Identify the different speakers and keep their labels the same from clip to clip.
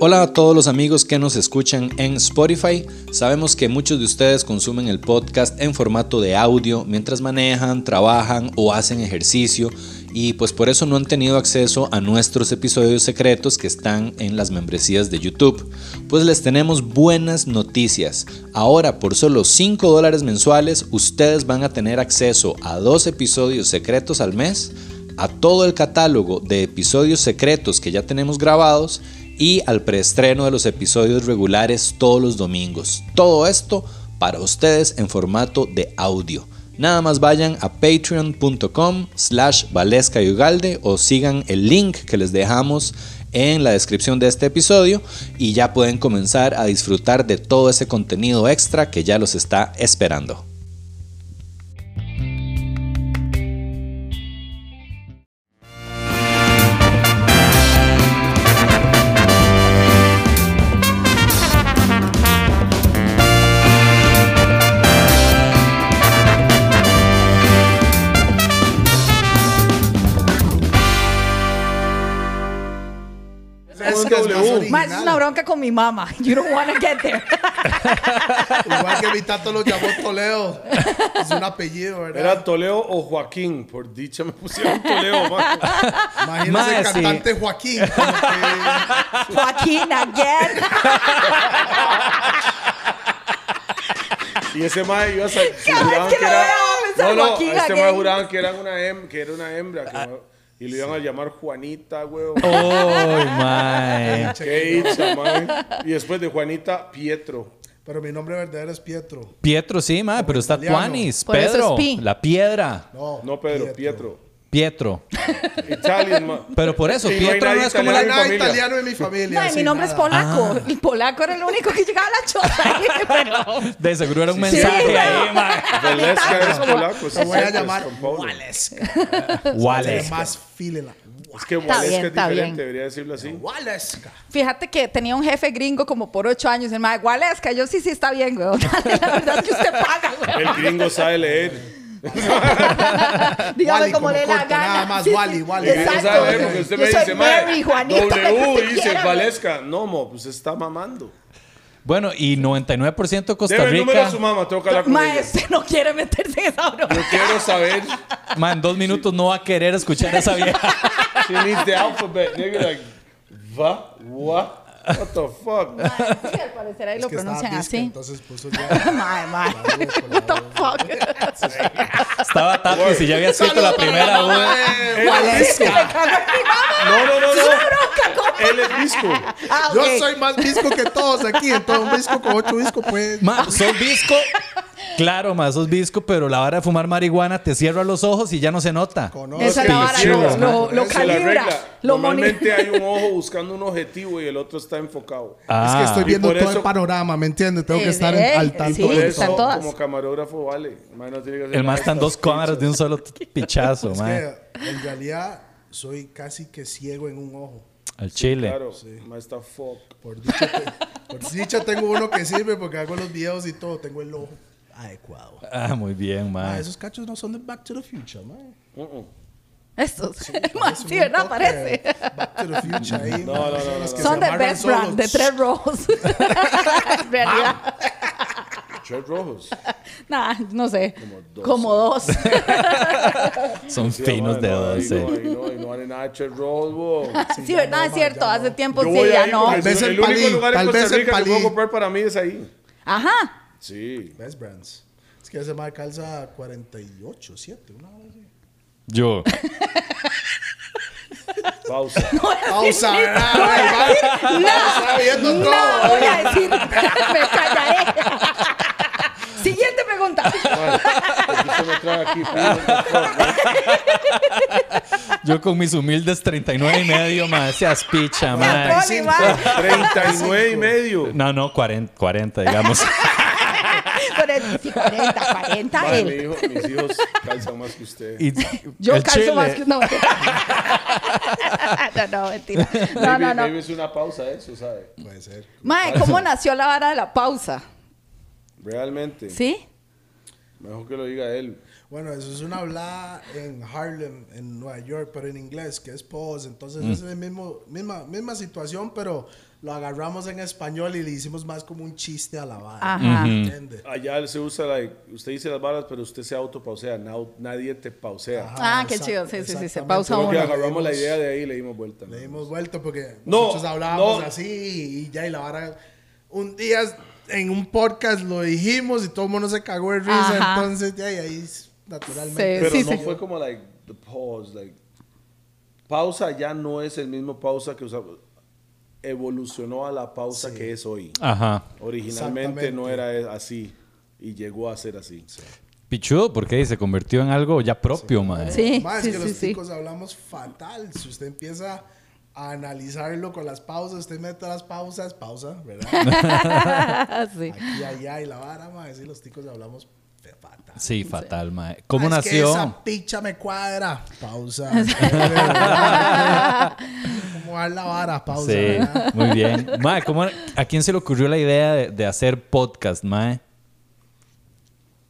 Speaker 1: Hola a todos los amigos que nos escuchan en Spotify. Sabemos que muchos de ustedes consumen el podcast en formato de audio mientras manejan, trabajan o hacen ejercicio y pues por eso no han tenido acceso a nuestros episodios secretos que están en las membresías de YouTube. Pues les tenemos buenas noticias. Ahora por solo 5 dólares mensuales ustedes van a tener acceso a dos episodios secretos al mes, a todo el catálogo de episodios secretos que ya tenemos grabados y al preestreno de los episodios regulares todos los domingos. Todo esto para ustedes en formato de audio. Nada más vayan a patreon.com slash valesca y ugalde o sigan el link que les dejamos en la descripción de este episodio y ya pueden comenzar a disfrutar de todo ese contenido extra que ya los está esperando.
Speaker 2: Ma, eso es una bronca con mi mamá. You don't wanna get there.
Speaker 3: Igual que mi tato lo llamó Toledo. Es un apellido, ¿verdad?
Speaker 4: Era Toleo o Joaquín, por dicha me pusieron Toleo, man.
Speaker 3: Imagínese el
Speaker 1: Ma, sí.
Speaker 3: cantante Joaquín. como que-
Speaker 2: Joaquín, again.
Speaker 4: Y ese mae iba a salir.
Speaker 2: Cada vez que lo veo, me sale
Speaker 4: no, no,
Speaker 2: Joaquín
Speaker 4: este mae
Speaker 2: again.
Speaker 4: juraban que era una, hem- que era una hembra. que no- y lo iban a llamar Juanita, weón.
Speaker 1: Oh, my.
Speaker 4: Qué dicha, mae. Y después de Juanita, Pietro.
Speaker 3: Pero mi nombre verdadero es Pietro.
Speaker 1: Pietro, sí, mae, pero está
Speaker 3: italiano.
Speaker 1: Tuanis,
Speaker 2: Por eso es
Speaker 1: Pedro,
Speaker 2: pi.
Speaker 1: la piedra,
Speaker 3: No,
Speaker 4: No, Pedro, Pietro.
Speaker 1: Pietro.
Speaker 4: Italian, mae.
Speaker 1: Pero por eso,
Speaker 4: Sí, no hay
Speaker 1: Pietro no,
Speaker 4: nadie
Speaker 1: es como
Speaker 3: No
Speaker 1: la...
Speaker 3: hay
Speaker 4: italiano.
Speaker 3: nada
Speaker 4: familia.
Speaker 3: italiano en mi familia.
Speaker 2: Ma,
Speaker 3: sí,
Speaker 2: mi nombre es
Speaker 3: nada. Ah.
Speaker 2: polaco. El polaco era el único que llegaba a la chota. ahí, pero-
Speaker 1: De seguro era un
Speaker 2: Sí,
Speaker 1: mensaje ahí,
Speaker 2: weón.
Speaker 1: mae.
Speaker 4: Valeska es polaco. sí,
Speaker 3: Te voy a
Speaker 4: sí,
Speaker 3: llamar
Speaker 4: con Pablo.
Speaker 3: Wallace.
Speaker 1: Wallace.
Speaker 3: Más filela.
Speaker 4: Es que
Speaker 2: Está bien,
Speaker 4: Valeska es
Speaker 2: está
Speaker 4: diferente,
Speaker 2: bien.
Speaker 4: debería decirlo así.
Speaker 3: Wallace.
Speaker 2: Fíjate que tenía un jefe gringo como por ocho años. El mae, Gualesca, yo sí, sí está bien, weón. La verdad es que usted paga, weón.
Speaker 4: El gringo sabe leer.
Speaker 2: Dígame
Speaker 3: Wally,
Speaker 2: como
Speaker 3: como
Speaker 2: le dé la
Speaker 3: corto,
Speaker 2: gana.
Speaker 3: nada más,
Speaker 2: Sí, sí,
Speaker 3: Wally, Wally.
Speaker 4: El gringo
Speaker 2: Exacto.
Speaker 4: sabe leer porque usted me
Speaker 2: yo
Speaker 4: dice,
Speaker 2: soy
Speaker 4: mae,
Speaker 2: Mary, Juanito, lo que
Speaker 4: W,
Speaker 2: usted
Speaker 4: dice
Speaker 2: quiera,
Speaker 4: Valeska. No, mo, pues está mamando.
Speaker 1: Bueno, y 99% Costa
Speaker 4: Debe el número
Speaker 1: Rica.
Speaker 4: a su mamá, tengo que hablar con
Speaker 2: Mae,
Speaker 4: ella.
Speaker 2: usted no quiere meterse en esa broma.
Speaker 4: Yo quiero saber
Speaker 1: Mae, en dos minutos no va a querer escuchar a esa vieja.
Speaker 4: she needs the alphabet. Nigga, like, va, what? What the fuck?
Speaker 2: Mae, sí, al parecer ahí lo
Speaker 3: que estaba
Speaker 2: pronuncian así.
Speaker 3: disque, Entonces puso ya.
Speaker 2: Mae, mae. What the fuck?
Speaker 1: Estaba tato y si ya había escrito la primera duda.
Speaker 3: Eh,
Speaker 4: Él es
Speaker 2: Sí,
Speaker 4: disco.
Speaker 2: me cagó en mi mamá.
Speaker 4: No, no, no,
Speaker 2: bronca,
Speaker 4: no. Él es disco.
Speaker 2: Ah,
Speaker 3: Yo
Speaker 2: ok.
Speaker 3: soy más disco que todos aquí. Entonces, un disco con ocho discos, pues.
Speaker 1: Ma, sos disco. Claro, ma, sos disco, pero la hora de fumar marihuana te cierra los ojos y ya no se nota.
Speaker 3: Conozco.
Speaker 2: Esa es la vara,
Speaker 4: Pichudo,
Speaker 2: lo,
Speaker 4: mae.
Speaker 2: lo, lo
Speaker 4: Se la
Speaker 2: calibra,
Speaker 4: arregla.
Speaker 2: lo
Speaker 4: Normalmente
Speaker 2: monitora.
Speaker 4: hay un ojo buscando un objetivo y el otro está enfocado.
Speaker 1: Ah,
Speaker 3: Es que estoy
Speaker 4: Ah. Y
Speaker 3: viendo
Speaker 4: por
Speaker 3: todo el
Speaker 4: eso-
Speaker 3: panorama, ¿me entiendes? Tengo
Speaker 2: Sí,
Speaker 3: que estar
Speaker 2: sí,
Speaker 3: en- al tanto
Speaker 2: Eh, sí,
Speaker 3: de
Speaker 2: están
Speaker 3: todo.
Speaker 2: todas.
Speaker 4: Como camarógrafo, vale. El mae no tiene que hacer
Speaker 1: El más
Speaker 4: nada
Speaker 1: están dos
Speaker 4: estas
Speaker 1: cámaras de un solo pichazo,
Speaker 3: Es
Speaker 1: ma.
Speaker 3: que en realidad soy casi que ciego en un ojo.
Speaker 1: Al chile.
Speaker 4: Claro, mae está fuck.
Speaker 3: Por dicha, te- por dicha tengo uno que sirve porque hago los videos y todo. Tengo el ojo adecuado.
Speaker 1: Ah, muy bien, ma.
Speaker 3: Ah, esos cachos no son de Back to the Future, man.
Speaker 2: Esto, mae,
Speaker 3: Parece
Speaker 2: sí,
Speaker 3: un
Speaker 2: ¿verdad?
Speaker 3: toque
Speaker 2: Parece.
Speaker 3: Back to the Future ahí.
Speaker 4: No, no, no, no, no.
Speaker 2: Son de Best Brand, de tres rojos. en realidad,
Speaker 4: Tres rojos.
Speaker 2: nah, no sé. Como dos.
Speaker 1: Son
Speaker 4: Sí,
Speaker 1: finos
Speaker 4: mae,
Speaker 1: de
Speaker 4: no, ahí
Speaker 1: 12.
Speaker 4: No, ahí no, ahí no vale nada de tres rojos,
Speaker 3: Pues
Speaker 4: bo.
Speaker 2: Sí, ¿verdad? Es cierto. Hace tiempo
Speaker 4: Yo
Speaker 2: sí,
Speaker 4: voy
Speaker 2: ya
Speaker 4: ahí
Speaker 2: no.
Speaker 4: porque
Speaker 3: Tal vez
Speaker 4: el,
Speaker 3: el
Speaker 4: único
Speaker 3: palí,
Speaker 4: lugar en
Speaker 3: tal
Speaker 4: Costa
Speaker 3: vez el
Speaker 4: Rica que
Speaker 3: palí.
Speaker 4: puedo comprar para mí es ahí.
Speaker 2: Ajá.
Speaker 4: Sí.
Speaker 3: Best Brands. Es que ese mal calza 48, 7, una hora así.
Speaker 1: Yo.
Speaker 4: Pausa.
Speaker 3: Pausa, ¿verdad? Ahí va. Está viendo
Speaker 2: No,
Speaker 3: todo.
Speaker 2: voy a decir. Me callaré. Siguiente pregunta.
Speaker 4: Porque usted me trae aquí. pido-
Speaker 1: Yo con mis humildes 39 y medio, ma. Seas picha, ma.
Speaker 2: Poli, mae.
Speaker 4: 39 y medio.
Speaker 1: No, no, 40, 40 digamos.
Speaker 2: Con el- sí, 40, 40.
Speaker 4: Madre,
Speaker 2: eh.
Speaker 4: mi hijo- mis hijos calzan más que usted.
Speaker 1: Y-
Speaker 2: Yo
Speaker 1: el
Speaker 2: calzo
Speaker 1: chile-
Speaker 2: más que. No, mentira. no, no, mentira. No,
Speaker 4: Maybe-
Speaker 2: no,
Speaker 4: maybe
Speaker 2: no.
Speaker 4: es una pausa eso, ¿sabe?
Speaker 3: Puede ser.
Speaker 2: Mae, ¿cómo nació la vara de la pausa?
Speaker 4: Realmente.
Speaker 2: ¿Sí?
Speaker 4: Mejor que lo diga él.
Speaker 3: Bueno, eso es una hablada en Harlem, en Nueva York, pero en inglés, que es pause. Entonces
Speaker 4: Mm.
Speaker 3: es la mismo, misma, misma situación, pero lo agarramos en español y le hicimos más como un chiste a la vara.
Speaker 2: Ajá.
Speaker 3: ¿entiende?
Speaker 4: Allá se usa, like, usted dice las balas, pero usted se autopausea, nau- nadie te pausea.
Speaker 2: Ah,
Speaker 3: Ajá,
Speaker 2: qué
Speaker 3: exact-
Speaker 2: chido. Sí, sí, sí, se
Speaker 3: exactamente.
Speaker 2: pausa
Speaker 4: Creo que
Speaker 2: uno.
Speaker 4: agarramos la idea de ahí y le dimos vuelta.
Speaker 3: Le dimos vuelta porque
Speaker 4: No,
Speaker 3: nosotros hablábamos
Speaker 4: no.
Speaker 3: así y, y ya, y la vara. Un día en un podcast lo dijimos y todo el mundo se cagó de risa,
Speaker 2: Ajá.
Speaker 3: entonces ya, y ahí es- naturalmente.
Speaker 4: Pero
Speaker 2: Sí,
Speaker 4: no
Speaker 2: sí.
Speaker 4: fue como like the pause, like pausa ya no es el mismo pausa que usamos. Evolucionó a la pausa que es hoy.
Speaker 2: Ah.
Speaker 5: Ajá.
Speaker 4: Originalmente no
Speaker 3: Exactamente.
Speaker 4: era así y llegó a ser así.
Speaker 5: Pichudo, porque ahí se convirtió en algo ya propio, mae.
Speaker 2: Sí,
Speaker 3: Más
Speaker 2: sí,
Speaker 3: que
Speaker 2: sí,
Speaker 3: los
Speaker 2: sí.
Speaker 3: chicos hablamos fatal. Si usted empieza a analizarlo con las pausas, usted mete las pausas, pausa, ¿verdad?
Speaker 2: Ah, Sí.
Speaker 3: Aquí, allá y la vara, ma, decir los ticos hablamos fe- fatal.
Speaker 5: Sí, fatal, mae. ¿Cómo
Speaker 3: Ah, es que
Speaker 5: nació?
Speaker 3: esa picha me cuadra. Pausa. Como dar la vara, pausa.
Speaker 5: Sí,
Speaker 3: ¿verdad?
Speaker 5: muy bien. Mae, ¿cómo- ¿a quién se le ocurrió la idea de, de hacer podcast, mae?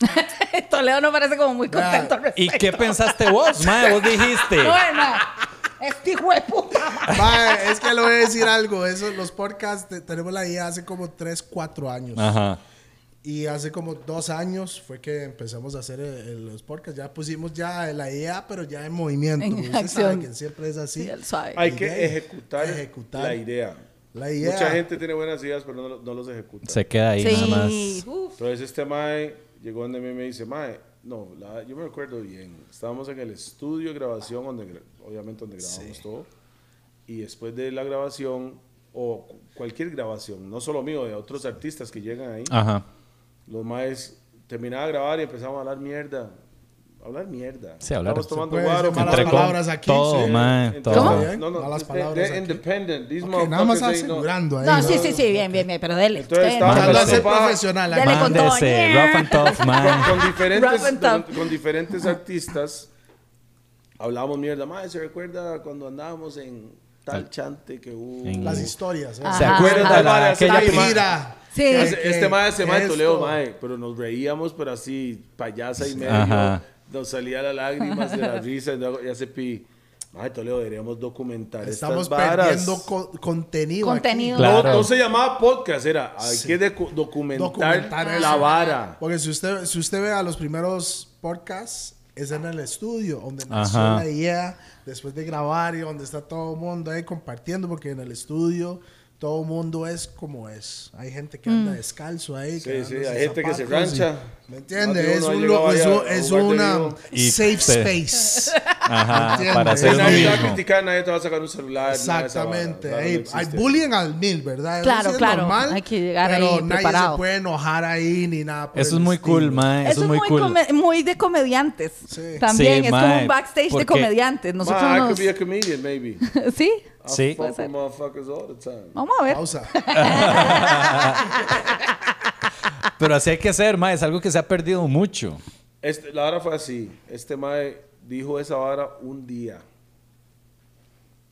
Speaker 2: Toledo no parece como muy
Speaker 3: Vea,
Speaker 2: contento al
Speaker 5: ¿Y
Speaker 2: respecto.
Speaker 5: qué pensaste vos, mae? Vos dijiste.
Speaker 2: Bueno, este hijo de puta.
Speaker 3: Ma, es que le voy a decir algo. Eso, los podcasts te- tenemos la idea hace como 3, 4 años.
Speaker 5: Ajá.
Speaker 3: Y hace como dos años fue que empezamos a hacer eh, eh, los podcasts. Ya pusimos ya la idea, pero ya en movimiento.
Speaker 2: En
Speaker 3: Usted sabe
Speaker 2: acción.
Speaker 3: que siempre es así.
Speaker 2: Sí, él sabe.
Speaker 4: Hay que
Speaker 3: Idea.
Speaker 4: ejecutar,
Speaker 3: Ejecutar.
Speaker 4: la idea.
Speaker 3: La idea.
Speaker 4: Mucha gente tiene buenas ideas, pero no, lo- no los ejecuta.
Speaker 5: Se queda ahí nada más.
Speaker 2: Sí, Uh, uf.
Speaker 4: Entonces este mae llegó donde mí y me dice, mae, no, la- yo me recuerdo bien, estábamos en el estudio de grabación, donde, gra- obviamente donde grabamos todo, y después de la grabación, o cu- cualquier grabación, no solo mío, de otros artistas que llegan ahí,
Speaker 5: Ajá.
Speaker 4: los maes terminaban de grabar y empezamos a hablar mierda. Hablar mierda.
Speaker 5: Sí, hablar.
Speaker 4: Estamos tomando
Speaker 3: Se puede
Speaker 4: guaro,
Speaker 3: decir malas
Speaker 4: malas
Speaker 5: Entre con-
Speaker 3: palabras aquí,
Speaker 5: Todo,
Speaker 3: sí.
Speaker 5: mae.
Speaker 4: Entonces,
Speaker 5: Todo.
Speaker 3: ¿Cómo?
Speaker 4: No, no,
Speaker 3: Malas
Speaker 4: they're-
Speaker 3: palabras
Speaker 4: they're
Speaker 3: aquí.
Speaker 4: independent. These
Speaker 3: Ok, nada más
Speaker 4: motherfuckers, they know.
Speaker 3: asegurando ahí.
Speaker 2: No, sí, sí, sí, bien, bien, bien, pero dele.
Speaker 4: Entonces,
Speaker 2: usted,
Speaker 4: estaba-
Speaker 2: no,
Speaker 3: Tratando de
Speaker 5: Mándese.
Speaker 3: ser profesional.
Speaker 2: Dele
Speaker 3: aquí.
Speaker 2: con todo.
Speaker 5: Mándese, rough and tough, mae.
Speaker 4: con
Speaker 2: Rough
Speaker 4: diferentes,
Speaker 2: and tough.
Speaker 4: con, con diferentes artistas hablábamos mierda. Mae, ¿se recuerda cuando andábamos en tal chante que hubo?
Speaker 5: En-
Speaker 3: Las historias. ¿eh?
Speaker 5: ¿Se
Speaker 2: Ajá.
Speaker 5: acuerdan de la,
Speaker 4: Ajá.
Speaker 5: aquella
Speaker 3: La
Speaker 5: prima-
Speaker 3: gira.
Speaker 2: Sí.
Speaker 3: Que-
Speaker 4: Hace-
Speaker 3: que-
Speaker 4: este mae se
Speaker 3: que
Speaker 4: llama de Toledo,
Speaker 3: esto.
Speaker 4: mae, pero nos reíamos, pero así, payasa y medio.
Speaker 5: Ajá.
Speaker 4: Nos salía las lágrimas de la risa y luego ya se pi. Mae, Toledo, deberíamos documentar
Speaker 3: Estamos
Speaker 4: estas varas.
Speaker 3: perdiendo co- contenido. aquí.
Speaker 2: Contenido.
Speaker 5: Claro.
Speaker 4: No, no se llamaba podcast, era hay que decu- documentar,
Speaker 3: Documentar
Speaker 4: la
Speaker 3: eso.
Speaker 4: vara.
Speaker 3: Porque si usted, si usted ve a los primeros podcasts, es en el estudio, donde nació
Speaker 5: Ajá.
Speaker 3: la idea, después de grabar y donde está todo el mundo ahí compartiendo, porque en el estudio todo el mundo es como es. Hay gente que
Speaker 2: Mm.
Speaker 3: anda descalzo
Speaker 4: Sí,
Speaker 3: ahí.
Speaker 4: sí,
Speaker 3: dándose
Speaker 4: hay gente que se
Speaker 3: zapatos y-
Speaker 4: rancha.
Speaker 3: ¿Me
Speaker 4: Más de
Speaker 3: entiendes? Es,
Speaker 4: uno ha
Speaker 3: un
Speaker 4: llegado
Speaker 3: lo-
Speaker 4: ahí
Speaker 3: es,
Speaker 4: a-
Speaker 3: un-
Speaker 4: a
Speaker 3: es
Speaker 4: jugar de
Speaker 3: una
Speaker 4: vivo.
Speaker 5: Y
Speaker 3: safe
Speaker 5: se-
Speaker 3: space.
Speaker 5: Ajá,
Speaker 3: Entiendo.
Speaker 5: para hacer
Speaker 3: Sí,
Speaker 5: lo
Speaker 4: nadie te va a
Speaker 5: mismo.
Speaker 4: criticar, nadie te va a sacar un celular. nada de esa vara.
Speaker 3: Exactamente.
Speaker 4: Claro, no
Speaker 3: Ey, hay
Speaker 4: existe.
Speaker 3: bullying al mil, ¿verdad? Eso
Speaker 2: Claro,
Speaker 3: sí es
Speaker 2: claro.
Speaker 3: normal,
Speaker 2: Hay que llegar
Speaker 3: pero
Speaker 2: ahí
Speaker 3: nadie
Speaker 2: preparado.
Speaker 3: se puede enojar ahí ni nada. por
Speaker 5: Eso
Speaker 3: el
Speaker 5: es muy cool,
Speaker 3: estilo.
Speaker 5: mae. Eso, es muy cool.
Speaker 2: come- muy de comediantes.
Speaker 3: Sí.
Speaker 2: También
Speaker 5: Sí,
Speaker 2: es como
Speaker 5: mae,
Speaker 2: un backstage
Speaker 5: porque-
Speaker 2: de comediantes.
Speaker 4: Ma,
Speaker 2: Nosotros
Speaker 4: I
Speaker 2: nos-
Speaker 4: could be a comedian, maybe.
Speaker 2: Sí,
Speaker 4: I
Speaker 5: Sí.
Speaker 4: fuck
Speaker 2: Puede
Speaker 4: with motherfuckers all the time.
Speaker 2: vamos a ver.
Speaker 3: Pausa.
Speaker 5: Pero así hay que ser, mae. Es algo que se ha perdido mucho.
Speaker 4: Este, la vara fue así. Este mae dijo esa vara un día.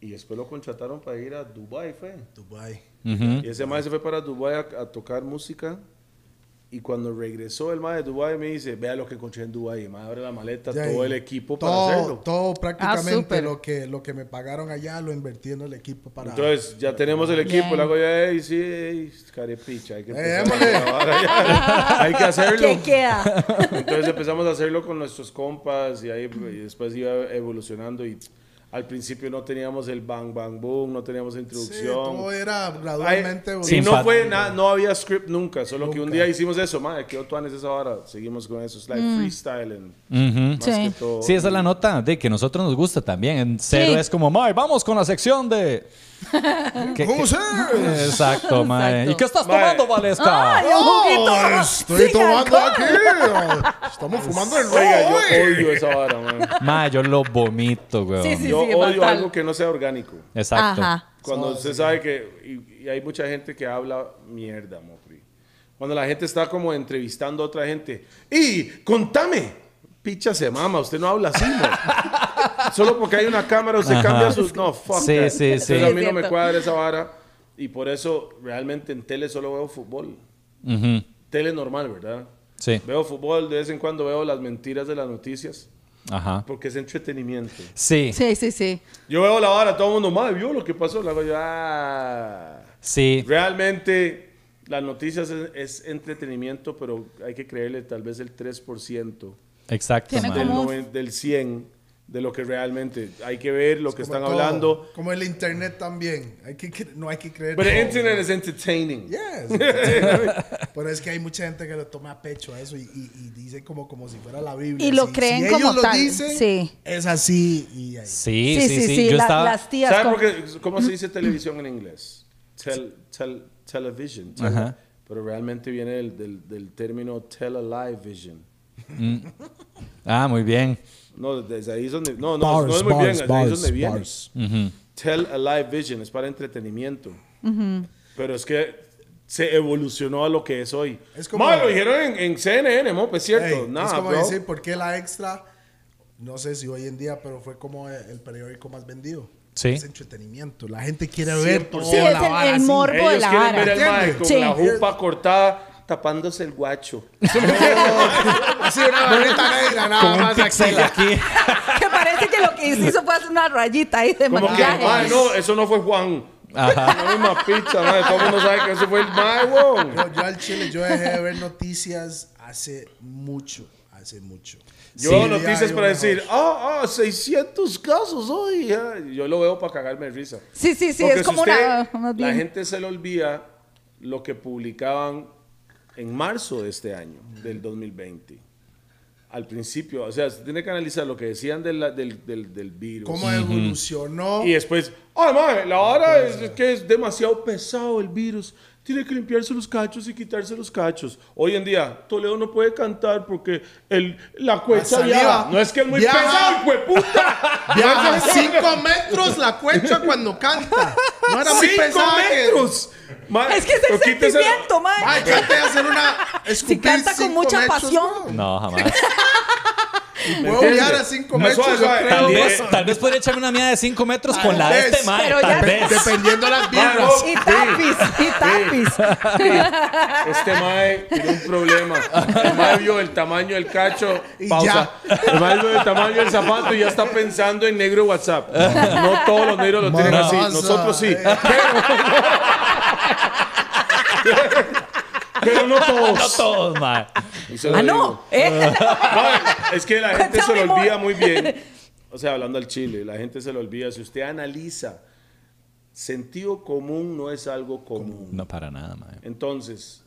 Speaker 4: Y después lo contrataron para ir a Dubai, fue.
Speaker 3: Dubai.
Speaker 5: Ujú.
Speaker 4: Y ese mae se fue para Dubai a, a tocar música. Y cuando regresó el mae de Dubai me dice, vea lo que encontré en Dubai. Y mae abre la maleta,
Speaker 3: Ya,
Speaker 4: todo
Speaker 3: y
Speaker 4: el equipo
Speaker 3: todo-
Speaker 4: para hacerlo.
Speaker 3: Todo prácticamente
Speaker 2: Ah, súper.
Speaker 3: lo, que, lo que me pagaron allá lo invertí en el equipo para...
Speaker 4: Entonces, ya tenemos el equipo.
Speaker 2: Bien.
Speaker 4: Le hago ya, ey, sí, ey, carepicha. Hay que,
Speaker 3: Eh,
Speaker 4: empezar a
Speaker 3: démosle.
Speaker 4: grabar allá. hay que hacerlo.
Speaker 2: ¿Qué queda?
Speaker 4: Entonces empezamos a hacerlo con nuestros compas y ahí y después iba evolucionando y al principio no teníamos el bang bang boom, no teníamos
Speaker 3: Sí,
Speaker 4: introducción.
Speaker 3: todo era
Speaker 4: Ay,
Speaker 3: gradualmente...
Speaker 4: y
Speaker 5: Sin
Speaker 4: no
Speaker 5: fa-
Speaker 4: fue nada, no había script nunca, solo que un
Speaker 3: Nunca.
Speaker 4: día hicimos eso, madre, quedó tuanes esa hora, seguimos con eso, es like freestyling.
Speaker 5: Ujú.
Speaker 4: Más
Speaker 2: Mm. Sí.
Speaker 4: que todo.
Speaker 5: Sí, esa es la nota de que nosotros nos gusta también. En cero
Speaker 2: Sí.
Speaker 5: es como, mae, vamos con la sección de. ¿Qué-
Speaker 3: ¿Cómo
Speaker 5: qué-
Speaker 3: se?
Speaker 5: Exacto, mae.
Speaker 2: Exacto.
Speaker 5: ¿Y qué estás
Speaker 4: Mae.
Speaker 5: tomando,
Speaker 4: Ah,
Speaker 5: Valesca?
Speaker 2: Ay, un juguito.
Speaker 3: Oh, estoy
Speaker 2: Sin
Speaker 3: tomando
Speaker 2: alcohol.
Speaker 3: aquí. Estamos fumando el
Speaker 4: Oiga,
Speaker 3: rojo.
Speaker 4: yo odio esa vara, man.
Speaker 5: Mae, yo lo vomito, weón.
Speaker 2: Sí, sí,
Speaker 4: Yo
Speaker 2: sí,
Speaker 4: odio
Speaker 2: fatal.
Speaker 4: algo que no sea orgánico.
Speaker 5: Exacto.
Speaker 2: Ajá.
Speaker 4: Cuando usted sabe que. Y, y hay mucha gente que habla mierda, Mopri. Cuando la gente está como entrevistando a otra gente. ¡Y contame! Picha se mama, usted no habla así, mo. Solo porque hay una cámara, usted cambia sus. No, fuck.
Speaker 5: Sí,
Speaker 4: that.
Speaker 5: sí, sí.
Speaker 4: Entonces a
Speaker 2: Sí,
Speaker 4: mí
Speaker 2: es
Speaker 4: no me
Speaker 2: cierto.
Speaker 4: cuadra esa vara. Y por eso realmente en tele solo veo fútbol.
Speaker 5: Ujú.
Speaker 4: Tele normal, ¿verdad?
Speaker 5: Sí.
Speaker 4: Veo fútbol, de vez en cuando veo las mentiras de las noticias,
Speaker 5: Ajá.
Speaker 4: porque es entretenimiento.
Speaker 5: Sí.
Speaker 2: Sí, sí, sí.
Speaker 4: Yo veo la vara, todo el mundo, madre, vio lo que pasó. Le hago yo, ah.
Speaker 5: Sí.
Speaker 4: Realmente, las noticias es, es entretenimiento, pero hay que creerle tal vez el 3%
Speaker 5: Exacto.
Speaker 2: Tiene
Speaker 5: mae.
Speaker 4: del,
Speaker 2: como-
Speaker 4: noven- del 100 de lo que realmente hay que ver, lo que
Speaker 3: Como
Speaker 4: están
Speaker 3: todo,
Speaker 4: hablando.
Speaker 3: Como el internet también. Hay que, cre- no hay que creer.
Speaker 4: Pero
Speaker 3: todo.
Speaker 4: el internet es entertaining.
Speaker 3: Yes. Pero es que hay mucha gente que lo toma a pecho a eso y, y, y dice como, como si fuera la Biblia.
Speaker 2: Y lo
Speaker 3: Si-
Speaker 2: creen
Speaker 3: si
Speaker 2: como
Speaker 3: ellos lo
Speaker 2: tal,
Speaker 3: dicen,
Speaker 2: sí.
Speaker 3: Es así y ahí.
Speaker 5: Sí, sí, sí. Yo
Speaker 2: la-
Speaker 5: estaba...
Speaker 2: Las tías.
Speaker 4: ¿Saben
Speaker 2: con-
Speaker 4: por qué- cómo se dice televisión en inglés? Tel- tel- television. tel-
Speaker 5: Ajá.
Speaker 4: Pero realmente viene del, del, del término television.
Speaker 5: Ah, muy bien.
Speaker 4: No, desde ahí es donde. No, no, no es muy bien. Desde ahí es donde viene. Tell a live vision es para entretenimiento. Pero es que se evolucionó a lo que es hoy.
Speaker 3: Es como-
Speaker 4: Ma, lo dijeron en, en CNN, mo, pues cierto.
Speaker 3: Ey,
Speaker 4: Nah,
Speaker 3: es como
Speaker 4: bro.
Speaker 3: decir, ¿por qué la extra? No sé si hoy en día, pero fue como el periódico más vendido.
Speaker 5: Sí.
Speaker 3: Es entretenimiento. La gente quiere ver todo.
Speaker 2: Sí, es
Speaker 3: la
Speaker 2: el-
Speaker 3: vara
Speaker 2: el
Speaker 3: así.
Speaker 2: morbo. de
Speaker 4: Ellos
Speaker 2: la
Speaker 4: quieren
Speaker 2: vara.
Speaker 4: ver al mae con
Speaker 2: Sí.
Speaker 4: la jupa cortada tapándose el guacho.
Speaker 3: Así una barrita negra, nada
Speaker 5: Con un
Speaker 2: Ah,
Speaker 3: más
Speaker 5: pixel
Speaker 3: aquí.
Speaker 5: aquí.
Speaker 2: Que parece que lo que hizo fue hacer una rayita ahí de
Speaker 4: Como que,
Speaker 2: maquillaje.
Speaker 4: mae, no, eso no fue Juan. No es una pizza, mae. Todo el mundo sabe que ese fue el mae, weón.
Speaker 3: Yo, yo al Chile, yo dejé de ver noticias hace mucho, hace mucho.
Speaker 4: Yo
Speaker 5: Sí.
Speaker 4: veo noticias
Speaker 3: Ya,
Speaker 4: para
Speaker 3: yo
Speaker 4: decir,
Speaker 3: mejor.
Speaker 4: ah, ah, 600 casos hoy. ah". Yo lo veo para cagarme de risa.
Speaker 2: Sí, sí, sí, es
Speaker 4: Porque si
Speaker 2: como
Speaker 4: usted-
Speaker 2: una. más
Speaker 4: La
Speaker 2: bien.
Speaker 4: gente se le olvida lo que publicaban en marzo de este año, del 2020. Al principio, o sea, se tiene que analizar lo que decían de la- del, del- del virus.
Speaker 3: ¿Cómo evolucionó?
Speaker 4: Y después, ay, madre, la hora es, es que es demasiado pesado el virus. Tiene que limpiarse los cachos y quitarse los cachos. Hoy en día, Toledo no puede cantar porque el, la cuecha
Speaker 3: saliva
Speaker 4: viaja. No es que es muy
Speaker 3: viaja.
Speaker 4: pesado, el hueputa.
Speaker 3: Viaja 5 metros la cuecha cuando canta. No era muy
Speaker 4: ¡Cinco
Speaker 3: pesado.
Speaker 4: metros! Madre,
Speaker 2: Es que es el
Speaker 4: pero quítese la-
Speaker 2: sentimiento,
Speaker 3: Que...
Speaker 2: mae.
Speaker 3: Ay, trate de hacer una. escupir
Speaker 2: canta con
Speaker 3: cinco
Speaker 2: mucha
Speaker 3: metros,
Speaker 2: pasión.
Speaker 3: weón.
Speaker 5: No, jamás.
Speaker 3: Puedo viajar a 5
Speaker 4: No,
Speaker 3: metros.
Speaker 4: suave,
Speaker 3: yo
Speaker 4: suave.
Speaker 3: creo.
Speaker 5: Tal
Speaker 4: También-
Speaker 5: vez, tal vez podría echarme una mía de 5 metros con la de
Speaker 3: vez.
Speaker 5: este mae.
Speaker 2: Pero ya-
Speaker 5: Tal
Speaker 3: Pe-
Speaker 5: vez.
Speaker 3: Dependiendo las vibras.
Speaker 4: Vamos.
Speaker 2: Y tapis, y tapis.
Speaker 4: Este mae tiene un problema. El mae vio el tamaño del cacho.
Speaker 3: Y
Speaker 4: Pausa. El mae vio el tamaño del zapato y ya está pensando en negro WhatsApp. No todos los negros lo tienen así.
Speaker 3: Maraza,
Speaker 4: Nosotros sí.
Speaker 3: eh.
Speaker 4: Pero no
Speaker 5: No
Speaker 4: todos.
Speaker 5: todos, mae.
Speaker 4: Y se lo
Speaker 2: Ah, no.
Speaker 4: digo.
Speaker 2: ¿eh?
Speaker 4: Mae, es que la gente se
Speaker 2: Cuéntame
Speaker 4: lo
Speaker 2: more.
Speaker 4: olvida muy bien. O sea, hablando al chile, la gente se lo olvida. Si usted analiza, sentido común no es algo común.
Speaker 5: No, para nada, mae.
Speaker 4: Entonces,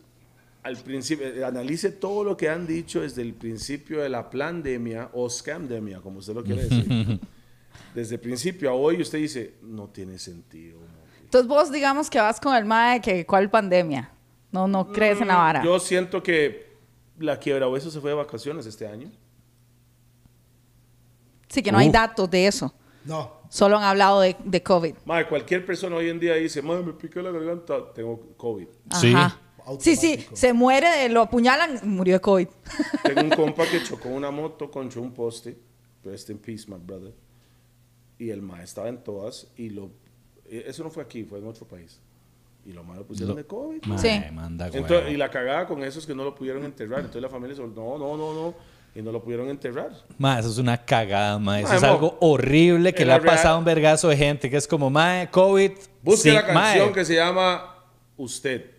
Speaker 4: al principio, eh, analice todo lo que han dicho desde el principio de la pandemia o scamdemia, como usted lo quiere decir. desde el principio a hoy, usted dice, no tiene sentido. no".
Speaker 2: Entonces vos digamos que vas con el mae que cuál pandemia. No, no crees en la vara.
Speaker 4: Mm, Yo siento que la quiebra hueso se fue de vacaciones este año.
Speaker 2: Sí, que no hay
Speaker 5: Uh.
Speaker 2: datos de eso.
Speaker 3: No.
Speaker 2: Solo han hablado de, de COVID.
Speaker 4: Madre, cualquier persona hoy en día dice, madre, me pica la garganta, tengo COVID.
Speaker 5: Sí.
Speaker 2: Ajá. Sí, sí,
Speaker 3: Automático.
Speaker 2: se muere, de- lo apuñalan, murió de COVID.
Speaker 4: Tengo un compa que chocó una moto contra un poste. Rest in peace, my brother. Y el mae estaba en todas y lo... e- Eso no fue aquí, fue en otro país. Y lo más lo pusieron de COVID.
Speaker 5: Mae,
Speaker 2: Sí.
Speaker 5: manda, güey.
Speaker 4: Entonces, y la cagada con eso es que no lo pudieron enterrar. Entonces la familia dijo, no, no, no, no. Y no lo pudieron enterrar.
Speaker 5: Mae, eso es una cagada, mae. Eso
Speaker 4: Mae,
Speaker 5: es
Speaker 4: mo,
Speaker 5: algo horrible que
Speaker 4: en
Speaker 5: le ha
Speaker 4: la real-
Speaker 5: pasado a un vergazo de gente que es como, mae, COVID.
Speaker 4: Busque
Speaker 5: sí,
Speaker 4: la canción
Speaker 5: mae.
Speaker 4: que se llama Usted.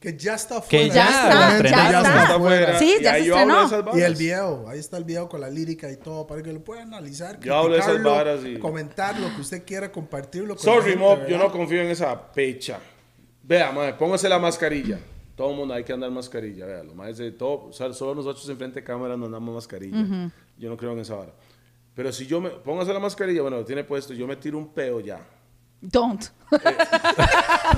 Speaker 3: Que ya está fuera.
Speaker 5: Que ya está,
Speaker 3: La gente
Speaker 5: ya está.
Speaker 4: afuera.
Speaker 2: Sí,
Speaker 4: Y
Speaker 2: ya
Speaker 4: ahí
Speaker 2: se
Speaker 4: yo hablo de
Speaker 2: estrenó.
Speaker 4: esas varas.
Speaker 3: Y el video, ahí está el video con la lírica y todo, para que lo pueda analizar,
Speaker 4: Yo hablo de esas
Speaker 3: criticarlo,
Speaker 4: varas y-
Speaker 3: comentar lo que usted quiera, compartirlo. con la
Speaker 4: Sorry,
Speaker 3: gente,
Speaker 4: Mob, yo
Speaker 3: ¿verdad?
Speaker 4: no confío en esa pecha. Vea, madre, póngase la mascarilla. Todo el mundo hay que andar mascarilla, vea, lo más de todo, o sea, solo nosotros enfrente de cámara no andamos mascarilla. Yo no creo en esa vara. Pero si yo me póngase la mascarilla, bueno, lo tiene puesto, yo me tiro un peo ya.
Speaker 2: Don't.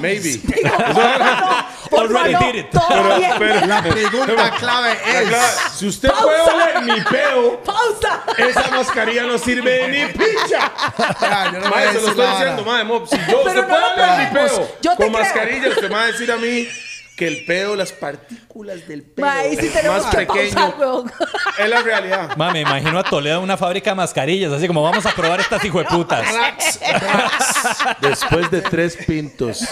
Speaker 4: Maybe.
Speaker 2: Por
Speaker 5: Already
Speaker 2: favor,
Speaker 5: did it.
Speaker 2: Todo bien.
Speaker 4: pero-
Speaker 3: La pregunta clave
Speaker 4: la
Speaker 3: es...
Speaker 4: clave, si usted puede oler mi peo,
Speaker 2: Pausa.
Speaker 4: esa mascarilla no sirve de ni picha.
Speaker 3: Ya, yo no voy
Speaker 4: Mae,
Speaker 3: a
Speaker 4: se
Speaker 3: decir
Speaker 4: lo estoy
Speaker 3: la vara.
Speaker 4: diciendo, mae, Mob. Si yo
Speaker 2: Pero
Speaker 4: usted
Speaker 2: no
Speaker 4: puede
Speaker 2: lo
Speaker 4: hablar mi
Speaker 2: podemos.
Speaker 4: peo
Speaker 2: Yo te
Speaker 4: con
Speaker 2: creo.
Speaker 4: mascarilla, usted me va a decir a mí que el peo, las partículas del peo
Speaker 2: Ma, y si tenemos
Speaker 4: más
Speaker 2: que
Speaker 4: pequeño
Speaker 2: pausar, weón.
Speaker 4: es la realidad.
Speaker 5: Mae, me imagino a Toledo en una fábrica de mascarillas, así como vamos a probar estas hijueputas.
Speaker 4: Después de tres pintos.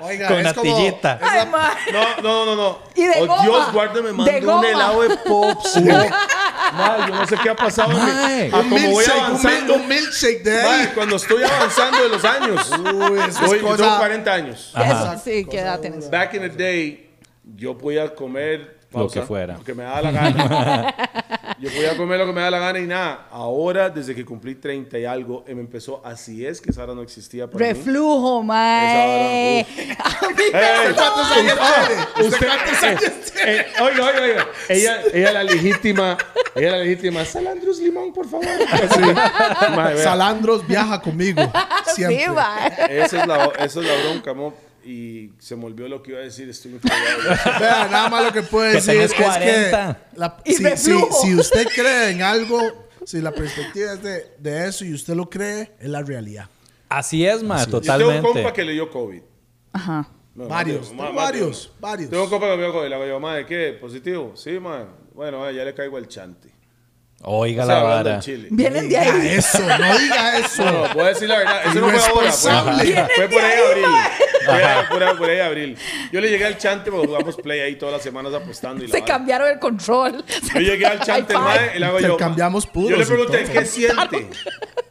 Speaker 3: Oiga,
Speaker 1: con
Speaker 3: es como- eh,
Speaker 1: natillita.
Speaker 3: es la-
Speaker 2: ma.
Speaker 4: No, no, no, no.
Speaker 2: Y de
Speaker 4: oh,
Speaker 2: goma.
Speaker 4: Dios, guárdame,
Speaker 2: De
Speaker 4: mandé un
Speaker 2: goma.
Speaker 4: helado de pops. Madre, yo no sé qué ha pasado. mi-
Speaker 5: Mae.
Speaker 4: a
Speaker 3: un
Speaker 4: Ah, como voy
Speaker 3: milkshake, un mil-
Speaker 4: avanzando.
Speaker 3: un milkshake de ahí.
Speaker 4: Mae, cuando estoy avanzando de los años.
Speaker 3: Uy, eso es
Speaker 4: Hoy tengo
Speaker 3: cosa-
Speaker 4: 40 años.
Speaker 2: Eso,
Speaker 3: Ajá.
Speaker 2: sí, ¿qué
Speaker 3: Cosa
Speaker 2: edad
Speaker 3: dura.
Speaker 2: tenés?
Speaker 4: Back in the day, yo podía comer
Speaker 5: Lo que fuera.
Speaker 4: Lo que me daba la gana. yo podía comer lo que me daba la gana y nada. Ahora, desde que cumplí 30 y algo, eh, me empezó así es que esa hora no existía para mí.
Speaker 2: Reflujo, mae. A mí me
Speaker 4: ¡Ey!
Speaker 2: pasó
Speaker 3: ¿Cuántos años
Speaker 4: Ah,
Speaker 3: tiene?
Speaker 4: usted- eh, eh, oiga, oiga, oiga. Ella, ella la legítima. Ella la legítima. Salandros Limón, por favor. Pues Así. Mae, vea.
Speaker 3: Salandros viaja conmigo.
Speaker 2: así,
Speaker 3: Siempre.
Speaker 2: mae.
Speaker 4: Esa es la, esa es la bronca, mo. Y se me olvidó lo que iba a decir. Estoy enfadado.
Speaker 3: Vea, nada más lo que puedo
Speaker 1: Que
Speaker 3: decir
Speaker 1: tenés
Speaker 3: es que
Speaker 1: 40.
Speaker 3: la-
Speaker 2: Y
Speaker 3: si, si,
Speaker 2: reflujo.
Speaker 3: si usted cree en algo, si la perspectiva es de, de eso y usted lo cree, es la realidad.
Speaker 1: Así es, ma,
Speaker 4: Yo tengo un compa
Speaker 1: totalmente.
Speaker 4: que le dio COVID.
Speaker 2: Ajá.
Speaker 4: No,
Speaker 3: Varios,
Speaker 4: no, ma-
Speaker 3: tengo
Speaker 4: ma-
Speaker 3: varios,
Speaker 4: no.
Speaker 3: varios.
Speaker 4: Tengo un compa que me dio COVID. Le digo, madre, ¿qué? ¿Positivo? Sí, madre. Bueno, ah, ya le caigo al chante.
Speaker 1: Oiga
Speaker 4: O sea,
Speaker 1: la
Speaker 4: hablando del
Speaker 1: vara.
Speaker 4: chile.
Speaker 2: Vienen de
Speaker 3: Diga
Speaker 2: ahí.
Speaker 3: eso, no diga eso.
Speaker 4: No, no, voy a decir la verdad. Eso no fue ahora. Fue,
Speaker 3: Irresponsable.
Speaker 4: fue por ahí
Speaker 2: Vienen de
Speaker 4: abril.
Speaker 2: ahí,
Speaker 4: Fue ahí- Por ahí, por ahí abril. Yo le llegué al chante porque jugamos play ahí todas las semanas apostando. Y la
Speaker 2: Se
Speaker 4: vara.
Speaker 2: cambiaron el control.
Speaker 4: Yo llegué al chante, el mae, y le hago yo.
Speaker 3: Intercambiamos puros
Speaker 4: Yo le pregunté,
Speaker 3: y todo.
Speaker 4: ¿qué siente?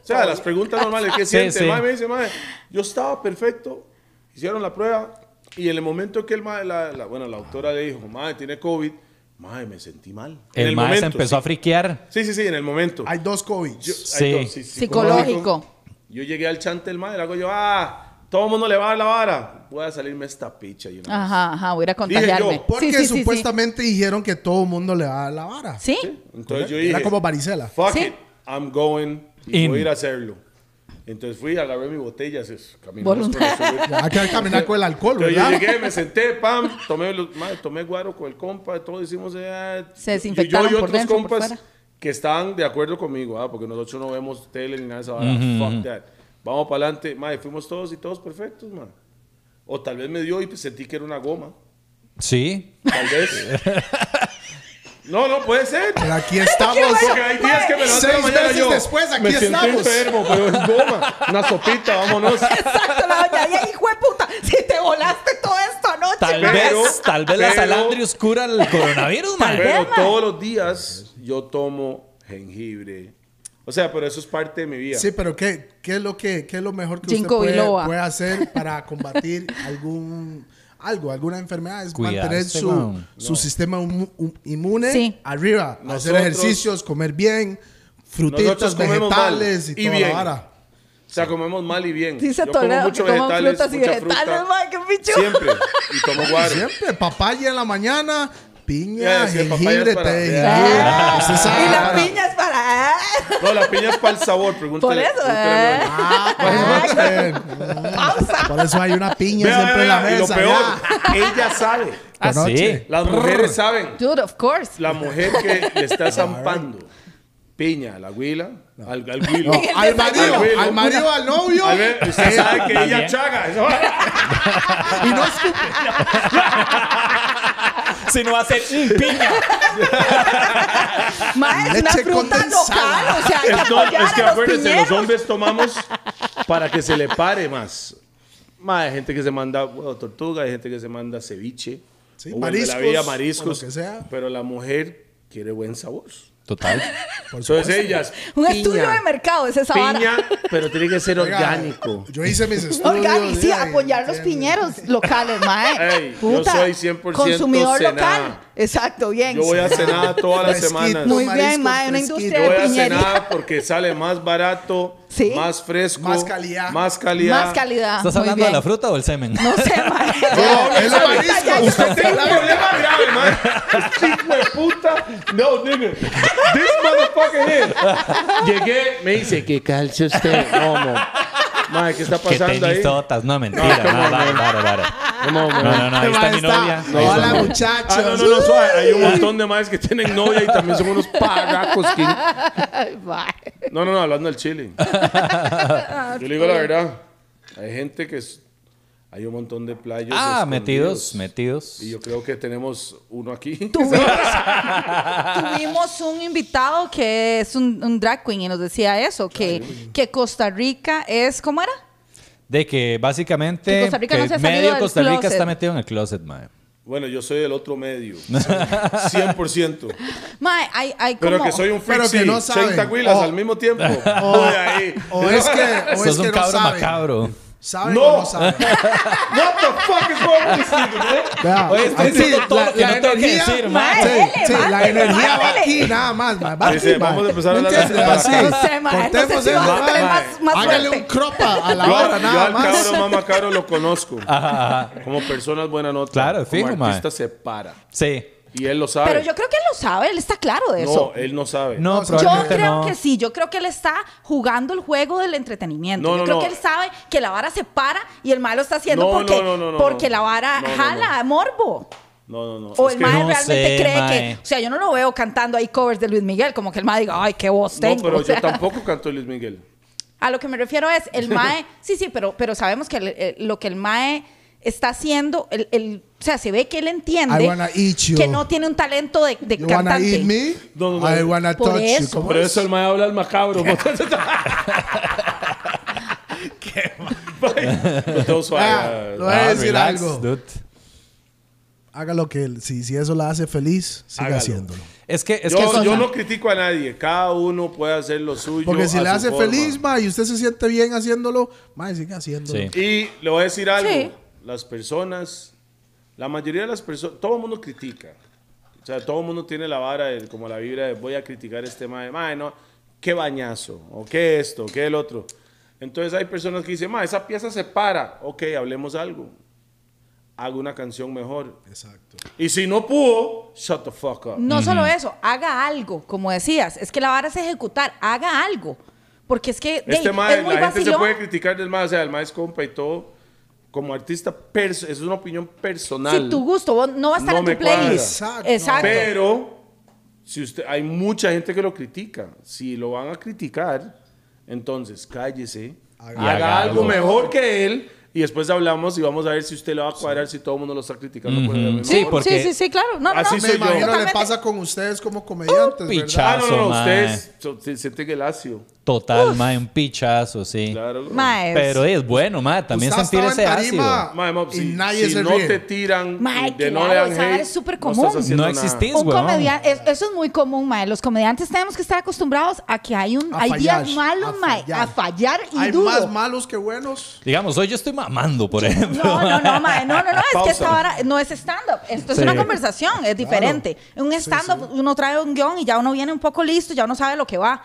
Speaker 4: O sea, las preguntas normales, ¿qué siente?
Speaker 1: sí.
Speaker 4: El mae me dice, mae, yo estaba perfecto. Hicieron la prueba y en el momento que el mae, la, la- bueno, la doctora le dijo, mae, tiene COVID, mae, me sentí mal. en
Speaker 1: El ma se empezó a
Speaker 4: sí.
Speaker 1: friquear.
Speaker 4: Sí, sí, sí, en el momento.
Speaker 3: Hay dos COVID.
Speaker 4: Yo-
Speaker 1: Sí.
Speaker 4: hay dos,
Speaker 2: Psicológico.
Speaker 4: Yo llegué al chante, el mae, le hago yo, ah, todo el mundo le va a dar la vara. Voy a salirme esta picha. y una vez.
Speaker 2: Ajá, ajá, voy a ir a
Speaker 4: Dije yo,
Speaker 2: contagiarme.
Speaker 3: Porque
Speaker 2: sí, sí, sí,
Speaker 3: supuestamente dijeron que todo el mundo le va a dar la vara.
Speaker 2: Sí. ¿Sí?
Speaker 4: Entonces yo dije,
Speaker 3: Era como varicela.
Speaker 4: Ah, Fuck
Speaker 2: Sí.
Speaker 4: it, I'm going. Y
Speaker 1: In.
Speaker 4: voy a ir a hacerlo. Entonces fui, agarré mi botella, así, caminamos por
Speaker 2: Voluntario.
Speaker 4: el sur.
Speaker 3: Hay que caminar con el alcohol,
Speaker 4: Entonces yo
Speaker 3: ¿verdad?
Speaker 4: llegué, me senté, pam, tomé, los- madre, tomé guaro con el compa, todos hicimos. eh,
Speaker 2: Se
Speaker 4: yo-
Speaker 2: desinfectaron
Speaker 4: Yo y
Speaker 2: por
Speaker 4: otros
Speaker 2: dentro, por
Speaker 4: compas
Speaker 2: fuera.
Speaker 4: que estaban de acuerdo conmigo, ah, porque nosotros no vemos tele ni nada de esa vara. Fuck that. Vamos para adelante, madre, fuimos todos y todos perfectos, man. O tal vez me dio y pues sentí que era una goma.
Speaker 1: Sí.
Speaker 4: Tal vez. no, no, puede ser.
Speaker 3: Pero aquí estamos.
Speaker 4: Porque hay días que me levanto en la
Speaker 3: Seis
Speaker 4: mañana
Speaker 3: meses
Speaker 4: yo,
Speaker 3: después, aquí
Speaker 4: me siento
Speaker 3: estamos.
Speaker 4: enfermo, pero es goma. Una sopita, vámonos.
Speaker 2: Exacto, la doña. Y ahí, hijo de puta, si te volaste todo esto anoche.
Speaker 1: Tal
Speaker 2: mae.
Speaker 4: Pero-
Speaker 1: vez, tal vez la
Speaker 4: pero-
Speaker 1: salandrius cura el coronavirus, ma.
Speaker 4: Pero todos los días yo tomo jengibre. O sea, pero eso es parte de mi vida.
Speaker 3: Sí, pero ¿qué, qué, es, lo que, ¿qué es lo mejor que
Speaker 2: Ginkgo
Speaker 3: usted
Speaker 2: biloba.
Speaker 3: puede, puede hacer para combatir algún algo, alguna enfermedad? Es
Speaker 1: Cuidarse,
Speaker 3: mantener su,
Speaker 1: weón.
Speaker 3: su sistema um- um- inmune
Speaker 2: Sí.
Speaker 3: arriba. hacer
Speaker 4: Nosotros-
Speaker 3: ejercicios, comer bien,
Speaker 4: Nosotros
Speaker 3: frutitas,
Speaker 4: comemos mal
Speaker 3: vegetales y,
Speaker 4: y
Speaker 3: toda
Speaker 4: bien.
Speaker 3: la vara.
Speaker 4: O sea, comemos mal y bien.
Speaker 2: Sí, se
Speaker 4: yo como
Speaker 2: tolera
Speaker 4: mucho
Speaker 2: que coman
Speaker 4: vegetales,
Speaker 2: frutas y
Speaker 4: mucha
Speaker 2: vegetales,
Speaker 4: fruta.
Speaker 2: mae, qué pichu.
Speaker 4: Siempre. Y tomo guaro.
Speaker 3: Siempre, papaya en la mañana,
Speaker 4: Ya,
Speaker 3: piña,
Speaker 4: es que papaya
Speaker 3: jengibre,
Speaker 4: es para-
Speaker 3: té,
Speaker 4: Ya.
Speaker 3: jengibre.
Speaker 2: Ah,
Speaker 3: Usted sabe,
Speaker 2: y la
Speaker 3: ahora.
Speaker 2: piña es para. ¿eh?
Speaker 4: No, la piña es para el sabor. Pregúntale.
Speaker 2: Por eso,
Speaker 4: pregúntale a mi
Speaker 2: ¿eh?
Speaker 4: mamá.
Speaker 3: Ah, pues, eh,
Speaker 2: Pausa.
Speaker 3: Por eso hay una piña
Speaker 4: Vea,
Speaker 3: siempre en
Speaker 4: vea,
Speaker 3: la
Speaker 4: vea, y lo
Speaker 3: mesa.
Speaker 4: peor,
Speaker 3: ya.
Speaker 4: ella sabe.
Speaker 1: Ah, sí.
Speaker 3: Anoche.
Speaker 4: Las mujeres saben.
Speaker 2: Dude, of course.
Speaker 4: La mujer que le está zampando. Piña, la huila, al, al huilo.
Speaker 3: No,
Speaker 2: el
Speaker 3: al
Speaker 4: desayuno.
Speaker 3: marido, al marido, al novio.
Speaker 4: Al ver, usted sabe que
Speaker 1: También.
Speaker 4: ella chaga. Eso va.
Speaker 3: Y no escupe.
Speaker 1: Si no va a ser mm, piña.
Speaker 2: Mae, es una
Speaker 3: Leche
Speaker 2: fruta
Speaker 3: condensada.
Speaker 2: local. O sea, hay que
Speaker 4: Es, no,
Speaker 2: apoyar
Speaker 4: es que
Speaker 2: a los
Speaker 4: acuérdense, los
Speaker 2: piñeros.
Speaker 4: hombres tomamos para que se le pare más. Más hay gente que se manda bueno, tortuga, hay gente que se manda ceviche.
Speaker 3: Sí,
Speaker 4: o vuelve la
Speaker 3: mariscos,
Speaker 4: vida,
Speaker 3: o
Speaker 4: mariscos.
Speaker 3: lo que sea.
Speaker 4: Pero la mujer quiere buen sabor.
Speaker 1: Total.
Speaker 4: Entonces ellas.
Speaker 2: Un
Speaker 4: piña,
Speaker 2: estudio de mercado es esa vara.
Speaker 4: Piña, pero tiene que ser
Speaker 3: Oiga,
Speaker 4: orgánico.
Speaker 3: Yo hice mis estudios.
Speaker 2: Orgánico, sí,
Speaker 3: ya, y-
Speaker 2: apoyar los
Speaker 3: ¿entiendes?
Speaker 2: piñeros locales, mae.
Speaker 4: Ey, yo soy 100%
Speaker 2: consumidor
Speaker 4: Sená.
Speaker 2: local. Exacto, bien.
Speaker 4: Yo voy a cenar todas las
Speaker 3: Fresquito,
Speaker 4: semanas.
Speaker 2: Muy
Speaker 3: mariscos,
Speaker 2: bien, mae, una
Speaker 3: fresquito.
Speaker 2: industria
Speaker 4: Yo voy a
Speaker 2: piñería.
Speaker 4: cenar porque sale más barato,
Speaker 2: Sí.
Speaker 4: más fresco,
Speaker 3: Más calidad.
Speaker 4: Más calidad.
Speaker 2: Más calidad.
Speaker 1: ¿Estás
Speaker 2: Ah, muy
Speaker 1: hablando
Speaker 2: bien.
Speaker 1: de la fruta o el semen?
Speaker 2: No sé, mae.
Speaker 3: No, es
Speaker 2: Ahorita
Speaker 3: marisco.
Speaker 2: ya yo
Speaker 4: Usted tiene un
Speaker 2: sé.
Speaker 4: problema grave, man. Este hijo de puta. No, nigga. This motherfucker here. Llegué, me dice, ¿qué calce usted? No, no. Mae, ¿qué está
Speaker 1: Que
Speaker 4: pasando ahí?
Speaker 1: tenisotas. No, mentira.
Speaker 4: No,
Speaker 1: No,
Speaker 4: come on,
Speaker 1: vara, vara, vara.
Speaker 4: No, no,
Speaker 1: No, no, no. Ahí está mi novia.
Speaker 3: No,
Speaker 1: Ahí está
Speaker 3: hola,
Speaker 1: mi novia.
Speaker 3: muchachos.
Speaker 4: Ah, no, no, no, suave. Hay un montón de maes que tienen novia y también son unos parracos que...
Speaker 2: Ay, mae. Ah,
Speaker 4: No, no, no, hablando del chile. Yo le digo la verdad. Hay gente que... es- Hay un montón de playos
Speaker 1: Ah, metidos,
Speaker 4: escondidos.
Speaker 1: metidos.
Speaker 4: Y yo creo que tenemos uno aquí.
Speaker 2: Tuvimos un invitado que es un, un drag queen y nos decía eso, que, que Costa Rica es, ¿cómo era?
Speaker 1: De que básicamente
Speaker 2: Que Costa Rica no
Speaker 1: que
Speaker 2: se ha salido
Speaker 1: medio
Speaker 2: del
Speaker 1: Costa Rica
Speaker 2: closet.
Speaker 1: está metido en el closet, mae.
Speaker 4: Bueno, yo soy el otro medio. 100%.
Speaker 2: Mae, hay, hay como...
Speaker 4: Pero que soy un
Speaker 3: Pero
Speaker 4: freak,
Speaker 3: que
Speaker 4: sí.
Speaker 3: no saben.
Speaker 4: 80 huilas
Speaker 3: O-
Speaker 4: al mismo tiempo. Voy ahí.
Speaker 3: O es que, o es
Speaker 1: Sos
Speaker 3: que
Speaker 1: un
Speaker 3: no
Speaker 1: cabro
Speaker 3: saben.
Speaker 1: macabro.
Speaker 3: ¿Saben
Speaker 4: No.
Speaker 3: o no saben?
Speaker 4: What the fuck is wrong with this nigga,
Speaker 3: Vea,
Speaker 1: Oye, estoy
Speaker 3: aquí
Speaker 1: diciendo todo lo que no tengo que decir,
Speaker 2: mae.
Speaker 3: Sí,
Speaker 2: Dele,
Speaker 3: sí, la
Speaker 2: mándele,
Speaker 3: energía va
Speaker 2: mándele.
Speaker 3: aquí, nada más, mae. Va
Speaker 4: Sí, sí,
Speaker 3: aquí,
Speaker 4: vamos
Speaker 3: mae.
Speaker 4: a empezar a
Speaker 3: ¿Me
Speaker 4: hablar de este
Speaker 3: entiendes?
Speaker 4: esto.
Speaker 3: Así.
Speaker 2: No sé, mae, no sé
Speaker 3: Cortemos
Speaker 2: si
Speaker 3: eso,
Speaker 2: vamos a tener
Speaker 3: mae.
Speaker 2: más, más
Speaker 3: Hágale un
Speaker 2: suerte.
Speaker 3: crop a a la
Speaker 4: Yo,
Speaker 3: hora,
Speaker 4: yo
Speaker 3: nada
Speaker 4: al
Speaker 3: más.
Speaker 4: cabro más macabro lo conozco. Como personas buena nota.
Speaker 1: Claro,
Speaker 4: Como
Speaker 1: fijo, mae.
Speaker 4: artista se para.
Speaker 1: Sí.
Speaker 4: Y él lo sabe.
Speaker 2: Pero yo creo que él lo sabe, él está claro de eso.
Speaker 4: No, él no sabe.
Speaker 1: No,
Speaker 3: No,
Speaker 2: Yo
Speaker 1: probablemente
Speaker 2: creo
Speaker 1: no.
Speaker 2: que sí, yo creo que él está jugando el juego del entretenimiento. yo
Speaker 4: No, no,
Speaker 2: creo
Speaker 4: no.
Speaker 2: que él sabe que la vara se para y el mal lo está haciendo
Speaker 4: No, no,
Speaker 2: porque,
Speaker 4: no, no, no,
Speaker 2: porque
Speaker 4: no.
Speaker 2: la vara
Speaker 4: No, no,
Speaker 2: jala, morbo.
Speaker 4: No, no, no.
Speaker 2: O
Speaker 4: Es
Speaker 2: el
Speaker 4: que-
Speaker 2: mal
Speaker 1: No
Speaker 2: realmente
Speaker 1: sé,
Speaker 2: cree
Speaker 1: mae.
Speaker 2: que. O sea, yo no lo veo cantando ahí covers de Luis Miguel, como que el mae diga, ay, qué voz tengo.
Speaker 4: No, pero
Speaker 2: o sea,
Speaker 4: yo tampoco canto Luis Miguel.
Speaker 3: Pues
Speaker 2: A lo que me refiero es, el mae, sí, sí, pero, pero sabemos que el- el- lo que el mae está haciendo, el, el- o sea, se ve que él entiende
Speaker 3: I wanna eat you.
Speaker 2: que no tiene un talento de, de
Speaker 3: You wanna
Speaker 2: cantante.
Speaker 3: eat me?
Speaker 4: No, no, no.
Speaker 3: I wanna
Speaker 2: Por
Speaker 3: touch you.
Speaker 2: eso.
Speaker 3: ¿Cómo
Speaker 4: Por
Speaker 3: es?
Speaker 4: eso el mae habla al macabro. Qué mal.
Speaker 3: Ah, lo voy a
Speaker 1: Ah,
Speaker 3: decir
Speaker 1: relax,
Speaker 3: algo.
Speaker 1: dude.
Speaker 3: Haga lo que él, si, si eso la hace feliz, siga
Speaker 4: Hágalo.
Speaker 3: haciéndolo.
Speaker 1: Es que, es que
Speaker 4: yo,
Speaker 1: eso-
Speaker 4: yo no critico a nadie. Cada uno puede hacer lo suyo.
Speaker 3: Porque si
Speaker 4: a
Speaker 3: le
Speaker 4: su
Speaker 3: hace
Speaker 4: forma.
Speaker 3: feliz, ma, y usted se siente bien haciéndolo, ma, sigue haciéndolo.
Speaker 1: Sí.
Speaker 4: Y le voy a decir algo.
Speaker 2: Sí.
Speaker 4: Las personas, la mayoría de las personas, todo el mundo critica. O sea, todo el mundo tiene la vara, de- como la vibra de voy a criticar a este mae. Mae, no, qué bañazo. O qué esto, qué el otro. Entonces hay personas que dicen, mae, esa pieza se para. Ok, hablemos algo. Hago una canción mejor.
Speaker 3: Exacto.
Speaker 4: Y si no pudo, shut the fuck up.
Speaker 2: No solo eso, haga algo, como decías, es que la vara es ejecutar, haga algo. Porque es que de-
Speaker 4: Este
Speaker 2: es
Speaker 4: mae, la
Speaker 2: muy
Speaker 4: gente se
Speaker 2: vacilón.
Speaker 4: puede criticar del mae, o sea, el mae es compa y todo. Como artista, perso- es una opinión personal.
Speaker 2: Si tu gusto, vos no va a estar
Speaker 4: No
Speaker 2: en
Speaker 4: me
Speaker 2: tu playlist.
Speaker 3: cuadra.
Speaker 2: Exacto.
Speaker 4: Pero, si usted, hay mucha gente que lo critica. Si lo van a criticar, entonces cállese,
Speaker 3: Haga-
Speaker 4: haga,
Speaker 1: Y haga
Speaker 4: algo
Speaker 1: algo.
Speaker 4: mejor que él y después hablamos y vamos a ver si usted le va a cuadrar, si todo el mundo lo está criticando. por el mismo
Speaker 1: Sí,
Speaker 4: motivo.
Speaker 1: porque-
Speaker 2: sí, sí, sí, claro. No, no,
Speaker 4: Así
Speaker 2: no,
Speaker 4: soy
Speaker 3: Me
Speaker 4: yo.
Speaker 3: imagino le
Speaker 2: totalmente.
Speaker 3: pasa con ustedes como comediantes,
Speaker 1: Oh, picha.
Speaker 3: ¿verdad?
Speaker 4: Ah, no, no, no,
Speaker 1: Mae.
Speaker 4: ustedes so- se sienten el ácido.
Speaker 1: Total, mae, un pichazo, sí.
Speaker 4: Claro.
Speaker 2: Mae,
Speaker 1: Pero es bueno, mae, también
Speaker 3: Usted
Speaker 1: sentir
Speaker 3: estaba
Speaker 1: ese
Speaker 3: en tarima.
Speaker 1: ácido.
Speaker 4: Mae, mo,
Speaker 3: Y
Speaker 4: si,
Speaker 3: nadie
Speaker 4: si
Speaker 3: se
Speaker 4: no
Speaker 3: ríe.
Speaker 4: te tiran,
Speaker 2: Mae,
Speaker 4: de no
Speaker 2: claro,
Speaker 4: le dan
Speaker 2: esa vara
Speaker 4: hate,
Speaker 2: es súper
Speaker 4: no
Speaker 2: común.
Speaker 4: estás haciendo
Speaker 1: No
Speaker 4: nada.
Speaker 1: existís,
Speaker 2: un
Speaker 1: weón.
Speaker 2: comediante, es- eso es muy común, mae. Los comediantes tenemos que estar acostumbrados a que hay un
Speaker 3: A
Speaker 2: hay
Speaker 3: fallar,
Speaker 2: días malos,
Speaker 3: a
Speaker 2: mae,
Speaker 3: fallar.
Speaker 2: a fallar y
Speaker 3: Hay
Speaker 2: duro.
Speaker 3: más malos que buenos.
Speaker 1: Digamos, hoy yo estoy mamando, por ejemplo.
Speaker 2: No, no, no, mae, no, no, no, es que
Speaker 4: Pausa.
Speaker 2: esta vara no es stand-up, esto es
Speaker 1: Sí.
Speaker 2: una conversación, es diferente. En un stand-up uno trae un guión y ya uno viene un poco listo, ya uno sabe lo que va.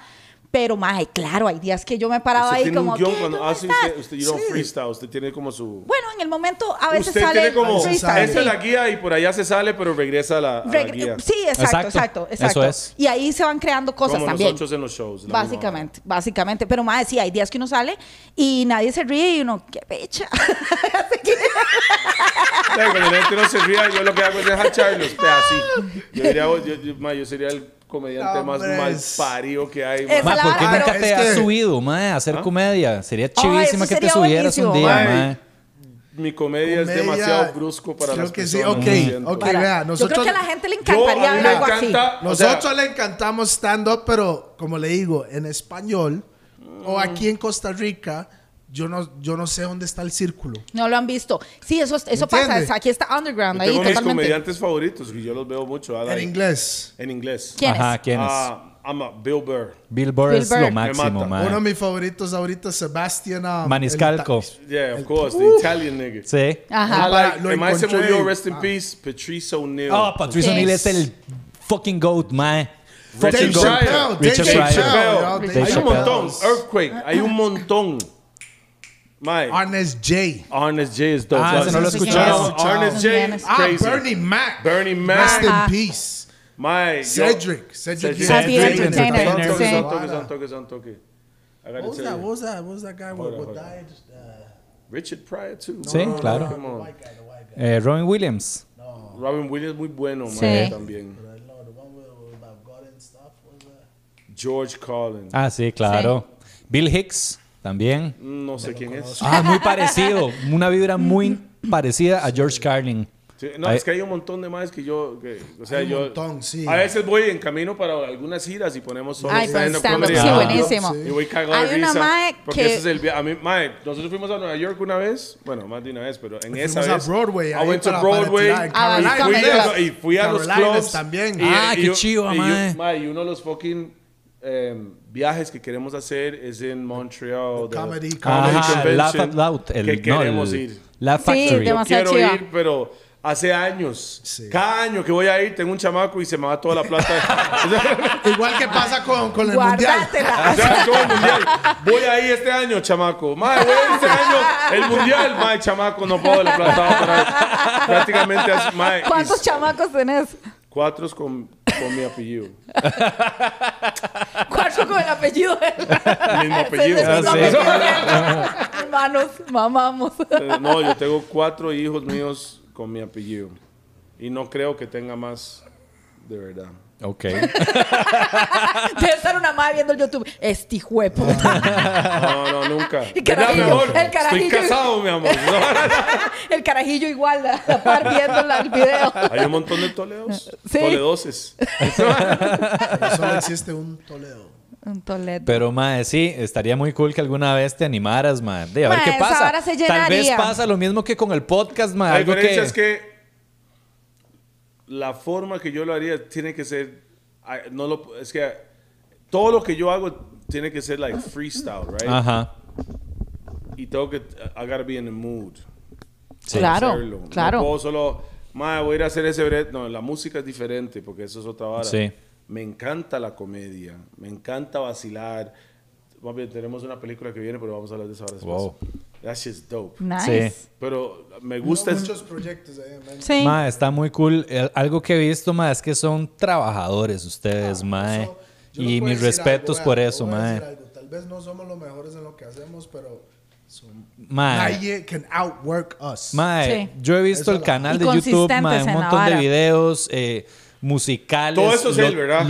Speaker 2: Pero, mae, claro, hay días que yo me he parado
Speaker 4: Usted
Speaker 2: ahí
Speaker 4: tiene
Speaker 2: como,
Speaker 4: un guión
Speaker 2: ¿qué?
Speaker 4: cuando
Speaker 2: ¿Dónde
Speaker 4: hace
Speaker 2: estás?
Speaker 4: usted, usted you don't freestyle, usted tiene como su...
Speaker 2: Bueno, en el momento a veces
Speaker 4: Usted
Speaker 2: sale
Speaker 4: tiene como,
Speaker 2: el freestyle,
Speaker 4: esta es
Speaker 2: sí.
Speaker 4: la guía y por allá se sale, pero regresa a la, a la
Speaker 2: Reg- eh,
Speaker 4: guía.
Speaker 2: Sí, exacto,
Speaker 1: Exacto,
Speaker 2: exacto,
Speaker 1: eso
Speaker 2: exacto.
Speaker 1: es.
Speaker 2: Y ahí se van creando cosas
Speaker 4: como
Speaker 2: también.
Speaker 4: nosotros en los shows. la misma
Speaker 2: Básicamente, básicamente. Pero más sí, hay días que uno sale y nadie se ríe y uno, qué pecha.
Speaker 4: vara. Cuando la gente no se ría, yo lo que hago es dejar charlos, así. Yo, diría, yo, yo- ma, yo sería el comediante más
Speaker 3: Hombre,
Speaker 4: mal
Speaker 3: es-
Speaker 4: parido que hay.
Speaker 2: Es
Speaker 4: ma.
Speaker 1: Mae,
Speaker 2: la
Speaker 1: ¿por qué
Speaker 2: vara,
Speaker 1: nunca
Speaker 4: Ah,
Speaker 3: pero-
Speaker 1: te
Speaker 3: es
Speaker 1: has
Speaker 3: que-
Speaker 1: subido, mae, a hacer comedia? Sería
Speaker 2: eso
Speaker 1: chivísima que
Speaker 2: sería
Speaker 1: te subieras
Speaker 2: buenísimo,
Speaker 1: un día,
Speaker 4: mae.
Speaker 1: mae.
Speaker 4: Mi comedia, es
Speaker 3: Comedia,
Speaker 4: demasiado brusco para
Speaker 3: creo
Speaker 4: las
Speaker 3: que sí,
Speaker 4: personas.
Speaker 3: ok,
Speaker 4: lo siento.
Speaker 3: ok.
Speaker 2: Para-
Speaker 3: vea,
Speaker 2: Yo creo
Speaker 3: nosotros-
Speaker 2: que a la gente le
Speaker 4: Yo, a
Speaker 2: encantaría
Speaker 4: mí
Speaker 2: ver
Speaker 4: me
Speaker 2: algo así.
Speaker 4: encanta. o sea,
Speaker 3: Nosotros le encantamos stand-up, pero como le digo, en español
Speaker 4: Mm.
Speaker 3: o aquí en Costa Rica, yo no, yo no sé dónde está el círculo.
Speaker 2: No lo han visto. Sí, eso, eso pasa.
Speaker 3: ¿Entiende?
Speaker 2: es- Aquí está Underground,
Speaker 4: yo
Speaker 2: ahí
Speaker 4: tengo mis
Speaker 2: totalmente.
Speaker 4: comediantes favoritos y yo los veo mucho. Adam,
Speaker 3: En inglés.
Speaker 4: En inglés.
Speaker 2: ¿Quién es?
Speaker 1: Ajá, ¿quién es?
Speaker 4: Ah, I'm a Bill Burr.
Speaker 1: Bill Burr
Speaker 2: Bill
Speaker 1: es
Speaker 2: Burr.
Speaker 1: lo
Speaker 2: Me
Speaker 1: máximo,
Speaker 4: mata.
Speaker 1: mae.
Speaker 3: Uno de mis favoritos ahorita es Sebastián. um,
Speaker 1: Ah. Maniscalco.
Speaker 3: el ta-
Speaker 4: Yeah, of course, the Italian nigga.
Speaker 1: Sí.
Speaker 2: Ajá.
Speaker 4: I like,
Speaker 3: Lo
Speaker 4: el mae se
Speaker 3: encontré.
Speaker 4: murió, rest in peace, Patrice O'Neill.
Speaker 1: Oh, Patricio
Speaker 2: Ah, Sí.
Speaker 1: O'Neill es el fucking goat, mae.
Speaker 3: Dave
Speaker 1: Fucking
Speaker 4: Richard
Speaker 1: goat.
Speaker 4: Pryor.
Speaker 3: Chappelle. Dave
Speaker 1: Richard
Speaker 3: Chappelle.
Speaker 1: Pryor.
Speaker 3: yo,
Speaker 4: Chappelle.
Speaker 3: Dave
Speaker 4: Hay un
Speaker 1: Chappelle.
Speaker 4: montón. Earthquake. Hay un montón. Mae.
Speaker 3: Ernest J.
Speaker 4: Arnes J es dope.
Speaker 1: Ah, ese no lo he
Speaker 4: Sí,
Speaker 1: escuchado.
Speaker 4: no, Arnes J es
Speaker 2: Ah,
Speaker 3: Ah,
Speaker 4: crazy.
Speaker 3: Bernie Mac.
Speaker 4: Bernie
Speaker 3: Rest
Speaker 4: Mac.
Speaker 3: in
Speaker 2: Ajá.
Speaker 3: peace.
Speaker 4: Mae. yo-
Speaker 3: Cedric. Cedric.
Speaker 4: Cedric.
Speaker 2: Happy
Speaker 4: Cedric.
Speaker 2: Entertainer,
Speaker 4: Son toques,
Speaker 2: sí.
Speaker 4: son toques, son toques, son toques. I gotta
Speaker 3: What was
Speaker 4: tell
Speaker 3: that? What
Speaker 4: you.
Speaker 3: was that? What was that guy who-
Speaker 4: Hold on,
Speaker 3: who
Speaker 4: hold on.
Speaker 3: died?
Speaker 4: Richard Pryor, too.
Speaker 1: Sí, claro.
Speaker 4: Come on.
Speaker 1: Eh, Robin Williams.
Speaker 4: Robin Williams, muy bueno,
Speaker 2: Sí.
Speaker 4: mae, también. George Collins.
Speaker 1: Ah, sí, claro. Bill Hicks también.
Speaker 4: Mm, No sé quién es.
Speaker 1: Ah, muy parecido. Una vibra muy parecida a George Carlin.
Speaker 4: Sí, no,
Speaker 1: Ahí-
Speaker 4: es que hay un montón de más que yo. que- o sea,
Speaker 3: Hay un
Speaker 4: yo.
Speaker 3: montón, sí.
Speaker 4: A veces voy en camino para algunas giras y ponemos solo
Speaker 2: Ay, con
Speaker 4: stand-up
Speaker 2: stand-up,
Speaker 4: comedy.
Speaker 2: sí,
Speaker 4: Ah.
Speaker 2: buenísimo.
Speaker 4: Y voy cagado de
Speaker 2: Hay una
Speaker 4: risa,
Speaker 2: mae
Speaker 4: Porque
Speaker 2: que-
Speaker 4: ese es el via- a mí, mae, nosotros fuimos a Nueva York una vez. Bueno, más de una vez, pero en
Speaker 3: Fuimos
Speaker 4: esa
Speaker 3: a
Speaker 4: vez.
Speaker 3: Broadway,
Speaker 4: I
Speaker 3: ahí
Speaker 4: went to
Speaker 3: para- para
Speaker 4: Broadway.
Speaker 3: tirar.
Speaker 2: Ah,
Speaker 4: y,
Speaker 2: vale,
Speaker 4: fui
Speaker 2: Comedy
Speaker 4: a,
Speaker 2: Club.
Speaker 4: y fui a los
Speaker 3: Carolinas
Speaker 4: clubs.
Speaker 3: también.
Speaker 4: Y,
Speaker 1: Ah,
Speaker 4: y
Speaker 1: qué
Speaker 4: un-
Speaker 1: chiva,
Speaker 4: y un-
Speaker 1: mae.
Speaker 4: mae, y uno de los fucking em, viajes que queremos hacer es en Montreal. the-
Speaker 3: Comedy
Speaker 4: Comedy
Speaker 3: Convention.
Speaker 1: Ajá, Laugh Out Loud. El,
Speaker 4: que
Speaker 1: no, el-
Speaker 4: queremos ir.
Speaker 1: Laugh Factory.
Speaker 2: demasiado.
Speaker 4: Quiero
Speaker 2: chiva.
Speaker 4: ir, pero hace años.
Speaker 3: Sí.
Speaker 4: Cada año que voy a ir, tengo un chamaco y se me va toda la plata. O sea,
Speaker 3: Igual que pasa con, con el mundial.
Speaker 4: o
Speaker 2: Guardátela.
Speaker 4: sea, todo el mundial. Voy a ir este año, chamaco. Mae, voy a ir este año. El mundial, mae, chamaco, no puedo la plata. va para- Prácticamente así, mae. y
Speaker 2: ¿Cuántos chamacos tenés?
Speaker 4: Cuatros con, con mi apellido.
Speaker 2: Cuatro con el apellido de él.
Speaker 4: Mismo apellido.
Speaker 2: Ese
Speaker 4: Ah,
Speaker 2: es el
Speaker 1: Ah, sí.
Speaker 2: mismo apellido. Hermanos, mamamos.
Speaker 4: Eh, No, yo tengo cuatro hijos míos con mi apellido. Y no creo que tenga más, de verdad.
Speaker 1: Ok.
Speaker 2: Debe estar una madre viendo el YouTube. Este hijo de puta.
Speaker 4: No, no, nunca.
Speaker 2: El
Speaker 4: ¿Verdad, mi
Speaker 2: carajillo,
Speaker 4: amor?
Speaker 2: el
Speaker 4: Estoy
Speaker 2: carajillo.
Speaker 4: casado, mi amor. No,
Speaker 2: El carajillo igual, a la par viendo la- el video.
Speaker 4: Hay un montón de toledos.
Speaker 2: Sí.
Speaker 4: Toledoses.
Speaker 3: Pero Solo existe un Toledo.
Speaker 2: Un toledo.
Speaker 1: Pero, mae, sí, estaría muy cool que alguna vez te animaras, mae. De, a ver
Speaker 2: Mae,
Speaker 1: qué
Speaker 2: esa
Speaker 1: pasa.
Speaker 2: vara se
Speaker 1: Tal vez
Speaker 2: llenaría.
Speaker 1: pasa lo mismo que con el podcast, mae.
Speaker 4: La
Speaker 1: algo
Speaker 4: diferencia
Speaker 1: que-
Speaker 4: es que la forma que yo lo haría tiene que ser. ah, No lo, es que todo lo que yo hago tiene que ser like freestyle, right?
Speaker 1: Ajá.
Speaker 4: Y tengo que. I gotta be in the mood.
Speaker 1: Sí.
Speaker 2: claro,
Speaker 4: hacerlo.
Speaker 2: claro.
Speaker 4: No puedo solo, "Ma, voy a ir a hacer ese brete. No, la música es diferente porque eso es otra vara.
Speaker 1: Sí.
Speaker 4: Me encanta la comedia, me encanta vacilar. Más bien, tenemos una película que viene, pero vamos a hablar de esa hora después.
Speaker 1: Wow.
Speaker 4: That shit's dope.
Speaker 2: Nice.
Speaker 1: Sí.
Speaker 4: Pero me gusta...
Speaker 3: Gusta
Speaker 4: es-
Speaker 3: muchos proyectos ahí, man.
Speaker 2: Sí.
Speaker 1: Mae, está muy cool. El- algo que he visto, mae, es que son trabajadores
Speaker 4: Ah,
Speaker 1: ustedes, mae.
Speaker 3: Eso, yo les
Speaker 1: y
Speaker 3: voy a
Speaker 1: mis
Speaker 3: decir
Speaker 1: respetos
Speaker 3: algo,
Speaker 1: por
Speaker 3: vea,
Speaker 1: eso,
Speaker 3: les voy a decir
Speaker 1: mae.
Speaker 3: algo. Tal vez no somos los mejores en lo que hacemos, pero son-
Speaker 1: Mae.
Speaker 3: nadie can outwork us.
Speaker 1: Mae,
Speaker 2: Sí.
Speaker 1: yo he visto
Speaker 3: Eso
Speaker 1: el
Speaker 3: la-
Speaker 1: canal
Speaker 2: Y
Speaker 1: de YouTube, mae,
Speaker 2: consistentes
Speaker 1: un
Speaker 2: en la
Speaker 1: montón de
Speaker 2: vara.
Speaker 1: videos eh, musicales.
Speaker 4: Todo eso es él, ¿verdad?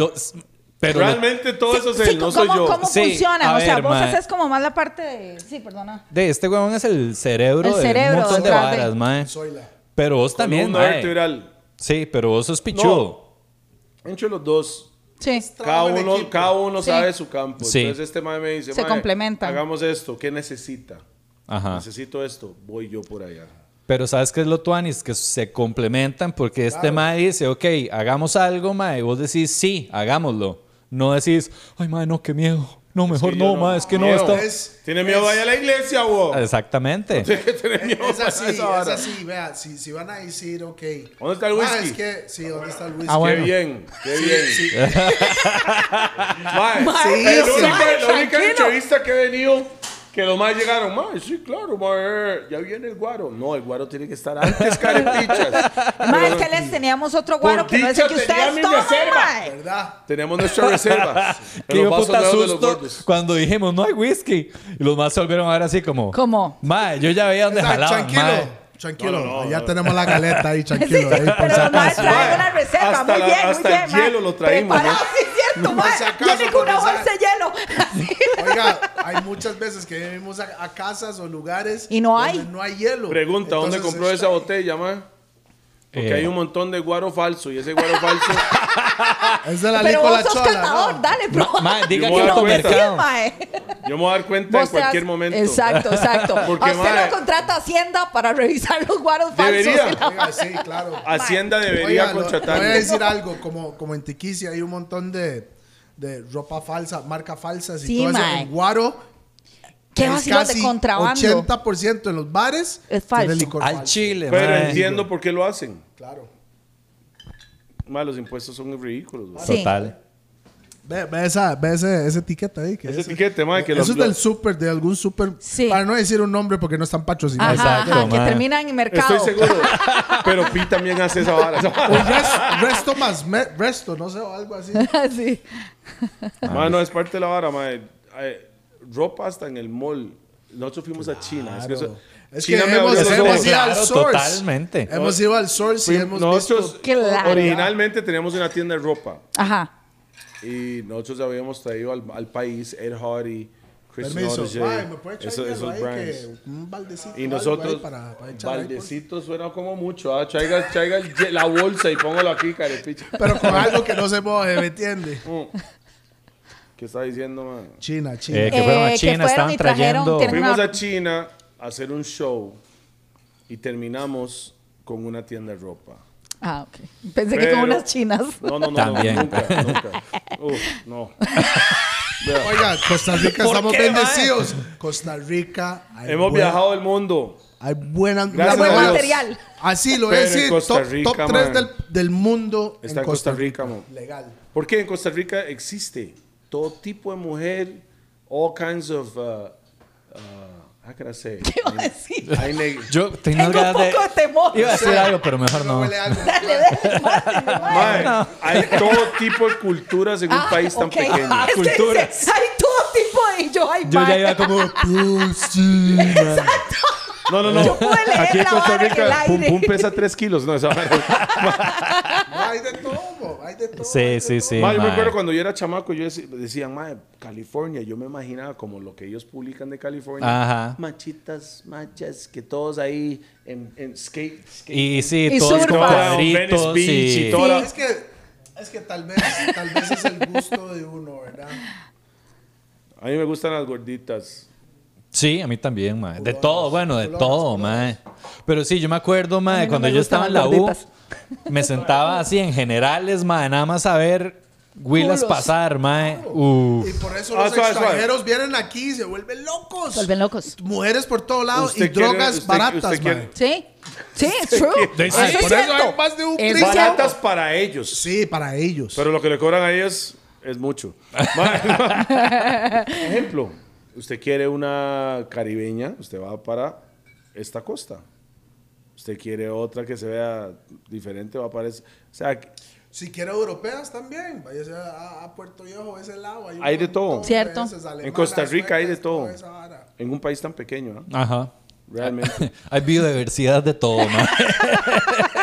Speaker 1: pero lo-
Speaker 4: Realmente todo eso es
Speaker 2: Sí,
Speaker 4: él,
Speaker 2: ¿cómo,
Speaker 4: no soy yo.
Speaker 2: ¿Cómo
Speaker 1: Sí,
Speaker 2: funciona?
Speaker 1: a
Speaker 2: o sea,
Speaker 1: ver,
Speaker 2: vos
Speaker 1: mae.
Speaker 2: haces como más la parte de. Sí, perdona.
Speaker 1: de este huevón es el cerebro
Speaker 2: El
Speaker 1: de
Speaker 2: cerebro
Speaker 1: un montón de
Speaker 2: detrás de-
Speaker 1: varas, mae.
Speaker 3: Soy la.
Speaker 1: Pero vos también,
Speaker 4: columna
Speaker 1: mae.
Speaker 4: vertebral.
Speaker 1: Sí, pero vos sos pichudo.
Speaker 4: Entre los dos,
Speaker 2: Sí.
Speaker 4: cada
Speaker 3: Trabajo en
Speaker 4: uno,
Speaker 3: equipo.
Speaker 4: cada uno
Speaker 2: Sí.
Speaker 4: sabe su campo.
Speaker 1: Sí.
Speaker 4: Entonces este mae me dice,
Speaker 2: Se
Speaker 4: "Mae,
Speaker 2: complementan.
Speaker 4: Hagamos esto, ¿qué necesita?
Speaker 1: Ajá.
Speaker 4: Necesito esto, voy yo por allá.
Speaker 1: Pero ¿sabes qué es lo tuanis? Que se complementan porque este mae dice, ok, hagamos algo, mae. Y vos decís, sí, hagámoslo. No decís, ay, mae, no, qué miedo. No, mejor
Speaker 4: yo
Speaker 1: no,
Speaker 4: no-
Speaker 1: mae, es que no,
Speaker 4: Miedo.
Speaker 1: está... Ah,
Speaker 3: Es-
Speaker 4: Tiene miedo,
Speaker 3: es-
Speaker 4: vaya a la iglesia, wow.
Speaker 1: Exactamente.
Speaker 4: Tiene miedo,
Speaker 3: Es así,
Speaker 4: vaya a
Speaker 3: es
Speaker 4: esa vara.
Speaker 3: así, vea, si, si van a decir, ok.
Speaker 4: ¿Dónde está el
Speaker 3: Ah,
Speaker 4: whisky?
Speaker 3: es que, sí, ¿dónde está el whisky?
Speaker 1: Ah, bueno.
Speaker 4: Qué bien, qué bien.
Speaker 2: Eh.
Speaker 4: Mae,
Speaker 3: Mae,
Speaker 4: es
Speaker 3: sí.
Speaker 4: la, única,
Speaker 2: Mae,
Speaker 4: la única
Speaker 2: tranquilo.
Speaker 4: entrevista que he venido que los más llegaron. Mae, sí, claro, mae, ya viene el guaro. No, el guaro tiene que estar antes, carepichas.
Speaker 2: Mae, es que les teníamos otro guaro
Speaker 4: Por
Speaker 2: que no es
Speaker 4: dicha
Speaker 2: el que
Speaker 4: tenía
Speaker 2: ustedes
Speaker 4: mi
Speaker 2: toman,
Speaker 4: reserva.
Speaker 2: mae.
Speaker 3: ¿Verdad?
Speaker 4: Tenemos nuestra reserva.
Speaker 1: Qué
Speaker 4: Pero
Speaker 1: hijo
Speaker 4: vaso
Speaker 1: puta
Speaker 4: nuevo de los
Speaker 1: susto
Speaker 4: gordos.
Speaker 1: cuando dijimos no hay whisky. Y los más se volvieron a ver así como.
Speaker 2: ¿Cómo?
Speaker 1: Mae, yo ya veía dónde
Speaker 3: Exacto,
Speaker 1: jalaban.
Speaker 3: tranquilo,
Speaker 1: mae".
Speaker 3: tranquilo.
Speaker 4: No, no, no,
Speaker 3: Allá
Speaker 4: no.
Speaker 3: tenemos la galeta ahí,
Speaker 2: Sí,
Speaker 3: tranquilo. ahí, por
Speaker 2: pero
Speaker 3: si
Speaker 2: los maes
Speaker 3: acaso.
Speaker 2: traen
Speaker 4: Mae,
Speaker 2: una reserva.
Speaker 4: hasta
Speaker 2: muy
Speaker 4: la-
Speaker 2: bien,
Speaker 4: hasta
Speaker 2: muy
Speaker 4: el
Speaker 2: bien. mae.
Speaker 4: hielo lo traímos,
Speaker 2: Preparado,
Speaker 4: ¿no?
Speaker 2: sí, es cierto, mae.
Speaker 3: si acaso,
Speaker 2: Viene con una
Speaker 3: porque
Speaker 2: bolsa de hielo. Así.
Speaker 3: Oiga, hay muchas veces que venimos a, a casas o lugares
Speaker 2: Y no hay.
Speaker 3: donde no hay hielo.
Speaker 4: Pregunta, ¿dónde
Speaker 3: Entonces, eh,
Speaker 4: compró esa
Speaker 3: está-
Speaker 4: botella, mae? Porque
Speaker 1: Eh.
Speaker 4: hay un montón de guaro falso y ese guaro falso.
Speaker 3: Es de la
Speaker 2: Pero vos
Speaker 3: licola
Speaker 2: sos
Speaker 3: chola.
Speaker 2: cantador,
Speaker 3: ¿no?
Speaker 2: dale, bro.
Speaker 1: Ma- mae, diga
Speaker 4: Yo
Speaker 1: que
Speaker 4: me
Speaker 1: no
Speaker 4: doy cuenta.
Speaker 2: Sí,
Speaker 1: mercado.
Speaker 2: mae.
Speaker 4: Yo me voy a dar cuenta
Speaker 2: Vos
Speaker 4: en pues. cualquier
Speaker 2: seas-
Speaker 4: momento.
Speaker 2: Exacto, exacto.
Speaker 4: Porque,
Speaker 2: a usted
Speaker 4: mae-
Speaker 2: lo contrata Hacienda para revisar los guaros falsos.
Speaker 4: Debería.
Speaker 2: y la-
Speaker 3: Oiga, sí, claro.
Speaker 4: Hacienda debería
Speaker 3: Oiga, lo-
Speaker 4: contratar.
Speaker 3: Voy a decir algo, como, como en Tiquicia hay un montón de, de ropa falsa, marca falsas y
Speaker 2: Sí,
Speaker 3: todo eso.
Speaker 2: mae.
Speaker 3: En Guaro,
Speaker 2: Qué
Speaker 3: es
Speaker 2: vacilo de
Speaker 3: casi
Speaker 2: contrabando.
Speaker 3: 80% de los bares
Speaker 2: Es falso.
Speaker 3: tiene licor
Speaker 1: Al
Speaker 3: falso.
Speaker 1: chile,
Speaker 4: Pero
Speaker 1: mae.
Speaker 4: entiendo por qué lo hacen.
Speaker 3: Claro.
Speaker 4: Mae, los impuestos son ridículos. mae.
Speaker 2: Sí.
Speaker 1: Total.
Speaker 3: Ve, ve esa, ve ese, ese etiqueta ahí. Que
Speaker 4: Ese etiquete, mae, que
Speaker 3: Eso
Speaker 4: los-
Speaker 3: es del
Speaker 4: los-
Speaker 3: súper, de algún súper.
Speaker 2: Sí.
Speaker 3: Para no decir un nombre porque no están
Speaker 2: Ajá,
Speaker 3: patrocinados.
Speaker 1: Exacto,
Speaker 2: ajá, que
Speaker 1: mae.
Speaker 2: termina en mercado.
Speaker 4: Estoy seguro. Pero Pi también hace esa vara.
Speaker 3: O res- resto más, me- resto, no sé, o algo así.
Speaker 2: sí.
Speaker 4: Mae, no, es parte de la vara, mae. Ay, ropa hasta en el mall. Nosotros fuimos a China. Es que, eso-
Speaker 3: Es
Speaker 4: China
Speaker 3: que
Speaker 4: me
Speaker 3: hemos,
Speaker 4: abrió los
Speaker 3: hemos
Speaker 4: ojos.
Speaker 3: ido al
Speaker 1: Claro,
Speaker 3: source.
Speaker 1: totalmente.
Speaker 3: Hemos ido al source y
Speaker 4: Fuimos-
Speaker 3: hemos
Speaker 4: nosotros
Speaker 3: visto.
Speaker 2: Claro.
Speaker 4: originalmente teníamos una tienda de ropa
Speaker 2: Ajá.
Speaker 4: y nosotros habíamos traído al, al país Ed Hardy, Christian
Speaker 3: Permiso.
Speaker 4: Odyssey.
Speaker 3: Mae, ¿me puede traer
Speaker 4: Eso-
Speaker 3: hielo
Speaker 4: esos
Speaker 3: ahí
Speaker 4: brands.
Speaker 3: que un baldecito?
Speaker 4: Y
Speaker 3: algo
Speaker 4: nosotros,
Speaker 3: ahí para, para echar ahí, pues? por-
Speaker 4: baldecito suena como mucho. ah, Traiga, traiga el ye- la bolsa y póngalo aquí, carepicha.
Speaker 3: Pero con algo que no se moje, ¿me entiende?
Speaker 4: Mm. ¿Qué está diciendo, man?
Speaker 3: China, China.
Speaker 1: Eh, que
Speaker 2: Eh,
Speaker 1: fueron a
Speaker 2: que
Speaker 1: China,
Speaker 2: fueron
Speaker 1: estaban
Speaker 2: y trajeron-
Speaker 1: trayendo.
Speaker 2: tienen-
Speaker 4: Fuimos
Speaker 2: Una-
Speaker 4: a China a hacer un show y terminamos con una tienda de ropa.
Speaker 2: Ah, ok. Pensé que
Speaker 4: Pero-
Speaker 2: con unas chinas.
Speaker 4: No, no, no,
Speaker 1: También.
Speaker 4: no nunca, nunca. Uf, no. Vea,
Speaker 3: Oiga, Costa Rica
Speaker 1: ¿Por
Speaker 3: estamos
Speaker 1: qué,
Speaker 3: bendecidos. Costa Rica. hay
Speaker 4: Hemos
Speaker 3: buen-
Speaker 4: viajado el mundo.
Speaker 3: Hay buenas.
Speaker 4: Gracias
Speaker 2: buen
Speaker 4: a Dios.
Speaker 2: material.
Speaker 3: Así lo voy a
Speaker 4: Pero en
Speaker 3: decir.
Speaker 4: Costa
Speaker 3: Top,
Speaker 4: Rica,
Speaker 3: top 3
Speaker 4: man.
Speaker 3: del, del mundo.
Speaker 4: Está en Costa Rica, mo.
Speaker 3: Legal.
Speaker 4: Porque en Costa Rica existe todo tipo de mujer, all kinds of. Uh, uh, how can I say?
Speaker 2: ¿Qué iba a decir?
Speaker 4: Hay neg-
Speaker 1: Yo tenía
Speaker 2: Tengo
Speaker 1: ganas
Speaker 2: un poco de temor.
Speaker 1: Iba a decir algo, pero mejor no.
Speaker 3: Huele algo.
Speaker 2: Dale, dale, Martín,
Speaker 4: Mae,
Speaker 2: bueno.
Speaker 4: Hay todo tipo de culturas en un
Speaker 2: Ah,
Speaker 4: país tan
Speaker 2: ok.
Speaker 4: pequeño.
Speaker 2: Es que dice,
Speaker 1: Culturas.
Speaker 2: hay todo tipo de... y Yo, ay,
Speaker 1: Yo ya
Speaker 2: mae.
Speaker 1: iba como. "Pum, sí, man".
Speaker 4: No, no, no.
Speaker 2: Yo pude leer
Speaker 4: Aquí en
Speaker 2: la
Speaker 4: Costa
Speaker 2: vara en el
Speaker 4: Rica, pum,
Speaker 2: aire.
Speaker 4: pum, pesa 3 kilos. No, esa vara.
Speaker 3: No, hay de todo. mo, Hay de todo. hay
Speaker 1: Sí,
Speaker 3: de
Speaker 1: sí,
Speaker 3: todo.
Speaker 1: sí.
Speaker 4: Mae, yo me
Speaker 1: mae.
Speaker 4: acuerdo cuando yo era chamaco, yo dec- decían, mae, California, yo me imaginaba como lo que ellos publican de California.
Speaker 1: Ajá.
Speaker 4: Machitas, machas, que todos ahí en, en skate, skate.
Speaker 1: Y sí,
Speaker 2: Y
Speaker 1: todos con
Speaker 2: surfa.
Speaker 1: cuadritos.
Speaker 4: Venice Beach y
Speaker 1: y-
Speaker 4: todo. Ahora-
Speaker 3: Es que, es que tal, vez, tal vez es el gusto de uno, ¿verdad?
Speaker 4: A mí me gustan las gorditas.
Speaker 1: Sí, a mí también, mae. De todo, bueno, de
Speaker 3: culonas,
Speaker 1: todo, mae. Pero sí, yo me acuerdo,
Speaker 2: A mí
Speaker 1: mae,
Speaker 2: no
Speaker 1: cuando
Speaker 2: me
Speaker 1: yo
Speaker 2: gustan
Speaker 1: estaba en
Speaker 2: las
Speaker 1: la U,
Speaker 2: gorditas.
Speaker 1: me sentaba así en generales, mae, nada más a ver Willas
Speaker 2: Culos.
Speaker 1: pasar, mae.
Speaker 3: Y
Speaker 1: Uf.
Speaker 3: por eso
Speaker 4: Ah, suave,
Speaker 3: los
Speaker 4: suave.
Speaker 3: extranjeros vienen aquí y se vuelven locos.
Speaker 2: Se vuelven locos.
Speaker 3: Mujeres por todos lados y
Speaker 4: Usted quiere-
Speaker 3: drogas
Speaker 4: usted-
Speaker 3: baratas,
Speaker 4: usted quiere-
Speaker 3: man.
Speaker 2: Sí, sí, es true.
Speaker 4: Ah,
Speaker 1: De-
Speaker 2: Eso es
Speaker 3: por eso
Speaker 2: cierto.
Speaker 3: hay más de un
Speaker 2: Eso es
Speaker 3: Cristo.
Speaker 2: cierto.
Speaker 4: Baratas para ellos.
Speaker 3: Sí, para ellos.
Speaker 4: Pero lo que le cobran a ellos es mucho. Mae, Ejemplo, usted quiere una caribeña, usted va para esta costa. Usted quiere otra que se vea diferente, va para esa. O sea,
Speaker 3: si quiere europeas también, váyase a- a, a Puerto Viejo, ese lado. un
Speaker 4: Hay de
Speaker 3: montón
Speaker 4: todo.
Speaker 2: Cierto.
Speaker 3: esas alemanas,
Speaker 4: en Costa Rica hay de
Speaker 3: suecas,
Speaker 4: todo.
Speaker 3: toda esa vara.
Speaker 4: En un país tan pequeño, ¿eh?
Speaker 1: Ajá.
Speaker 4: realmente.
Speaker 1: Hay biodiversidad de todo, mae.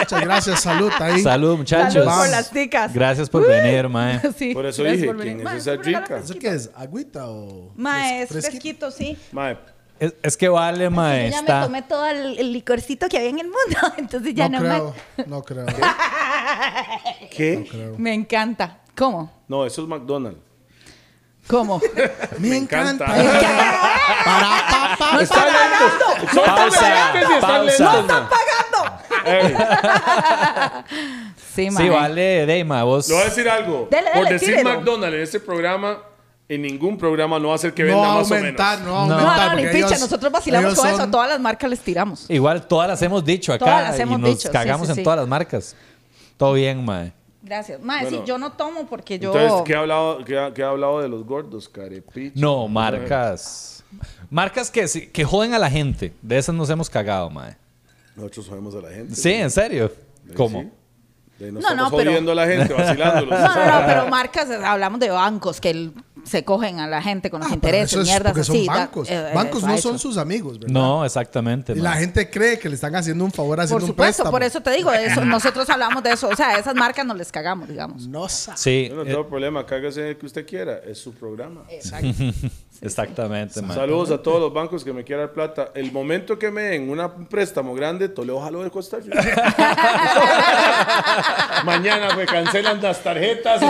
Speaker 3: Muchas gracias, salud ahí.
Speaker 1: Salud, muchachos.
Speaker 2: Salud por las ticas. Uh.
Speaker 1: Gracias por
Speaker 2: Uy.
Speaker 1: venir, mae.
Speaker 2: Sí,
Speaker 4: Por eso
Speaker 2: gracias
Speaker 4: dije,
Speaker 2: por venir.
Speaker 4: ¿quién
Speaker 2: Mae,
Speaker 4: es esa
Speaker 2: un regalo
Speaker 4: chica?
Speaker 3: ¿Eso qué es? ¿Agüita o...?
Speaker 2: Mae, es
Speaker 3: fres-
Speaker 2: fresquito, sí.
Speaker 4: Mae,
Speaker 1: Es, es que vale, mae.
Speaker 2: Yo ya
Speaker 1: está-
Speaker 2: me tomé todo el, el licorcito que había en el mundo, entonces ya
Speaker 3: No
Speaker 2: no,
Speaker 3: creo, no creo.
Speaker 4: ¿qué?
Speaker 2: me... Me encanta. ¿Cómo?
Speaker 4: No, eso es McDonald's.
Speaker 2: ¿Cómo?
Speaker 3: Me
Speaker 4: encanta. Este
Speaker 3: encanta. Para, pa, pa,
Speaker 4: ¡Están lentos! ¡Son tan
Speaker 1: Pausa,
Speaker 4: elegantes y están
Speaker 1: pausa.
Speaker 4: lentos,
Speaker 2: ¡Están
Speaker 4: mae!
Speaker 2: pagando!
Speaker 4: Ey,
Speaker 2: Sí, mae.
Speaker 1: Sí, vale, de mae, vos.
Speaker 4: Le voy a decir algo.
Speaker 2: Dele, dele,
Speaker 4: Por decir
Speaker 2: tírelo.
Speaker 4: McDonald's en este programa, en ningún programa no va a hacer que venda
Speaker 3: No
Speaker 4: más
Speaker 3: aumentar,
Speaker 4: o
Speaker 1: No.
Speaker 4: menos.
Speaker 3: no
Speaker 2: No,
Speaker 3: aumentar.
Speaker 2: no, ni
Speaker 3: porque
Speaker 2: picha,
Speaker 3: ellos-
Speaker 2: nosotros vacilamos
Speaker 3: ellos
Speaker 2: con eso, a
Speaker 3: son- Ah,
Speaker 2: todas las marcas les tiramos.
Speaker 1: Igual todas las hemos dicho acá.
Speaker 2: Todas las hemos
Speaker 1: y nos
Speaker 2: dicho, sí,
Speaker 1: cagamos
Speaker 2: sí,
Speaker 1: en
Speaker 2: sí.
Speaker 1: todas las marcas. Todo bien, mae.
Speaker 2: Gracias. Mae,
Speaker 4: Bueno.
Speaker 2: sí, yo no tomo porque yo...
Speaker 4: Entonces, ¿qué ha hablado, qué ha, qué ha hablado de los gordos, carepicho?
Speaker 1: No, marcas. Marcas que, se- que joden a la gente. De esas nos hemos cagado, mae.
Speaker 4: Nosotros sabemos a la gente.
Speaker 1: Sí, en serio.
Speaker 4: Sí, sí.
Speaker 1: ¿Cómo?
Speaker 4: De ahí nos
Speaker 2: No,
Speaker 4: estamos
Speaker 2: no, pero-
Speaker 4: jodiendo a la gente, vacilándolos.
Speaker 2: No, no, no, pero marcas, eh, hablamos de bancos que el- se cogen a la gente con los
Speaker 3: Ah, pero
Speaker 2: intereses,
Speaker 3: eso es
Speaker 2: mierdas
Speaker 3: porque son
Speaker 2: así. da-
Speaker 3: bancos.
Speaker 2: eh, eh,
Speaker 3: bancos no
Speaker 2: eso.
Speaker 3: son sus amigos, ¿verdad?
Speaker 1: No, exactamente.
Speaker 3: Y la
Speaker 1: mae.
Speaker 3: gente cree que le están haciendo un favor haciendo
Speaker 2: Por
Speaker 3: un
Speaker 2: supuesto,
Speaker 3: préstamo.
Speaker 2: por eso te digo, de eso, nosotros hablamos de eso. O sea, esas marcas no les cagamos, digamos.
Speaker 3: No sa-
Speaker 1: Sí,
Speaker 4: Yo no
Speaker 1: eh,
Speaker 4: tengo problema, cágase el que usted quiera. Es su programa.
Speaker 1: exactamente, mae.
Speaker 4: Saludos a todos los bancos que me quieran dar plata. El momento que me den una- un préstamo grande, Toledo jalo de Costa Rica. Mañana me cancelan las tarjetas.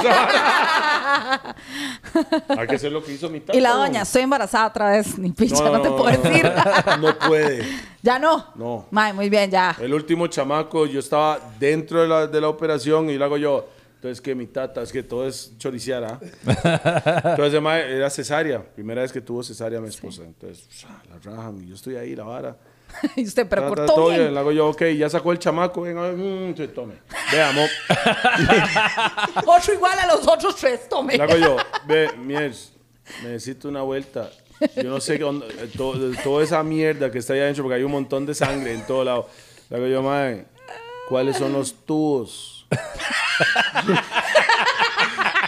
Speaker 4: Hay que hacer lo que hizo mi tata.
Speaker 2: Y la
Speaker 4: güey.
Speaker 2: doña, estoy embarazada otra vez, ni pincha, no, te puedo decir.
Speaker 4: No puede.
Speaker 2: ya no.
Speaker 4: No.
Speaker 2: Mae, muy bien, ya.
Speaker 4: El último chamaco, yo estaba dentro de la, de la operación y luego yo, entonces que mi tata, es que todo es choriciar, ¿ah? Entonces, ma, era cesárea. Primera vez que tuvo cesárea mi esposa. Entonces, la rajan y yo estoy ahí, la vara.
Speaker 3: Eh.
Speaker 2: y usted, pero
Speaker 4: Ta, Ah, ta,
Speaker 2: cortó
Speaker 4: todo
Speaker 2: bien.
Speaker 4: bien. Le hago yo, ok, ya sacó el chamaco, venga, a ver, mm, entonces tome. Veamos.
Speaker 2: Otro igual a los otros tres, tome.
Speaker 4: Le hago yo, ve, Miers, necesito una vuelta. Yo no sé, qué onda, eh, to- toda esa mierda que está ahí adentro, porque hay un montón de sangre en todo lado. Le hago yo, madre, ¿cuáles son los tubos?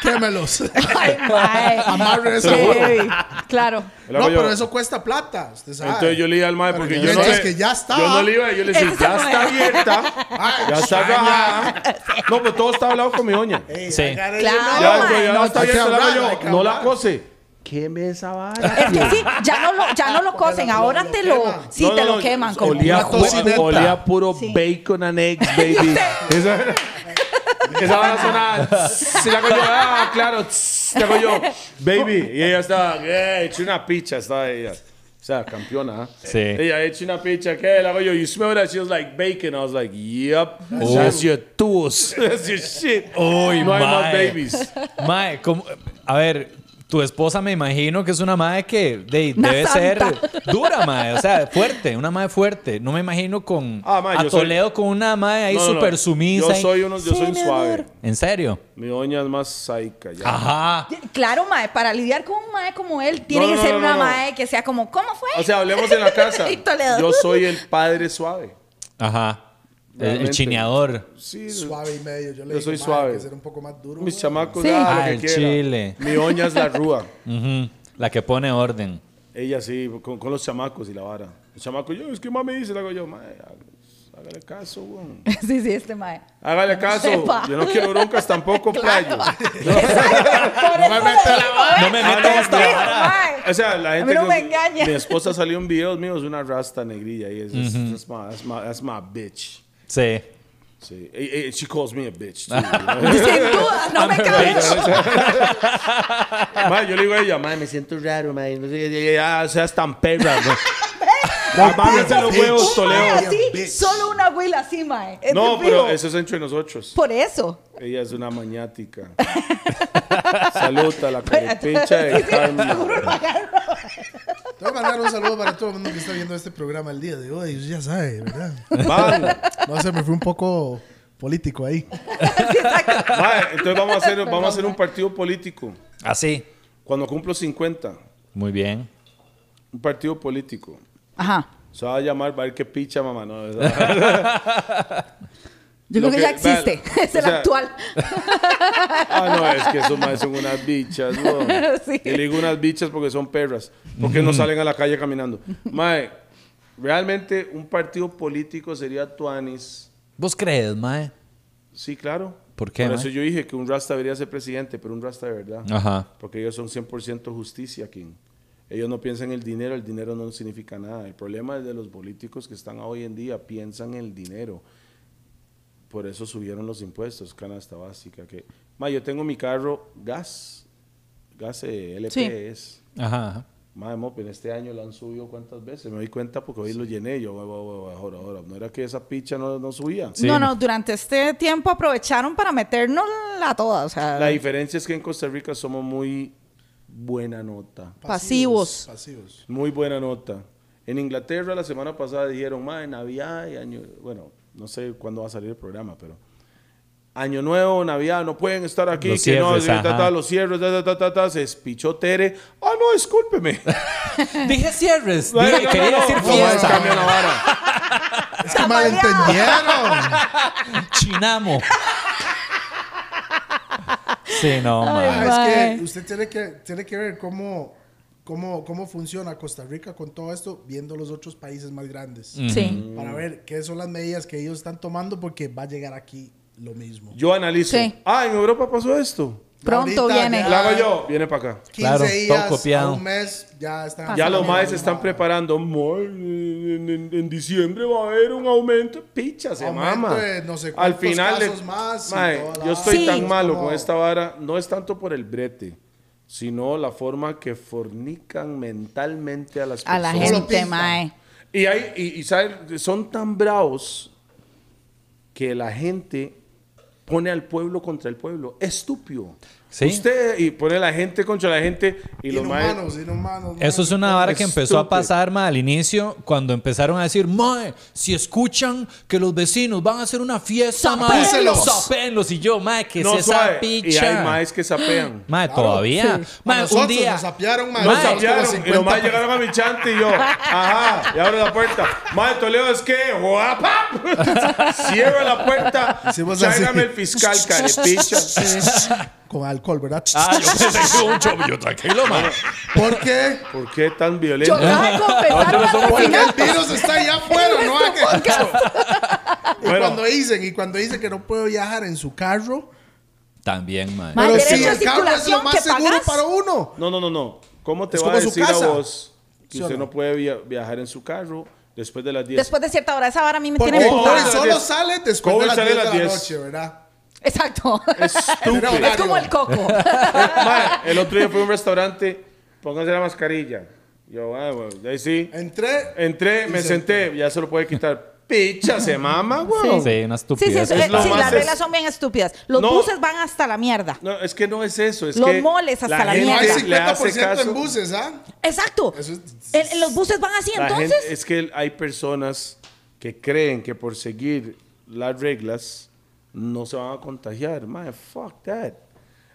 Speaker 3: Quémelos.
Speaker 2: Ay, mae.
Speaker 3: Amarre eso.
Speaker 2: Sí, claro.
Speaker 4: Le
Speaker 3: No,
Speaker 4: hago yo,
Speaker 3: pero eso cuesta plata. Usted sabe.
Speaker 4: Entonces yo le iba al madre,
Speaker 3: Pero
Speaker 4: porque
Speaker 3: yo
Speaker 4: yo
Speaker 3: le
Speaker 4: no
Speaker 3: dije,
Speaker 4: le,
Speaker 3: "Es que ya está".
Speaker 4: Yo no le iba, yo le
Speaker 2: Ese
Speaker 4: decía,
Speaker 2: se
Speaker 4: ya
Speaker 2: fue.
Speaker 4: está abierta,
Speaker 3: Ay,
Speaker 4: ya está rajada. No, pero todo está hablado con mi doña.
Speaker 3: Ey,
Speaker 1: Sí.
Speaker 3: agarre-
Speaker 2: Claro.
Speaker 4: Ya,
Speaker 2: mae,
Speaker 4: ya
Speaker 2: no,
Speaker 4: está
Speaker 3: Eh, hay
Speaker 4: abierta, le
Speaker 3: que
Speaker 4: hago
Speaker 3: hablar, hay
Speaker 4: yo,
Speaker 3: que
Speaker 4: no la
Speaker 3: hablar".
Speaker 4: cose. queme esa vara.
Speaker 2: Es que sí, ya no lo, ya no lo cocen, ahora te lo,
Speaker 3: queman.
Speaker 2: sí,
Speaker 4: No,
Speaker 2: te
Speaker 4: no,
Speaker 2: lo
Speaker 4: no,
Speaker 2: queman como
Speaker 4: Olía,
Speaker 2: una
Speaker 4: pu-
Speaker 2: cocineta.
Speaker 4: olía a puro
Speaker 2: Sí.
Speaker 4: bacon and eggs, baby. esa esa va a sonar. Se la hago yo. Ah, claro. tss, La hago yo. Baby. Y ella estaba. Eh, hecho una picha. Estaba ella. O sea, campeona. ¿ah?
Speaker 1: Sí.
Speaker 4: Ella hecho una picha. ¿Qué? La hago yo. You smell that? She was like bacon. I was like, yep. That's your tools. That's your shit.
Speaker 1: Uy,
Speaker 4: no hay más
Speaker 1: mae.
Speaker 4: babies.
Speaker 1: Mae, ¿cómo? a ver, tu esposa me imagino que es una madre que de-
Speaker 2: Una
Speaker 1: debe
Speaker 2: santa.
Speaker 1: ser dura, mae, o sea, fuerte, una madre fuerte. No me imagino con
Speaker 4: Ah, mae,
Speaker 1: a
Speaker 4: yo soy-
Speaker 1: Toledo con una madre ahí
Speaker 4: No, no, no.
Speaker 1: súper sumisa.
Speaker 4: Yo
Speaker 1: y-
Speaker 4: soy, uno, yo
Speaker 2: Sí,
Speaker 4: soy un
Speaker 2: mi
Speaker 4: suave.
Speaker 2: amor.
Speaker 1: ¿En serio?
Speaker 4: Mi doña es más saica. Ya.
Speaker 1: Ajá.
Speaker 2: Claro, mae, para lidiar con un mae como él, tiene
Speaker 4: No,
Speaker 2: que
Speaker 4: no,
Speaker 2: ser
Speaker 4: no,
Speaker 2: una
Speaker 4: no, no.
Speaker 2: mae que sea como, ¿cómo fue?
Speaker 4: O sea, hablemos en la casa.
Speaker 2: Y Toledo.
Speaker 4: Yo soy el padre suave.
Speaker 1: Ajá. El, el
Speaker 4: Realmente.
Speaker 1: chineador.
Speaker 4: Sí,
Speaker 3: Suave y medio. Yo, le
Speaker 4: Yo
Speaker 3: digo,
Speaker 4: soy
Speaker 3: "Mae, hay
Speaker 4: suave.
Speaker 3: que ser un poco más duro.
Speaker 4: mis
Speaker 3: güey".
Speaker 4: chamacos,
Speaker 2: Sí.
Speaker 4: ah,
Speaker 1: Ah,
Speaker 4: lo
Speaker 1: el
Speaker 4: que quieran.
Speaker 1: chile.
Speaker 4: Mi doña es la rúa.
Speaker 1: Ujú, La que pone orden.
Speaker 4: Ella sí, con, con los chamacos y la vara. Los chamacos, yo, es que mami dice, le hago yo, "Mae, há- hágale caso, weón.
Speaker 2: sí, sí, este mae.
Speaker 4: Hágale caso.
Speaker 2: sepa.
Speaker 4: Yo no quiero broncas tampoco,
Speaker 2: Claro.
Speaker 4: playo.
Speaker 2: Por eso le digo, ¿eh?
Speaker 1: No me
Speaker 2: Ah,
Speaker 1: metas
Speaker 2: no,
Speaker 1: esta
Speaker 2: sí,
Speaker 1: vara.
Speaker 2: mae.
Speaker 4: O sea, la
Speaker 2: A
Speaker 4: gente.
Speaker 2: mí no
Speaker 4: que-
Speaker 2: me engaña.
Speaker 4: Mi esposa salió en videos míos, una rasta negrilla. Y es, es- that's, my, that's my- that's my bitch.
Speaker 1: Sí.
Speaker 4: Sí. Eh, eh, she calls me a bitch. too,
Speaker 2: Sin duda, no me cabe.
Speaker 4: Mae, yo le digo a ella, mae, me siento raro, mae. No sé, qué". Y ella, "Ah, seas tan perra, mae". Ah, mámese los huevos,
Speaker 2: Un mae
Speaker 4: Toledo.
Speaker 2: así,
Speaker 3: Bitch.
Speaker 2: solo una huila así, mae. Es
Speaker 4: No,
Speaker 2: de
Speaker 4: pero
Speaker 2: fijo.
Speaker 4: eso es entre nosotros.
Speaker 2: Por eso.
Speaker 4: Ella es una mañática. Saluta la
Speaker 2: Pero-
Speaker 4: pincha
Speaker 2: Sí,
Speaker 4: de
Speaker 2: sí,
Speaker 4: Carmen.
Speaker 2: seguro lo agarro.
Speaker 3: Te voy a mandar un saludo para todo el mundo que está viendo este programa el día de hoy. Ya sabe, ¿verdad?
Speaker 4: Van.
Speaker 3: No sé, me fui un poco político ahí.
Speaker 4: Mae, entonces vamos a hacer, vamos a hacer un partido político.
Speaker 1: Así.
Speaker 4: Cuando cumplo 50,
Speaker 1: Muy bien.
Speaker 4: un partido político.
Speaker 2: Ajá.
Speaker 4: Se va a llamar, va a ver qué picha, mamá. No, es-
Speaker 2: Yo
Speaker 4: Lo
Speaker 2: creo que,
Speaker 4: que-
Speaker 2: ya existe.
Speaker 4: vale,
Speaker 2: es
Speaker 4: o
Speaker 2: el
Speaker 4: sea-
Speaker 2: actual.
Speaker 4: Ah, no, es que esos más son unas bichas, weón.
Speaker 2: Sí.
Speaker 4: Y le digo unas bichas porque son perras. Porque no salen a la calle caminando. Mae, realmente un partido político sería Tuanis.
Speaker 1: ¿Vos crees, mae?
Speaker 4: Sí, claro.
Speaker 1: ¿Por qué,
Speaker 4: Por
Speaker 1: mae?
Speaker 4: eso yo dije que un rasta debería ser presidente, pero un rasta de verdad.
Speaker 1: Ajá.
Speaker 4: Porque ellos son 100% justicia, King. Ellos no piensan en el dinero, el dinero no significa nada. El problema es de los políticos que están hoy en día, piensan en el dinero. Por eso subieron los impuestos, canasta básica. Que, ma, yo tengo mi carro gas, gas eh, LP es.
Speaker 1: Ajá. ajá.
Speaker 4: Ma, de mope, en este año lo han subido cuántas veces. Me doy cuenta porque hoy lo llené. Yo, "Guau, guau, guau, ahora, ahora. No era que esa picha no, no subía.
Speaker 1: Sí.
Speaker 2: No, no, durante este tiempo aprovecharon para meternos la toda, o sea,
Speaker 4: La diferencia es que en Costa Rica somos muy buena nota.
Speaker 2: pasivos.
Speaker 3: Pasivos.
Speaker 4: Muy buena nota. En Inglaterra la semana pasada dijeron, madre, Navidad y Año... Bueno, no sé cuándo va a salir el programa, pero... Año Nuevo, Navidad, no pueden estar aquí.
Speaker 1: Los
Speaker 4: que no,
Speaker 1: cierres,
Speaker 4: sí, ta, ta,
Speaker 1: ajá.
Speaker 4: los cierres, ta, ta, ta, ta, ta, se espichó Tere. Ah, no, discúlpeme.
Speaker 1: Dije cierres.
Speaker 4: No,
Speaker 1: Dije,
Speaker 4: no, no,
Speaker 1: quería
Speaker 4: no,
Speaker 1: decir
Speaker 4: no,
Speaker 1: fiesta.
Speaker 4: cambia la vara.
Speaker 3: Es que malentendieron.
Speaker 1: Chinamo. Sí, no, mae.
Speaker 3: Ah, es
Speaker 2: Bye.
Speaker 3: que usted tiene que, tiene que ver cómo, cómo, cómo funciona Costa Rica con todo esto, viendo los otros países más grandes.
Speaker 2: Sí.
Speaker 3: Para ver qué son las medidas que ellos están tomando, porque va a llegar aquí lo mismo.
Speaker 4: Yo analizo.
Speaker 2: Sí.
Speaker 4: Ah, en Europa pasó esto.
Speaker 2: Pronto
Speaker 3: Ahorita
Speaker 2: viene.
Speaker 3: ya
Speaker 4: La hago yo. Viene para acá.
Speaker 3: 15
Speaker 1: Claro, todo
Speaker 3: días,
Speaker 1: copiado.
Speaker 3: a un mes, ya están.
Speaker 4: Ya
Speaker 2: Pasando
Speaker 4: los maes se están
Speaker 3: Aumento
Speaker 4: preparando. "Mae, En, en- en diciembre va a haber un aumento. Picha, se mama.
Speaker 3: de no sé
Speaker 4: Al
Speaker 3: cuántos
Speaker 4: final,
Speaker 3: casos
Speaker 4: le-
Speaker 3: más y
Speaker 4: mae,
Speaker 3: toda la
Speaker 4: yo estoy
Speaker 2: Sí.
Speaker 4: tan malo
Speaker 3: Como-
Speaker 4: con esta vara. No es tanto por el brete, sino la forma que fornican mentalmente a las
Speaker 2: A
Speaker 4: personas.
Speaker 2: la
Speaker 3: Solo
Speaker 2: gente,
Speaker 3: pinta.
Speaker 2: mae.
Speaker 4: Y, hay, y, y saben, son tan bravos que la gente pone al pueblo contra el pueblo. Estúpido.
Speaker 1: Sí.
Speaker 4: Usted y pone la gente contra la gente y los maes.
Speaker 3: Inhumanos, inhumanos.
Speaker 1: Eso es una vara que empezó a
Speaker 4: Estúpido.
Speaker 1: pasar ma, al inicio cuando empezaron a decir, mae, si escuchan que los vecinos van a hacer una fiesta, mae,
Speaker 3: ¡Zapéenlos!
Speaker 1: zapéenlos". Y yo, mae, que se
Speaker 4: suave. Y hay
Speaker 1: zapicha.
Speaker 4: maes que sapean.
Speaker 1: Mae, todavía. Mae, un
Speaker 3: nosotros
Speaker 1: día.
Speaker 3: nos sapearon, mae.
Speaker 4: No
Speaker 3: Mae,
Speaker 4: sapearon.
Speaker 3: como
Speaker 4: Y los maes
Speaker 3: 50.
Speaker 4: llegaron a mi chante y yo, ajá, y abro la puerta. Mae, Toledo, es que, guapa. Cierro la puerta.
Speaker 3: Hicimos así.
Speaker 4: Tráigame el fiscal, carepicha.
Speaker 3: Con alcohol, ¿verdad?
Speaker 1: Ah, yo pensé que hubo un chop, yo tranquilo, mae.
Speaker 3: ¿Por qué?
Speaker 4: ¿Por qué tan
Speaker 2: Yo
Speaker 4: violento?
Speaker 2: acabo de confesar un
Speaker 3: Porque el
Speaker 2: asesinato.
Speaker 3: virus está allá afuera, no
Speaker 2: Nuestro
Speaker 3: haga.
Speaker 2: podcast.
Speaker 3: Y cuando dicen, y cuando dicen que no puedo viajar en su carro,
Speaker 1: También, mae.
Speaker 2: Mae,
Speaker 3: pero
Speaker 2: derecho
Speaker 3: si
Speaker 2: de
Speaker 3: el carro es lo
Speaker 2: circulación
Speaker 3: más
Speaker 2: que
Speaker 3: seguro
Speaker 2: pagás.
Speaker 3: para uno.
Speaker 4: No, no, no, no. ¿Cómo te
Speaker 3: Es
Speaker 4: va a
Speaker 3: como su
Speaker 4: decir a
Speaker 3: casa.
Speaker 4: vos que
Speaker 3: ¿Sí o
Speaker 4: usted
Speaker 3: no?
Speaker 4: no puede via- viajar en su carro después de las 10?
Speaker 2: Después de cierta hora, esa hora a mí me
Speaker 3: Porque
Speaker 2: tiene
Speaker 4: Oh,
Speaker 3: Cobre
Speaker 2: emputada.
Speaker 4: eso-
Speaker 3: solo sale después
Speaker 4: Cobre
Speaker 3: de las
Speaker 4: sale
Speaker 3: 10 de
Speaker 4: a las
Speaker 3: la
Speaker 4: 10.
Speaker 3: noche, ¿verdad?
Speaker 2: Exacto.
Speaker 4: Estúpido.
Speaker 3: Era
Speaker 2: es como el coco.
Speaker 4: Ma, el otro día fui a un restaurante, pónganse la mascarilla. Yo, ah, bueno, de ahí sí.
Speaker 3: Entré.
Speaker 4: Entré, me senté, ya se lo puede quitar. Picha, se mama, güey.
Speaker 1: Sí, una
Speaker 2: Sí, sí,
Speaker 1: estupidez.
Speaker 2: eso-
Speaker 4: Es
Speaker 2: eh,
Speaker 4: lo
Speaker 2: sí,
Speaker 4: más
Speaker 2: las
Speaker 4: es-
Speaker 2: reglas son bien estúpidas. Los
Speaker 4: No.
Speaker 2: buses van hasta la mierda.
Speaker 4: No, es que no es eso. Es
Speaker 2: Los
Speaker 4: que
Speaker 2: moles hasta la
Speaker 4: gente
Speaker 3: No hay
Speaker 2: mierda.
Speaker 4: le hace
Speaker 3: 50%
Speaker 4: caso-
Speaker 3: en buses, ¿ah?
Speaker 2: Exacto.
Speaker 3: Eso es-
Speaker 2: En- en los buses van así,
Speaker 4: la
Speaker 2: entonces.
Speaker 4: gente- es que hay personas que creen que por seguir las reglas no se van a contagiar. Man, fuck that.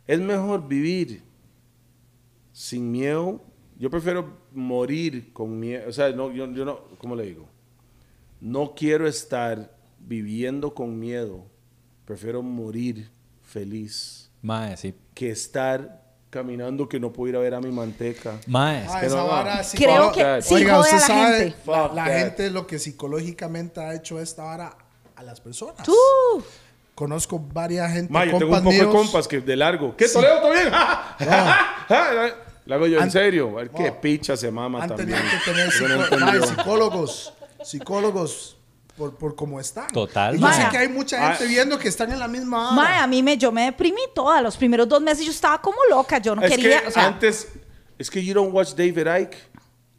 Speaker 4: Es mejor vivir sin miedo. Yo prefiero morir con miedo. O sea, no, yo, yo no, ¿cómo le digo? No quiero estar viviendo con miedo. Prefiero morir feliz
Speaker 1: Mae, sí.
Speaker 4: que estar caminando que no puedo ir a ver a mi manteca.
Speaker 1: Mae.
Speaker 3: Ah,
Speaker 4: que
Speaker 3: esa
Speaker 4: no, no.
Speaker 3: vara sí.
Speaker 2: Creo
Speaker 4: fuck
Speaker 2: que
Speaker 4: that.
Speaker 2: sí
Speaker 3: Oiga,
Speaker 2: jode a
Speaker 3: usted
Speaker 2: la
Speaker 3: sabe
Speaker 2: gente.
Speaker 3: la,
Speaker 4: Fuck
Speaker 3: la
Speaker 4: that.
Speaker 3: gente lo que psicológicamente ha hecho esta vara a las personas.
Speaker 2: Tú.
Speaker 3: Conozco varias gente,
Speaker 4: Ma, yo tengo un
Speaker 3: compas
Speaker 4: poco de
Speaker 3: míos. Ah,
Speaker 4: compas que de largo. ¿Qué Toledo también? La hago yo, en
Speaker 3: Han-
Speaker 4: serio. A ver, qué
Speaker 3: No.
Speaker 4: picha se mama
Speaker 3: han
Speaker 4: también.
Speaker 3: tenido Oh. que tener
Speaker 4: Yo no
Speaker 3: psico-
Speaker 4: entendí.
Speaker 3: mae, psicólogos, psicólogos por, por cómo están.
Speaker 1: Total,
Speaker 3: Y yo sé
Speaker 2: mae.
Speaker 3: que hay mucha gente
Speaker 4: Ah.
Speaker 3: viendo que están en la misma vara.
Speaker 2: Mae, a mí me, yo me deprimí toda. Los primeros dos meses yo estaba como loca. Yo no
Speaker 4: es
Speaker 2: quería.
Speaker 4: que
Speaker 2: o sea,
Speaker 4: antes, es que you don't watch David Icke.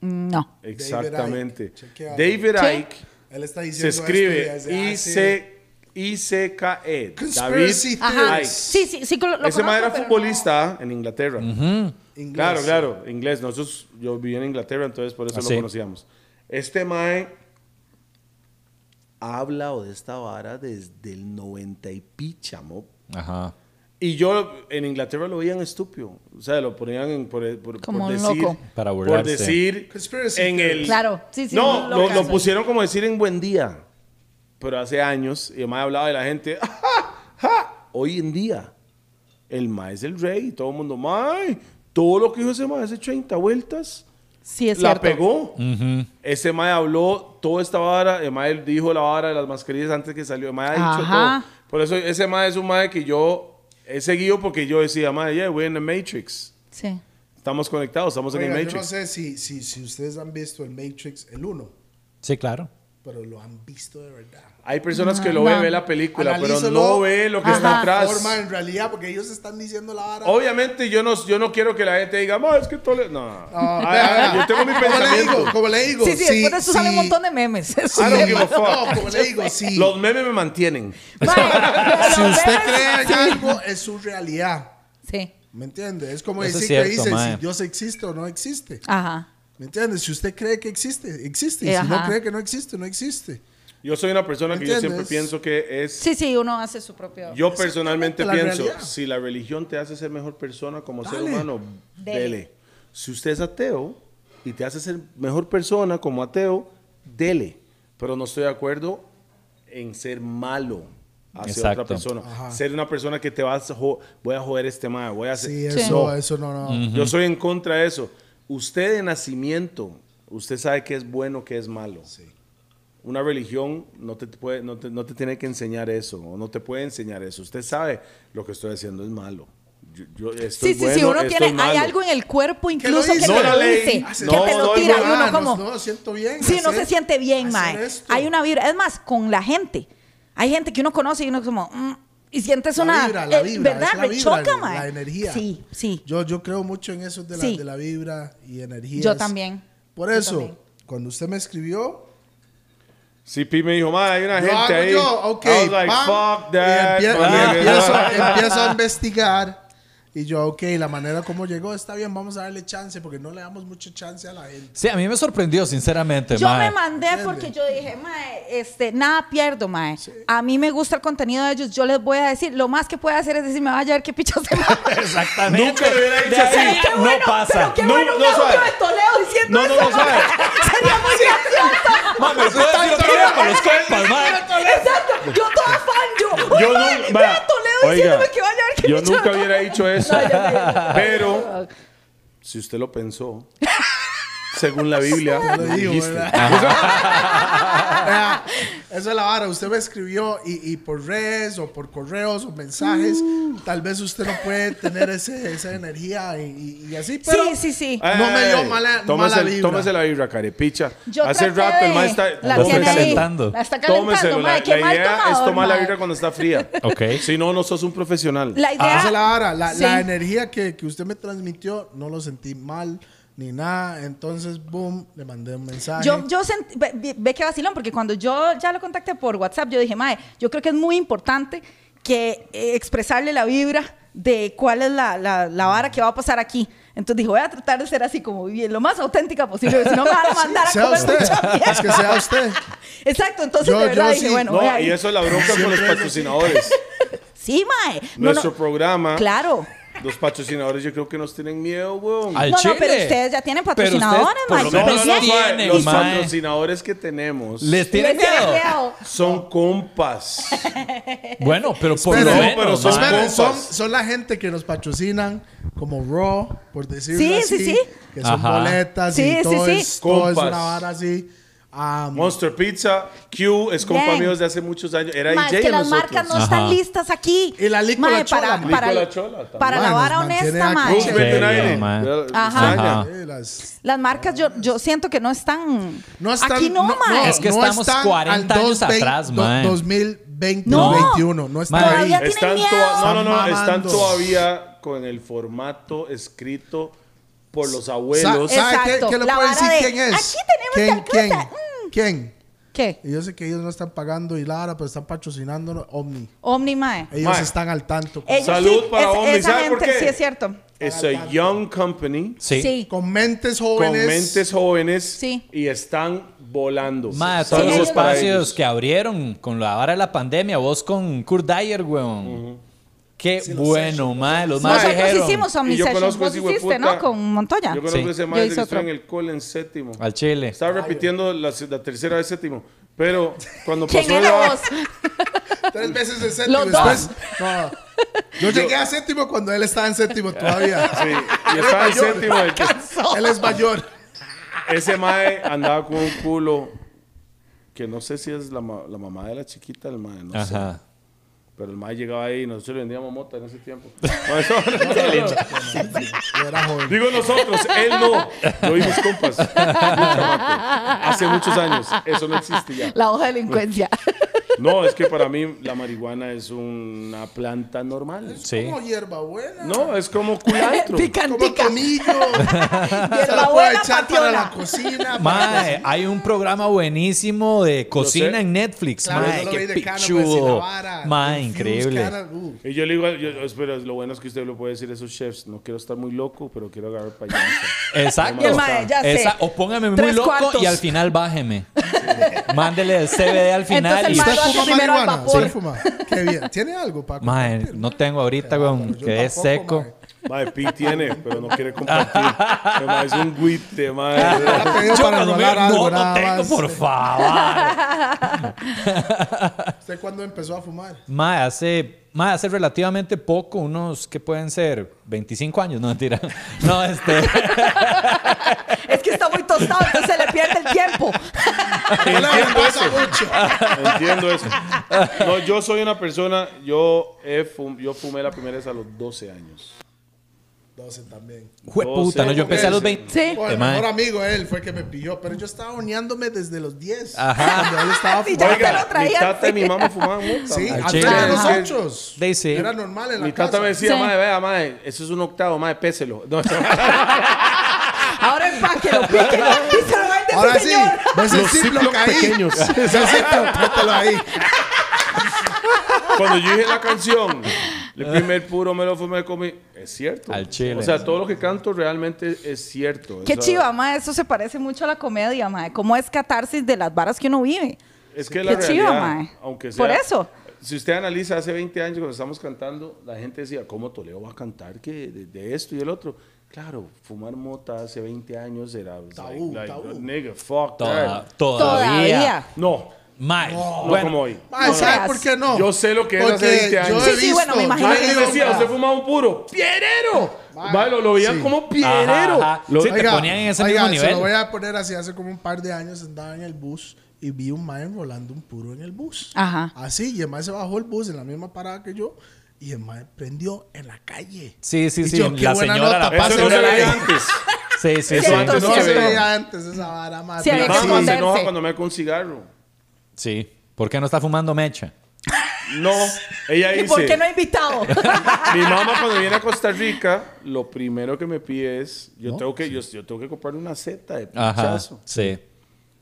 Speaker 2: no.
Speaker 4: Exactamente.
Speaker 3: Icke, chequealo.
Speaker 4: David
Speaker 2: Sí.
Speaker 4: Icke
Speaker 3: Él está
Speaker 4: se
Speaker 3: diciendo esto y
Speaker 4: escribe
Speaker 3: hace- ah, sí.
Speaker 4: I-C- I-C-K-E. E. David
Speaker 3: Conspiracy
Speaker 2: Ajá.
Speaker 3: Ay.
Speaker 4: Icke.
Speaker 2: Sí, sí, sí. Lo, lo
Speaker 4: Ese
Speaker 2: conozco,
Speaker 4: man era
Speaker 2: pero no.
Speaker 4: futbolista en Inglaterra.
Speaker 3: Inglés.
Speaker 4: Claro, claro, inglés. Nosotros, yo viví en Inglaterra, entonces por eso
Speaker 1: Ah,
Speaker 4: lo
Speaker 1: sí.
Speaker 4: conocíamos. Este mae ha hablado de esta vara desde el 90 y picha, mo.
Speaker 1: Ajá.
Speaker 4: Y yo en Inglaterra lo veían estúpido. O sea, lo ponían en- por, por-
Speaker 2: Como
Speaker 4: por
Speaker 2: un
Speaker 4: decir.
Speaker 2: loco.
Speaker 1: Para
Speaker 4: por
Speaker 1: burlarse.
Speaker 4: decir.
Speaker 3: Conspiracy
Speaker 4: En el,
Speaker 3: theories.
Speaker 2: Claro, sí, sí,
Speaker 4: No,
Speaker 2: lo-
Speaker 4: lo,
Speaker 2: lo-
Speaker 4: lo pusieron como decir en buen día. Pero hace años, y el mae hablaba de la gente. "Ajá, ajá". Hoy en día, el mae es el rey. Todo el mundo, mae. Todo lo que dijo ese mae hace 30 vueltas
Speaker 2: Sí, es
Speaker 4: la
Speaker 2: cierto.
Speaker 4: pegó. Ese mae habló toda esta vara. El mae dijo la vara de las mascarillas antes que salió. El mae ha dicho
Speaker 2: Ajá.
Speaker 4: todo. Por eso ese mae es un mae que yo he seguido porque yo decía, mae, yeah, we're in the Matrix.
Speaker 2: Sí.
Speaker 4: Estamos conectados, estamos en
Speaker 3: Oiga,
Speaker 4: el
Speaker 3: yo no
Speaker 4: Matrix.
Speaker 3: sé si, si, si ustedes han visto el Matrix, el 1,
Speaker 1: Sí, claro.
Speaker 3: pero lo han visto de verdad.
Speaker 4: Hay personas que
Speaker 2: Ah,
Speaker 4: lo ven,
Speaker 2: no.
Speaker 4: ven la película, pero
Speaker 3: Analízalo.
Speaker 4: no ve lo que está
Speaker 2: Ajá.
Speaker 4: atrás.
Speaker 3: Forma en realidad, porque ellos están diciendo la vara.
Speaker 4: Obviamente yo no, yo no quiero que la gente diga, "Ma, es que todo le-". No, Ah, ah, yo tengo mi
Speaker 3: como le digo,
Speaker 4: pensamiento.
Speaker 3: como le digo.
Speaker 2: Sí, sí,
Speaker 3: si-
Speaker 2: después de eso sale un
Speaker 3: si-
Speaker 2: montón de memes.
Speaker 4: I don't give a
Speaker 3: No,
Speaker 4: fuck.
Speaker 3: como le digo, si,
Speaker 4: Los memes me mantienen.
Speaker 2: Mae,
Speaker 3: si
Speaker 2: los
Speaker 3: usted
Speaker 2: memes-
Speaker 3: cree en algo, es su realidad.
Speaker 2: Sí.
Speaker 3: ¿Me entiende? Es como
Speaker 1: Eso
Speaker 3: decir
Speaker 1: es
Speaker 3: que
Speaker 1: cierto,
Speaker 3: dice
Speaker 1: mae.
Speaker 3: si Dios existe o no existe.
Speaker 2: Ajá.
Speaker 3: ¿Me entiendes? Si usted cree que existe, existe. Y
Speaker 2: Eh,
Speaker 3: si no
Speaker 2: ajá.
Speaker 3: cree que no existe, no existe.
Speaker 4: Yo soy una persona que yo siempre
Speaker 3: ¿Entiendes?
Speaker 4: pienso que es
Speaker 2: Sí, sí, uno hace su propio.
Speaker 4: Yo personalmente
Speaker 3: la
Speaker 4: pienso,
Speaker 3: realidad.
Speaker 4: si la religión te hace ser mejor persona como ser
Speaker 3: Dale.
Speaker 4: humano,
Speaker 2: Dele.
Speaker 4: dele. Si usted es ateo y te hace ser mejor persona como ateo, dele. Pero no estoy de acuerdo en ser malo hacia
Speaker 1: Exacto.
Speaker 4: otra persona.
Speaker 3: Ajá.
Speaker 4: Ser una persona que te vas a jo- voy a joder este mal, voy a hacer
Speaker 3: Sí,
Speaker 2: Sí.
Speaker 3: eso, eso no, no.
Speaker 4: Yo soy en contra de eso. Usted de nacimiento, usted sabe qué es bueno, qué es malo. Una religión no te, puede, no, te, no te tiene que enseñar eso, o no te puede enseñar eso. Usted sabe lo que estoy haciendo es malo. Yo, yo- esto
Speaker 2: Sí,
Speaker 4: es
Speaker 2: sí,
Speaker 4: bueno,
Speaker 2: sí, uno
Speaker 4: esto
Speaker 2: tiene,
Speaker 4: es
Speaker 2: hay
Speaker 4: malo.
Speaker 2: algo en el cuerpo incluso que
Speaker 3: dice?
Speaker 2: te
Speaker 4: No la
Speaker 2: lo
Speaker 4: ley.
Speaker 2: dice,
Speaker 4: Ah,
Speaker 2: que
Speaker 4: no,
Speaker 2: te lo
Speaker 4: no,
Speaker 2: tira y
Speaker 4: no,
Speaker 2: uno
Speaker 4: no,
Speaker 2: como,
Speaker 3: No, siento bien.
Speaker 2: sí, no
Speaker 3: hacer-
Speaker 2: se siente bien,
Speaker 3: hacer
Speaker 2: mae.
Speaker 3: esto.
Speaker 2: Hay una vibra, es más, con la gente. Hay gente que uno conoce y uno como, mm, y sientes
Speaker 3: La
Speaker 2: una,
Speaker 3: vibra, la
Speaker 2: eh,
Speaker 3: vibra,
Speaker 2: ¿verdad?
Speaker 3: es la
Speaker 2: Rechoca,
Speaker 3: vibra,
Speaker 2: mae.
Speaker 3: la energía.
Speaker 2: Sí, sí.
Speaker 3: Yo, yo creo mucho en eso de la,
Speaker 2: Sí.
Speaker 3: de la vibra y energía.
Speaker 2: Yo también.
Speaker 3: Por
Speaker 2: Yo
Speaker 3: eso,
Speaker 2: también.
Speaker 3: cuando usted me escribió,
Speaker 4: Sí, Pi me dijo, "Ma, hay una
Speaker 3: yo
Speaker 4: gente
Speaker 3: hago
Speaker 4: ahí.
Speaker 3: yo, ok,
Speaker 4: I was like,
Speaker 3: pam,
Speaker 4: fuck
Speaker 3: y
Speaker 4: that.
Speaker 3: empie-
Speaker 4: my
Speaker 3: y
Speaker 4: nigga.
Speaker 3: empiezo, empiezo a investigar. Y yo, ok, la manera como llegó está bien, vamos a darle chance, porque no le damos mucho chance a la gente.
Speaker 1: Sí, a mí me sorprendió, sinceramente,
Speaker 2: Yo
Speaker 1: mae.
Speaker 2: me mandé porque yo dije, mae, este, nada pierdo, mae. A mí me gusta el contenido de ellos, yo les voy a decir, lo más que puedo hacer es decir, me vaya a ver qué pichos se
Speaker 1: Exactamente.
Speaker 4: Nunca lo hubiera
Speaker 1: De
Speaker 4: dicho
Speaker 1: ahí
Speaker 4: así.
Speaker 1: no pasa.
Speaker 2: Pero qué
Speaker 4: No,
Speaker 2: bueno un
Speaker 4: no
Speaker 2: audio
Speaker 4: sabe.
Speaker 2: de Toledo diciendo
Speaker 4: No, no,
Speaker 2: eso,
Speaker 4: no sabe.
Speaker 2: Sería muy gracioso.
Speaker 1: Mami, eso es lo que era para los compas, mae.
Speaker 2: Exacto. Yo toda fan, yo.
Speaker 4: Yo
Speaker 2: Yo
Speaker 4: no,
Speaker 2: no.
Speaker 4: va,
Speaker 2: Toledo
Speaker 4: oiga,
Speaker 2: diciéndome que vaya a ver qué
Speaker 4: Yo
Speaker 2: pichos.
Speaker 4: nunca hubiera dicho eso.
Speaker 2: ya sé.
Speaker 4: Pero, si usted lo pensó, según la Biblia.
Speaker 3: Lo digo,
Speaker 4: dijiste.
Speaker 3: ¿verdad? Vea, Esa es la vara. Usted me escribió y, y por redes o por correos o mensajes,
Speaker 2: Mm.
Speaker 3: tal vez usted no puede tener ese, esa energía y, y- y así, pero
Speaker 2: sí, sí, sí.
Speaker 4: Ay,
Speaker 3: No me dio
Speaker 4: ay,
Speaker 3: mala-
Speaker 4: Ah, tómese,
Speaker 3: mala vibra.
Speaker 4: tómese la vibra, carepicha.
Speaker 2: Yo
Speaker 4: Hace
Speaker 2: traté
Speaker 4: rato el
Speaker 2: de-
Speaker 4: mae está.
Speaker 2: La
Speaker 1: Lo
Speaker 4: tómese-
Speaker 2: tiene
Speaker 1: estoy
Speaker 2: ahí.
Speaker 1: calentando.
Speaker 2: La está
Speaker 4: Tómeselo.
Speaker 2: calentando,
Speaker 4: La,
Speaker 2: mae. Qué
Speaker 4: la
Speaker 2: mal
Speaker 4: idea es
Speaker 2: tomador,
Speaker 4: tomar la
Speaker 2: mae.
Speaker 4: vibra cuando está fría.
Speaker 1: Ok.
Speaker 4: Si no, no sos un profesional.
Speaker 2: La idea...
Speaker 3: Ah, esa es la vara. La, la
Speaker 2: Sí.
Speaker 3: energía que, que usted me transmitió, no lo sentí mal ni nada. Entonces, boom, le mandé un mensaje.
Speaker 2: Yo, yo sent- ve, ve- ve que vacilón, porque cuando yo ya lo contacté por WhatsApp, yo dije, Mae, yo creo que es muy importante que eh, expresarle la vibra de cuál es la, la, la vara que va a pasar aquí. Entonces dijo, voy a tratar de ser así como bien, lo más auténtica posible, porque si no me van a mandar a
Speaker 3: sea
Speaker 2: comer
Speaker 3: usted.
Speaker 2: mucha mierda.
Speaker 3: Es que sea usted.
Speaker 2: Exacto, entonces
Speaker 3: Yo-
Speaker 2: de verdad
Speaker 3: yo
Speaker 2: dije,
Speaker 3: sí.
Speaker 2: bueno, voy
Speaker 4: no,
Speaker 2: ahí.
Speaker 4: y eso es la bronca con los patrocinadores.
Speaker 2: sí, Mae. No,
Speaker 4: Nuestro
Speaker 2: no,
Speaker 4: programa.
Speaker 2: claro.
Speaker 4: Los patrocinadores, yo creo que nos tienen miedo, weón.
Speaker 1: Al
Speaker 2: No, no,
Speaker 1: chile.
Speaker 2: pero ustedes ya tienen Pues
Speaker 1: Pero ustedes
Speaker 2: patrocinadores,
Speaker 1: por
Speaker 2: mae,
Speaker 1: lo
Speaker 2: yo
Speaker 4: No, no,
Speaker 1: menos
Speaker 4: no,
Speaker 2: recién.
Speaker 4: mae,
Speaker 1: tienen,
Speaker 4: los
Speaker 1: mae.
Speaker 4: patrocinadores que tenemos
Speaker 1: Les tienen
Speaker 2: Les tienen
Speaker 1: miedo.
Speaker 2: miedo.
Speaker 4: son compas.
Speaker 1: Bueno, pero por
Speaker 4: Pero- pues,
Speaker 1: lo
Speaker 4: No,
Speaker 1: menos.
Speaker 4: pero son
Speaker 1: mae.
Speaker 3: Esperen, son,
Speaker 4: compas.
Speaker 3: son la gente que nos patrocinan como Raw, por decirlo
Speaker 2: Sí,
Speaker 3: así.
Speaker 2: sí, sí.
Speaker 3: Que son
Speaker 1: Ajá.
Speaker 3: boletas
Speaker 2: Sí,
Speaker 3: y
Speaker 2: sí,
Speaker 3: todo,
Speaker 2: sí.
Speaker 3: Es, todo es una
Speaker 4: Compas.
Speaker 3: vara así. Am,
Speaker 4: Monster Pizza, Q es compa
Speaker 2: Bien.
Speaker 4: mío desde hace muchos años. Era
Speaker 2: Mae, es
Speaker 4: DJ
Speaker 2: que
Speaker 4: de
Speaker 2: las
Speaker 4: nosotros.
Speaker 2: marcas no están listas aquí.
Speaker 3: Y la Licola
Speaker 2: Mae,
Speaker 3: Chola,
Speaker 2: para,
Speaker 3: mae.
Speaker 2: para,
Speaker 4: Licola Chola también.
Speaker 2: para la
Speaker 3: Mae, nos
Speaker 2: vara
Speaker 3: mantiene
Speaker 2: honesta,
Speaker 3: acá.
Speaker 2: mae.
Speaker 4: Rules
Speaker 3: Sí,
Speaker 4: 29.
Speaker 1: mae.
Speaker 4: Vea,
Speaker 2: Ajá.
Speaker 4: España.
Speaker 1: Ajá.
Speaker 3: eh, las-
Speaker 2: Las marcas yo, yo siento que no están...
Speaker 3: no están-
Speaker 2: aquí no, mae.
Speaker 1: Es que estamos
Speaker 3: están al
Speaker 1: 40 años
Speaker 3: 2020,
Speaker 1: atrás,
Speaker 3: do-
Speaker 1: mae.
Speaker 3: 2020,
Speaker 2: No.
Speaker 3: 2021. No está
Speaker 1: Mae.
Speaker 3: ahí.
Speaker 2: Todavía- Ya tienen
Speaker 4: Están
Speaker 2: miedo.
Speaker 4: toa- no, no, no,
Speaker 3: Están
Speaker 4: están
Speaker 3: mamando.
Speaker 4: todavía con el formato escrito por los abuelos.
Speaker 3: Sa- ¿Sabe qué,
Speaker 2: Exacto,
Speaker 3: qué le
Speaker 2: la
Speaker 3: puedo
Speaker 2: vara
Speaker 3: decir
Speaker 2: de,
Speaker 3: quién es?
Speaker 2: "Aquí tenemos Mm.
Speaker 3: ¿Quién,
Speaker 2: tal cosa,
Speaker 3: ¿Quién? ¿Quién?
Speaker 2: ¿Qué?
Speaker 3: Y yo sé que ellos no están pagando y Lara, pero están patrocinando Omni.
Speaker 2: Omni, mae.
Speaker 3: Ellos
Speaker 4: Mae.
Speaker 3: están al tanto.
Speaker 2: Ellos
Speaker 4: Salud
Speaker 2: sí,
Speaker 4: para
Speaker 2: es-
Speaker 4: Omni,
Speaker 2: Esa
Speaker 4: ¿sabe por
Speaker 2: gente
Speaker 4: qué?
Speaker 2: sí es cierto.
Speaker 4: Es a young company
Speaker 1: Sí.
Speaker 2: Sí.
Speaker 3: Con mentes
Speaker 4: con
Speaker 3: jóvenes.
Speaker 4: mentes jóvenes
Speaker 2: Sí.
Speaker 4: y están volando.
Speaker 1: Mae,
Speaker 4: Saludos
Speaker 1: todos los
Speaker 2: ellos-
Speaker 4: para
Speaker 1: espacios
Speaker 4: ellos.
Speaker 1: que abrieron con la vara de la pandemia, vos con Kurt Dyer, weón. Qué bueno, mae, los más
Speaker 2: Nosotros
Speaker 1: dijeron.
Speaker 2: hicimos Omni
Speaker 4: Y yo
Speaker 2: Sessions.
Speaker 4: conozco a
Speaker 2: Vos
Speaker 4: ese
Speaker 2: hiciste,
Speaker 4: hueputa.
Speaker 2: ¿no? Con Montoya.
Speaker 4: Yo conozco
Speaker 1: Sí.
Speaker 4: a ese
Speaker 2: Yo
Speaker 4: mae
Speaker 2: hice
Speaker 4: que estuvo
Speaker 2: otro.
Speaker 4: en el cole en séptimo.
Speaker 1: Al chile.
Speaker 4: Estaba repitiendo la, la tercera vez séptimo. Pero cuando
Speaker 2: ¿Quién
Speaker 4: pasó
Speaker 2: era
Speaker 4: la...
Speaker 2: vos?
Speaker 3: Tres veces de séptimo.
Speaker 2: Los
Speaker 3: después, no. Yo llegué a séptimo cuando él estaba en séptimo todavía.
Speaker 4: Sí, y estaba en séptimo. el que-
Speaker 3: Él es mayor.
Speaker 4: Ese mae andaba con un culo que no sé si es la, ma- la mamá de la chiquita del mae, no sé.
Speaker 1: Ajá.
Speaker 4: Pero el mae llegaba ahí y nosotros le vendíamos mota en ese tiempo. No, eso- no, no.
Speaker 3: Yo era joven.
Speaker 4: Digo nosotros, él no. Yo y mis compas. Un chamaco. Hace muchos años. Eso no existe ya.
Speaker 2: La hoja de delincuencia.
Speaker 4: No, es que para mí la marihuana es una planta normal.
Speaker 1: Sí.
Speaker 3: Como hierbabuena.
Speaker 4: No, es como culantro.
Speaker 3: Como
Speaker 2: Picantica.
Speaker 3: tomillo. Se la puede
Speaker 2: Hierbabuena
Speaker 3: echar para la
Speaker 2: patiola.
Speaker 3: cocina. para
Speaker 1: Mae, hay un programa buenísimo de cocina
Speaker 4: sé.
Speaker 1: en Netflix.
Speaker 3: pues, Claro,
Speaker 1: mae,
Speaker 3: yo lo
Speaker 1: qué
Speaker 3: vi de Cannabis y la
Speaker 1: pichudo.
Speaker 3: vara,
Speaker 1: Mae,
Speaker 3: Infused
Speaker 1: increíble.
Speaker 3: Cannabis, uh.
Speaker 4: Y yo le digo, yo, espero, lo bueno es que usted lo puede decir a esos chefs. No quiero estar muy loco, pero quiero agarrar payaso.
Speaker 1: Exacto.
Speaker 4: Y el
Speaker 2: mae, ya sé.
Speaker 1: Esa- o póngame muy
Speaker 2: Tres
Speaker 1: loco
Speaker 2: cuartos.
Speaker 1: y al final bájeme. Mándele el CBD al final. y-
Speaker 2: Entonces, mae,
Speaker 3: ¿Usted
Speaker 2: Lo hace
Speaker 3: fuma
Speaker 2: primero al
Speaker 3: marihuana?
Speaker 2: vapor.
Speaker 3: Sí, fuma. Qué bien. ¿Tiene algo, Paco?
Speaker 1: Mae, no tengo ahorita, weón.
Speaker 3: Yo
Speaker 1: Quedé
Speaker 3: tampoco,
Speaker 1: seco.
Speaker 3: mae.
Speaker 4: Madre, Pi tiene, pero no quiere compartir. El mae es un guite, madre.
Speaker 3: Te digo
Speaker 1: Yo
Speaker 3: para
Speaker 1: cuando me
Speaker 3: enrolar
Speaker 1: no, no
Speaker 3: algo, nada
Speaker 1: tengo,
Speaker 3: más.
Speaker 1: por favor.
Speaker 3: ¿Usted cuándo empezó a fumar?
Speaker 1: Mae, hace, mae, hace relativamente poco, unos que pueden ser 25 años, no mentira. No, este.
Speaker 2: Es que está muy tostado, entonces se le pierde el tiempo.
Speaker 3: Claro,
Speaker 1: pues.
Speaker 3: pasa mucho.
Speaker 4: Entiendo eso. No, yo soy una persona, yo, he fum- yo fumé la primera vez a los 12 años.
Speaker 3: 12 también.
Speaker 1: Jueputa, no, yo empecé a los 20.
Speaker 2: Sí.
Speaker 3: Bueno, el
Speaker 1: Mae.
Speaker 3: mejor amigo él fue el que me pilló, pero yo estaba oneándome desde los 10.
Speaker 1: Ajá.
Speaker 3: Cuando él estaba
Speaker 2: Sí, ya
Speaker 3: fumando.
Speaker 2: te lo
Speaker 4: mi
Speaker 2: traían,
Speaker 4: tata
Speaker 2: sí.
Speaker 4: y mi mamá fumaban mucho.
Speaker 3: Sí,
Speaker 1: Al
Speaker 3: al
Speaker 1: chile.
Speaker 3: de
Speaker 1: Ajá.
Speaker 3: nosotros.
Speaker 1: They say.
Speaker 3: Era normal en la
Speaker 4: Mi tata
Speaker 3: casa.
Speaker 4: me decía,
Speaker 2: Sí.
Speaker 4: madre, vea, madre, eso es un octavo, madre, péselo. No,
Speaker 2: Ahora empáquelo, píquelo y se lo vende
Speaker 3: Ahora
Speaker 2: ese
Speaker 3: sí,
Speaker 2: señor.
Speaker 3: ves el Ziploc ahí.
Speaker 4: pequeños.
Speaker 3: Ves el Ziploc, mételo ahí.
Speaker 4: Cuando yo dije la canción, el primer puro me lo fumé comí. Es cierto.
Speaker 1: Al chile.
Speaker 4: O sea, todo lo que canto realmente es cierto. O
Speaker 2: Qué
Speaker 4: sea,
Speaker 2: chiva, ma, eso se parece mucho a la comedia, ma, cómo es catarsis de las varas que uno vive.
Speaker 4: Es que la
Speaker 2: Qué chiva,
Speaker 4: realidad,
Speaker 2: mae.
Speaker 4: aunque sea...
Speaker 2: Por eso.
Speaker 4: Si usted analiza, hace 20 años cuando estamos cantando, la gente decía, ¿cómo Toledo va a cantar que de, de esto y el otro? Claro, fumar mota hace 20 años era... like-
Speaker 3: Tabú,
Speaker 4: like,
Speaker 3: tabú.
Speaker 4: Nigga, fuck
Speaker 1: Toda-
Speaker 4: that.
Speaker 1: todavía.
Speaker 4: No,
Speaker 1: Mae.
Speaker 4: no
Speaker 1: bueno,
Speaker 4: como hoy.
Speaker 3: Ay,
Speaker 2: No,
Speaker 3: ¿sabe
Speaker 2: no.
Speaker 3: por qué no?
Speaker 4: Yo sé lo que es
Speaker 3: Porque
Speaker 4: hace 20
Speaker 3: yo
Speaker 4: años.
Speaker 3: he
Speaker 2: Sí, sí, bueno, me
Speaker 3: visto-
Speaker 2: imagino
Speaker 4: Yo
Speaker 3: yo he
Speaker 2: que
Speaker 4: les
Speaker 3: ido-
Speaker 4: decía, usted fumaba un puro. ¡Pierero! Mae, lo, lo veían
Speaker 3: Sí.
Speaker 4: como piedrero.
Speaker 1: Ajá, ajá.
Speaker 4: Lo-
Speaker 1: Sí, te ponían en ese mismo
Speaker 3: Se
Speaker 1: nivel.
Speaker 3: lo voy a poner así. Hace como un par de años andaba en el bus y vi un mae enrolando un puro en el bus.
Speaker 2: Ajá.
Speaker 3: Así, y el mae se bajó el bus en la misma parada que yo y el mae prendió en la calle.
Speaker 1: Sí, sí,
Speaker 3: Y
Speaker 1: sí.
Speaker 3: yo, qué
Speaker 1: la
Speaker 3: buena
Speaker 1: señora
Speaker 3: nota,
Speaker 1: la
Speaker 3: papá,
Speaker 1: pasa.
Speaker 4: Eso no se
Speaker 3: Seguro
Speaker 4: veía
Speaker 3: ahí.
Speaker 4: antes.
Speaker 1: Sí, sí,
Speaker 2: Eso
Speaker 1: sí.
Speaker 2: antes-
Speaker 3: No
Speaker 2: Entonces,
Speaker 3: se
Speaker 2: ¿qué veía?
Speaker 3: veía antes esa vara, mae.
Speaker 2: Sí, había
Speaker 4: Mi
Speaker 2: que
Speaker 3: Pero
Speaker 4: mamá se
Speaker 2: esconderse.
Speaker 4: enoja cuando me da con cigarro.
Speaker 1: Sí. ¿Por qué no está fumando mecha?
Speaker 4: No, ella dice.
Speaker 2: ¿Y por qué no ha invitado?
Speaker 4: Mi mamá cuando viene a Costa Rica, lo primero que me pide es, yo tengo que, yo, yo tengo que comprarle una seta de
Speaker 1: Ajá.
Speaker 4: pichazo,
Speaker 1: Sí.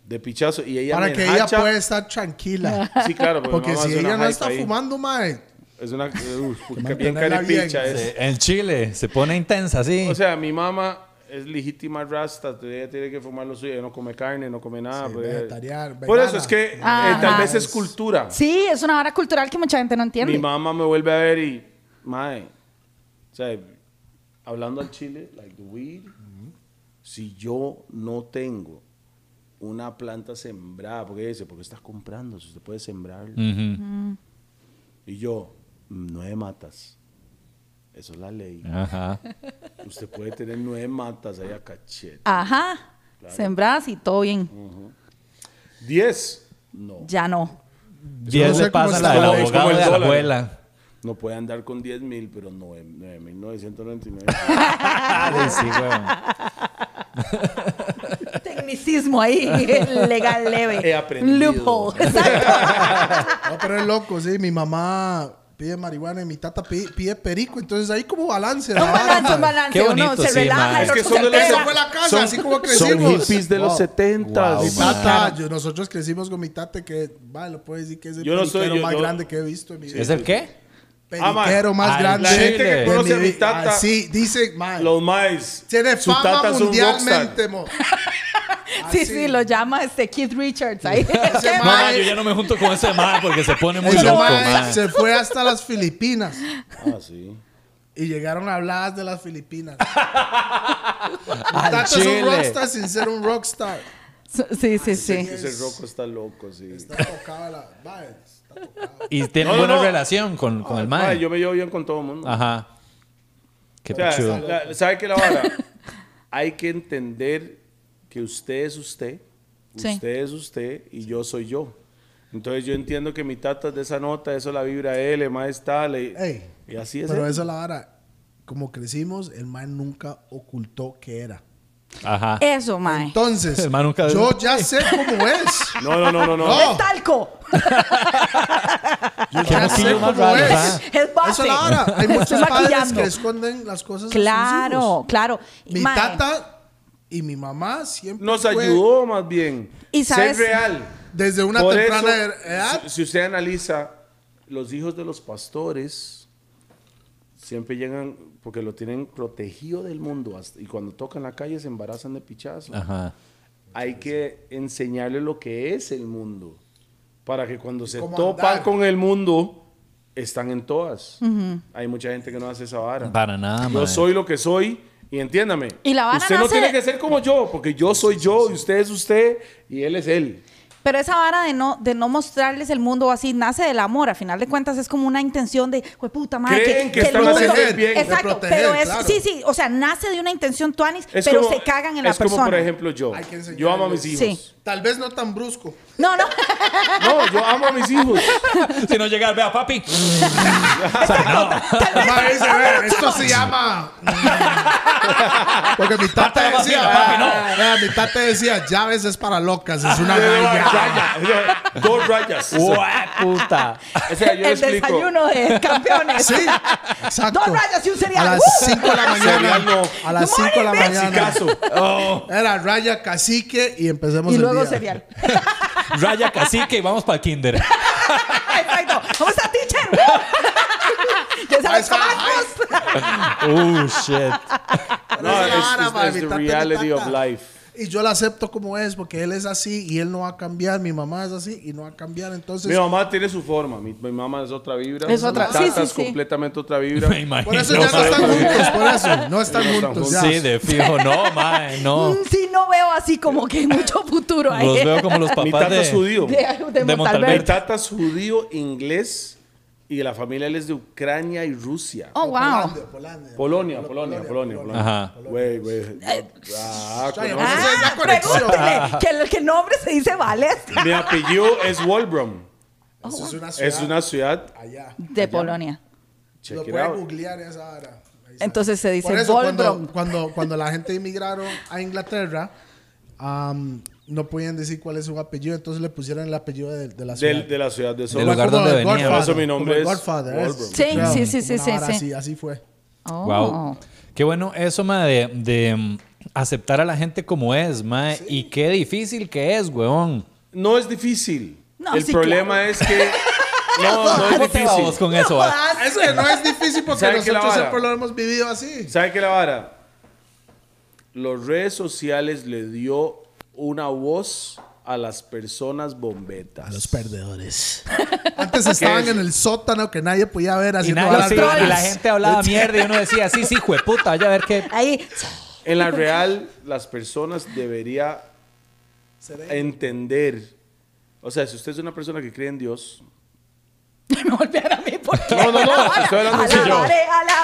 Speaker 4: de pichazo y ella
Speaker 3: Para
Speaker 4: me
Speaker 3: que ella
Speaker 4: enhacha-
Speaker 3: pueda estar tranquila.
Speaker 4: Sí, claro, porque,
Speaker 3: Porque
Speaker 4: mi mamá
Speaker 3: si
Speaker 4: es una
Speaker 3: ella no
Speaker 4: hype
Speaker 3: está
Speaker 4: ahí.
Speaker 3: fumando, mae.
Speaker 4: es una uf, porque bien
Speaker 3: mantenerla
Speaker 4: caripicha
Speaker 3: bien,
Speaker 4: es.
Speaker 1: Sí, En Eh, Chile se pone intensa, sí.
Speaker 4: O sea, mi mamá es legítima rasta, ella tiene que fumar lo suyo, ella no come carne, no come nada.
Speaker 3: Sí,
Speaker 4: pero ella-
Speaker 3: vegetariana,
Speaker 4: Por
Speaker 3: vegana.
Speaker 4: eso es que eh,
Speaker 2: Ajá.
Speaker 4: tal vez es cultura.
Speaker 2: sí, es una vara cultural que mucha gente no
Speaker 4: Mi
Speaker 2: entiende.
Speaker 4: mamá me vuelve a ver y, mae, o sea, hablando al chile, like the weed, si yo no tengo una planta sembrada, porque ella dice, ¿por qué estás comprando? Si usted puede sembrarla.
Speaker 1: Ujú.
Speaker 4: Y yo, nueve matas. Eso es la ley.
Speaker 1: Ajá.
Speaker 4: Usted puede tener nueve matas ahí a cachete.
Speaker 2: Ajá. Sembrás y todo bien.
Speaker 4: Diez. No.
Speaker 2: Ya no.
Speaker 1: Y
Speaker 3: no sé
Speaker 1: le
Speaker 3: cómo
Speaker 1: pasa
Speaker 3: está
Speaker 1: la del
Speaker 4: hoy, es como
Speaker 1: abogado
Speaker 4: el
Speaker 1: de la
Speaker 4: dólar.
Speaker 1: abuela.
Speaker 4: No puede andar con diez mil, pero nueve nueve mil novecientos noventa y nueve.
Speaker 1: Ah, sí, huevón.
Speaker 2: Tecnicismo ahí, legal leve.
Speaker 4: He aprendido.
Speaker 2: Loophole. Exacto.
Speaker 3: No, pero es loco, sí. Mi mamá pide marihuana y mi tata pi- pide, perico. Entonces ahí como balance. la
Speaker 2: Un
Speaker 3: vara,
Speaker 2: balance, un
Speaker 3: mae.
Speaker 2: balance.
Speaker 1: Qué bonito,
Speaker 2: Uno se
Speaker 1: sí,
Speaker 2: relaja,
Speaker 1: mae.
Speaker 2: el
Speaker 1: Es
Speaker 4: que
Speaker 2: otro
Speaker 4: son
Speaker 2: se
Speaker 4: de la-
Speaker 3: Esa
Speaker 2: altera.
Speaker 3: fue la casa,
Speaker 4: Son-
Speaker 3: así como
Speaker 4: Son
Speaker 3: crecimos.
Speaker 4: hippies de los
Speaker 1: Wow.
Speaker 4: setentas.
Speaker 1: Wow,
Speaker 3: Mi
Speaker 1: Sí,
Speaker 3: tata, yo- nosotros crecimos con mi tata que, vale, lo puedo decir que es el
Speaker 4: Yo no soy-
Speaker 3: periquero
Speaker 4: yo-
Speaker 3: más
Speaker 4: yo-
Speaker 3: grande que he visto en mi vida.
Speaker 1: ¿Es el qué?
Speaker 4: Ah, man.
Speaker 3: periquero más
Speaker 1: Al
Speaker 3: grande.
Speaker 1: La gente que
Speaker 3: de
Speaker 4: conoce a mi
Speaker 3: vida.
Speaker 4: tata-
Speaker 3: Ah, sí, dice, man,
Speaker 4: Los maes.
Speaker 3: tiene
Speaker 4: Su
Speaker 3: fama
Speaker 4: tata es un rockstar.
Speaker 3: mundialmente, mo.
Speaker 2: Sí,
Speaker 3: Así.
Speaker 2: sí, lo llama este Keith Richards ahí.
Speaker 3: Ese
Speaker 1: No,
Speaker 3: mae-
Speaker 1: no, yo ya no me junto con ese man porque se pone muy
Speaker 3: ese
Speaker 1: loco,
Speaker 3: mae
Speaker 1: man.
Speaker 3: se fue hasta las Filipinas
Speaker 4: Ah, sí.
Speaker 3: y llegaron habladas de las Filipinas. Mi tata es
Speaker 1: Chile.
Speaker 3: un rockstar sin ser un rockstar.
Speaker 2: Sí, sí, sí.
Speaker 4: Ese roco está loco, sí.
Speaker 3: Está tocada la. mae, está tocada.
Speaker 1: Y tiene
Speaker 4: No, no,
Speaker 1: buena
Speaker 4: no.
Speaker 1: relación con, con el man.
Speaker 4: Mae, yo me llevo bien con todo el mundo.
Speaker 1: Ajá. Qué
Speaker 4: O sea,
Speaker 1: pichudo.
Speaker 4: la- ¿Sabe qué la vara? Hay que entender que usted es usted,
Speaker 2: Sí.
Speaker 4: usted es usted y yo soy yo. Entonces yo entiendo que mi tata es de esa nota, eso la vibra él, el mae está, le-
Speaker 3: Ey,
Speaker 4: y así es.
Speaker 3: Pero
Speaker 4: él.
Speaker 3: eso es la vara. Como crecimos, el man nunca ocultó que era.
Speaker 1: Ajá.
Speaker 2: Eso, mae.
Speaker 3: Entonces,
Speaker 1: El man nunca-
Speaker 3: yo ya sé cómo es.
Speaker 4: No, no, no, no, no.
Speaker 3: No.
Speaker 2: Es talco.
Speaker 3: Yo
Speaker 1: Qué
Speaker 3: ya sé
Speaker 1: moquillo más
Speaker 3: cómo
Speaker 1: raro,
Speaker 3: es.
Speaker 1: ¿verdad?
Speaker 2: Es base.
Speaker 3: Eso es la vara. Hay muchos
Speaker 2: Estoy
Speaker 3: padres
Speaker 2: maquillando.
Speaker 3: que esconden las cosas. a sus
Speaker 2: Claro,
Speaker 3: hijos.
Speaker 2: claro. Y,
Speaker 3: Mi
Speaker 2: mae,
Speaker 3: tata y mi mamá siempre.
Speaker 4: Nos
Speaker 3: fue-
Speaker 4: ayudó más bien.
Speaker 2: Y sabes-
Speaker 4: Ser real.
Speaker 3: Desde una
Speaker 4: Por
Speaker 3: temprana e-
Speaker 4: eso,
Speaker 3: edad.
Speaker 4: Si, si usted analiza, los hijos de los pastores siempre llegan porque lo tienen protegido del mundo hasta- y cuando tocan la calle se embarazan de pichazo.
Speaker 1: Ajá.
Speaker 4: Hay que enseñarle lo que es el mundo para que cuando se
Speaker 3: cómo
Speaker 4: topan
Speaker 3: andar.
Speaker 4: con el mundo están en todas. Hay mucha gente que no hace esa vara.
Speaker 1: Para nada,
Speaker 4: Yo
Speaker 1: mae.
Speaker 4: soy lo que soy y entiéndame.
Speaker 2: Y la vara
Speaker 4: usted no
Speaker 2: nace
Speaker 4: tiene
Speaker 2: de-
Speaker 4: que ser como yo, porque yo soy yo y usted es usted y él es él.
Speaker 2: Pero esa vara de no, de no mostrarles el mundo o así nace del amor. A final de cuentas es como una intención de, "Jue puta madre,
Speaker 4: Creen que
Speaker 2: el
Speaker 4: están
Speaker 2: mundo-"
Speaker 4: haciendo bien, de
Speaker 2: Exacto,
Speaker 3: proteger,
Speaker 2: pero es,
Speaker 3: claro.
Speaker 2: sí, sí, o sea, nace de una intención tuanis,
Speaker 4: Es
Speaker 2: pero
Speaker 4: como-
Speaker 2: se cagan en la
Speaker 4: es
Speaker 2: persona.
Speaker 4: como, por ejemplo, yo.
Speaker 3: Hay que enseñarles.
Speaker 4: Yo amo a mis hijos.
Speaker 2: Sí.
Speaker 3: Tal vez no tan brusco.
Speaker 2: No, no,
Speaker 4: No, yo amo a mis hijos.
Speaker 1: Si no llegar, vea, papi.
Speaker 3: Ma, dice, "Ve, esto se llama. Porque mi
Speaker 1: Parte de
Speaker 3: tata
Speaker 1: la vacía,
Speaker 3: decía.
Speaker 1: papi,
Speaker 3: "Ah, mi tata decía, llaves es para locas, es una ganga.
Speaker 4: Raya, dos rayas.
Speaker 1: Ua, puta!
Speaker 4: O sea, yo le
Speaker 2: el
Speaker 4: explico.
Speaker 2: desayuno de campeones.
Speaker 3: Sí, exacto.
Speaker 2: Dos rayas y un cereal.
Speaker 3: A las
Speaker 2: ¡Uh!
Speaker 3: 5 de la
Speaker 4: Cereal no.
Speaker 3: mañana. A las 5 de la
Speaker 4: Si
Speaker 3: mañana.
Speaker 4: caso.
Speaker 1: Oh.
Speaker 3: Era raya cacique y empecemos
Speaker 2: y
Speaker 3: el
Speaker 2: luego
Speaker 3: día.
Speaker 2: cereal.
Speaker 1: Raya cacique y vamos para el kinder.
Speaker 2: Exacto. ¿Cómo está, teacher? ya sabes,
Speaker 3: Ahí está,
Speaker 2: chamacos.
Speaker 1: ¡Uh, shit!
Speaker 4: No,
Speaker 3: Esa
Speaker 4: es,
Speaker 3: vara,
Speaker 4: es-
Speaker 3: ma,
Speaker 4: es
Speaker 3: mi
Speaker 4: the
Speaker 3: tata, mi
Speaker 4: reality of
Speaker 3: tata.
Speaker 4: life.
Speaker 3: Y yo la acepto como es, porque él es así y él no va a cambiar. Mi mamá es así y no va a cambiar. Entonces,
Speaker 4: Mi mamá tiene su forma. Mi, mi mamá es otra vibra.
Speaker 2: Es otra-
Speaker 4: Mi
Speaker 2: sí,
Speaker 4: tata
Speaker 2: sí,
Speaker 4: es
Speaker 2: sí.
Speaker 4: completamente otra vibra.
Speaker 1: Me imagino.
Speaker 3: por eso ya no
Speaker 1: mae.
Speaker 3: están juntos, por eso. No están
Speaker 4: No están
Speaker 3: juntos ya.
Speaker 1: Pues Sí, de fijo. No, mae, no.
Speaker 2: Mm, Sí, no veo así como que mucho futuro ahí.
Speaker 1: Los veo como los
Speaker 4: Mi
Speaker 1: papás
Speaker 4: tata
Speaker 1: de...
Speaker 4: es judío.
Speaker 2: de, de
Speaker 1: de
Speaker 2: Montalbert.
Speaker 4: Mi tata es judío, inglés Y la familia él es de Ucrania y Rusia.
Speaker 2: Oh, wow.
Speaker 3: Polonia, Polonia.
Speaker 4: Polonia,
Speaker 3: Polo-
Speaker 4: Polonia, Polonia, Polonia.
Speaker 1: Ajá.
Speaker 4: Güey, güey. Ah,
Speaker 3: Ay,
Speaker 4: conoces-
Speaker 3: ah.
Speaker 2: Ah, pregúntele. Que el, que el nombre se dice Valesca.
Speaker 4: Mi apellido es Wolbrom.
Speaker 2: Oh,
Speaker 3: Eso es una ciudad.
Speaker 4: Es una ciudad.
Speaker 3: Allá.
Speaker 2: De Polonia.
Speaker 4: Check
Speaker 3: Lo
Speaker 4: it
Speaker 3: puede
Speaker 4: out.
Speaker 3: googlear esa hora. Ahí está.
Speaker 2: Entonces se
Speaker 3: Por
Speaker 2: dice
Speaker 3: eso,
Speaker 2: Volbrom.
Speaker 3: cuando, cuando, cuando la gente emigraron a Inglaterra, am, no podían decir cuál es su apellido, entonces le pusieron el apellido de, de la ciudad.
Speaker 4: Del- de la ciudad de
Speaker 3: Fue
Speaker 4: Sol.
Speaker 1: Del lugar
Speaker 3: como
Speaker 1: donde
Speaker 3: el
Speaker 1: venía.
Speaker 3: Godfather,
Speaker 4: Por eso mi
Speaker 3: como
Speaker 4: nombre
Speaker 3: el
Speaker 4: es
Speaker 3: Godfather, es-
Speaker 4: Wolbrom.
Speaker 2: Sí,
Speaker 3: Claro,
Speaker 2: sí, sí,
Speaker 3: como
Speaker 2: sí,
Speaker 3: una
Speaker 2: sí,
Speaker 3: vara
Speaker 2: sí.
Speaker 3: Así, así fue.
Speaker 2: Oh.
Speaker 1: Wow. Qué bueno eso, ma, de, de, mm, aceptar a la gente como es, ma. Y qué difícil que es, weón.
Speaker 4: No es difícil.
Speaker 2: No,
Speaker 4: el
Speaker 2: sí,
Speaker 4: problema
Speaker 2: claro.
Speaker 4: es que. No, no es
Speaker 1: ¿Cómo te va
Speaker 4: difícil.
Speaker 1: vos con eso, ah. va?
Speaker 3: Es que no es difícil porque
Speaker 4: ¿Sabe que la
Speaker 3: nosotros
Speaker 4: vara?
Speaker 3: siempre lo hemos vivido así.
Speaker 4: ¿Sabe qué la vara? Las redes sociales le dio una voz a las personas bombetas.
Speaker 3: A los perdedores. Antes estaban en el sótano que nadie podía ver
Speaker 1: Y,
Speaker 3: haciendo
Speaker 1: nada,
Speaker 3: varas
Speaker 1: sí,
Speaker 3: raras.
Speaker 1: y la gente hablaba mierda y uno decía, sí, sí, jueputa, vaya a ver qué.
Speaker 2: Ahí.
Speaker 4: En la real, las personas debería entender. O sea, si usted es una persona que cree en Dios.
Speaker 2: No golpear a mí porque.
Speaker 4: No, no, no, estoy hablando en serio.
Speaker 2: Alabaré,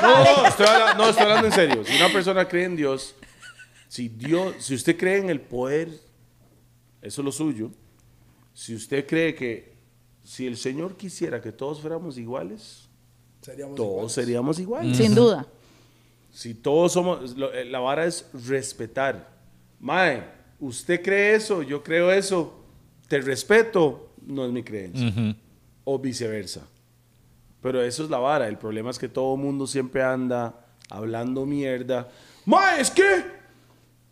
Speaker 4: No,
Speaker 2: alabaré.
Speaker 4: no, estoy habla- no, estoy hablando en serio. Si una persona cree en Dios, si Dios, si usted cree en el poder, eso es lo suyo. Si usted cree que si el Señor quisiera que todos fuéramos iguales,
Speaker 3: Seríamos
Speaker 4: todos
Speaker 3: iguales.
Speaker 4: seríamos iguales.
Speaker 2: Sin duda.
Speaker 4: Si todos somos, lo- eh, la vara es respetar. Mae, usted cree eso, yo creo eso, te respeto, no es mi creencia. O viceversa. Pero eso es la vara. El problema es que todo el mundo siempre anda hablando mierda. Mae, es que.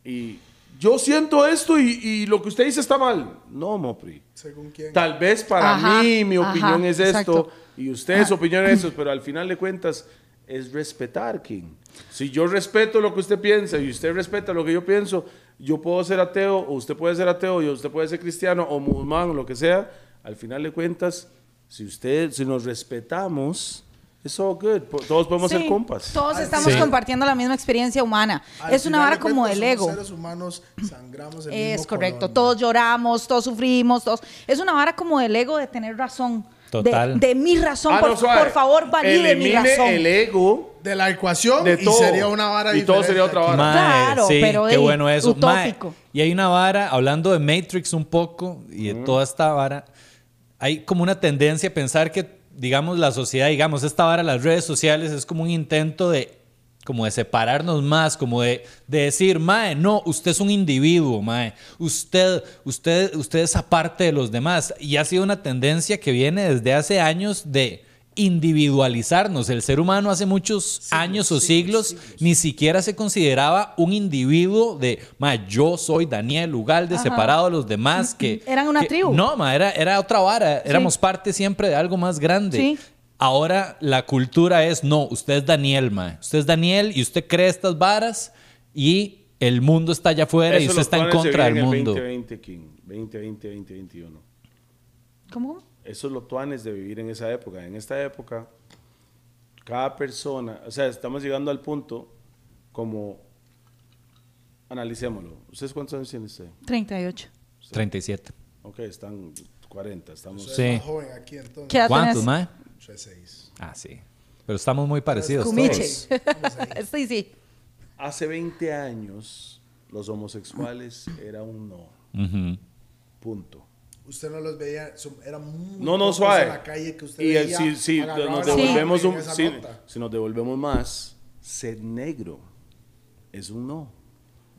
Speaker 4: Y yo siento esto y, y lo que usted dice está mal. No, Mopri.
Speaker 3: Según quién.
Speaker 4: Tal vez para
Speaker 2: Ajá,
Speaker 4: mí mi
Speaker 2: ajá,
Speaker 4: opinión es esto
Speaker 2: exacto. Ah.
Speaker 4: y ustedes su opinión es eso, pero al final de cuentas es respetar, King. Si yo respeto lo que usted piensa y usted respeta lo que yo pienso, yo puedo ser ateo o usted puede ser ateo y usted puede ser cristiano o musulmán o lo que sea. Al final de cuentas, si usted, si nos respetamos, es all good. Po- Todos podemos
Speaker 2: Sí,
Speaker 4: ser compas.
Speaker 2: Todos estamos
Speaker 1: Sí.
Speaker 2: compartiendo la misma experiencia humana.
Speaker 3: Al
Speaker 2: es una
Speaker 3: final
Speaker 2: vara
Speaker 3: de
Speaker 2: como
Speaker 3: cuentas,
Speaker 2: del
Speaker 3: somos
Speaker 2: ego.
Speaker 3: seres humanos sangramos el
Speaker 2: Es
Speaker 3: mismo
Speaker 2: correcto.
Speaker 3: color.
Speaker 2: Todos lloramos, todos sufrimos, todos. Es una vara como del ego de tener razón. De-
Speaker 1: Total.
Speaker 2: De, mi razón.
Speaker 4: Ah, no,
Speaker 2: por,
Speaker 4: suave.
Speaker 2: por favor, valide mi
Speaker 4: Elimine
Speaker 2: razón.
Speaker 4: el e- ego.
Speaker 3: De la ecuación
Speaker 4: De
Speaker 3: y
Speaker 4: todo.
Speaker 3: sería una vara
Speaker 4: Y todo
Speaker 3: diferente
Speaker 4: sería otra
Speaker 3: aquí.
Speaker 4: vara.
Speaker 1: Mae,
Speaker 2: Claro,
Speaker 1: sí,
Speaker 2: pero,
Speaker 1: qué
Speaker 2: ey,
Speaker 1: bueno eso.
Speaker 2: utópico.
Speaker 1: Mae, y hay una vara, hablando de Matrix un poco y de toda esta vara, hay como una tendencia a pensar que, digamos, la sociedad, digamos, esta vara, las redes sociales, es como un intento de como de separarnos más, como de, de decir, mae, no, usted es un individuo, mae, usted, usted, usted es aparte de los demás. Y ha sido una tendencia que viene desde hace años de individualizarnos. El ser humano hace muchos años o siglos, ni siquiera se consideraba un individuo de, ma, yo soy Daniel Ugalde, separado de los demás. que
Speaker 2: Mm, Eran una
Speaker 1: que-
Speaker 2: tribu.
Speaker 1: No, ma, era, era otra vara. Éramos parte siempre de algo más grande.
Speaker 2: Sí.
Speaker 1: Ahora la cultura es, no, usted es Daniel, ma. Usted es Daniel y usted cree estas varas y el mundo está allá afuera y
Speaker 4: Eso
Speaker 1: usted
Speaker 4: lo
Speaker 1: está en
Speaker 4: ponen se
Speaker 1: contra
Speaker 4: viene
Speaker 1: del
Speaker 4: en el
Speaker 1: mundo.
Speaker 4: 2020, King. 2020, 2021.
Speaker 2: ¿Cómo?
Speaker 4: Eso es lo tuanes de vivir en esa época. En esta época, cada persona, o sea, estamos llegando al punto como, analicémoslo. ¿Ustedes cuántos años tienen usted?
Speaker 2: 38.
Speaker 1: 37.
Speaker 4: Ok, están 40, estamos...
Speaker 3: Soy
Speaker 1: Sí.
Speaker 3: más joven aquí entonces.
Speaker 2: ¿Qué edad
Speaker 1: ¿Cuántos,
Speaker 2: tenés?
Speaker 1: ma?
Speaker 3: Soy seis.
Speaker 1: Ah, sí. Pero estamos muy parecidos
Speaker 2: Cumiche.
Speaker 1: todos.
Speaker 2: sí, sí.
Speaker 4: Hace 20 años, los homosexuales era un no.
Speaker 1: Ujú.
Speaker 4: Punto.
Speaker 3: Usted no los veía, son- eran muy
Speaker 4: No, no,
Speaker 3: pocos
Speaker 4: suave.
Speaker 3: en la calle que usted
Speaker 4: y el-
Speaker 3: veía.
Speaker 4: si, si
Speaker 3: agarrado
Speaker 4: nos
Speaker 3: la mano
Speaker 4: devolvemos
Speaker 3: en
Speaker 4: un-
Speaker 3: esa
Speaker 4: si,
Speaker 3: nota.
Speaker 4: si nos devolvemos más, ser negro es un no.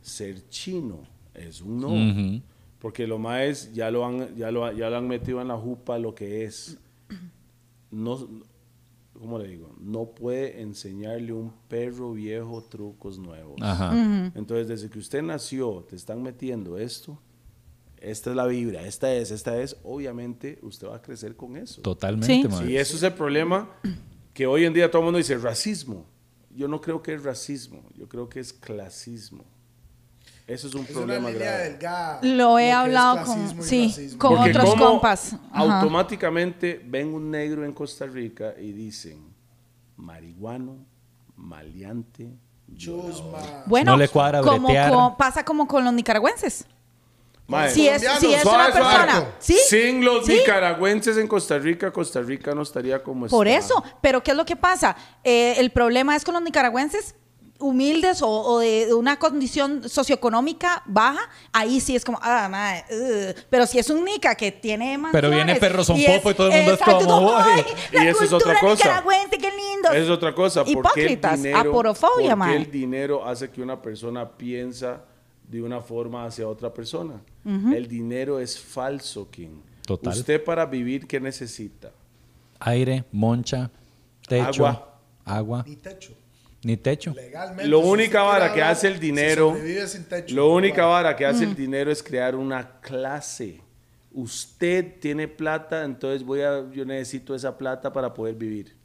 Speaker 4: Ser chino es un no. Porque lo más ya lo han ya lo, ya lo han metido en la jupa lo que es. No ¿cómo le digo? No puede enseñarle un perro viejo trucos nuevos.
Speaker 1: Ajá.
Speaker 4: Entonces, desde que usted nació, te están metiendo esto. Esta es la vibra, esta es, esta es. Obviamente, usted va a crecer con eso.
Speaker 1: Totalmente,
Speaker 2: Sí.
Speaker 1: ma.
Speaker 4: Y eso es el problema que hoy en día todo el mundo dice racismo. Yo no creo que es racismo, yo creo que es clasismo. Eso es un
Speaker 3: Es una
Speaker 4: problema
Speaker 3: línea
Speaker 4: grave.
Speaker 3: delgada.
Speaker 2: Lo he
Speaker 3: que es
Speaker 2: hablado con-
Speaker 3: clasismo y
Speaker 2: sí,
Speaker 3: racismo.
Speaker 2: con-
Speaker 4: Porque
Speaker 2: otros
Speaker 4: como
Speaker 2: compas. Ajá.
Speaker 4: automáticamente ven un negro en Costa Rica y dicen marihuano, maleante,
Speaker 3: Chusma.
Speaker 2: Bueno,
Speaker 1: No le cuadra
Speaker 2: como
Speaker 1: bretear.
Speaker 2: co- pasa como con los nicaragüenses.
Speaker 4: Mae,
Speaker 2: Si es, si es una
Speaker 4: suave, suave.
Speaker 2: persona. Sí.
Speaker 4: Sin los
Speaker 2: sí.
Speaker 4: nicaragüenses en Costa Rica, Costa Rica no estaría como
Speaker 2: Por
Speaker 4: está.
Speaker 2: eso, pero ¿qué es lo que pasa? Eh, el problema es con los nicaragüenses humildes o, o de una condición socioeconómica baja, ahí sí es como, ah, mae, ugh. pero si es un nica que tiene más...
Speaker 1: Pero viene perro son popo y todo el mundo es como, "Ay".
Speaker 2: y
Speaker 4: Y eso es otra cosa.
Speaker 2: nicaragüense, qué lindo.
Speaker 4: Esa es otra cosa. ¿Por qué el
Speaker 2: Hipócritas,
Speaker 4: dinero,
Speaker 2: aporofobia,
Speaker 4: por qué
Speaker 2: mae.
Speaker 4: el dinero hace que una persona piensa de una forma hacia otra persona? El dinero es falso, King.
Speaker 1: Total.
Speaker 4: Usted para vivir, ¿qué necesita?
Speaker 1: Aire, moncha, techo.
Speaker 4: Agua.
Speaker 1: Agua.
Speaker 3: Ni techo.
Speaker 1: Ni techo.
Speaker 3: Legalmente.
Speaker 4: Lo
Speaker 3: si
Speaker 4: única
Speaker 3: usted
Speaker 4: vara
Speaker 3: quiere
Speaker 4: que
Speaker 3: hablar,
Speaker 4: hace el
Speaker 3: se
Speaker 4: dinero-
Speaker 3: sobrevive sin techo.
Speaker 4: Lo única
Speaker 3: Vara.
Speaker 4: vara que hace el dinero es crear una clase. Usted tiene plata, entonces voy a, yo necesito esa plata para poder vivir.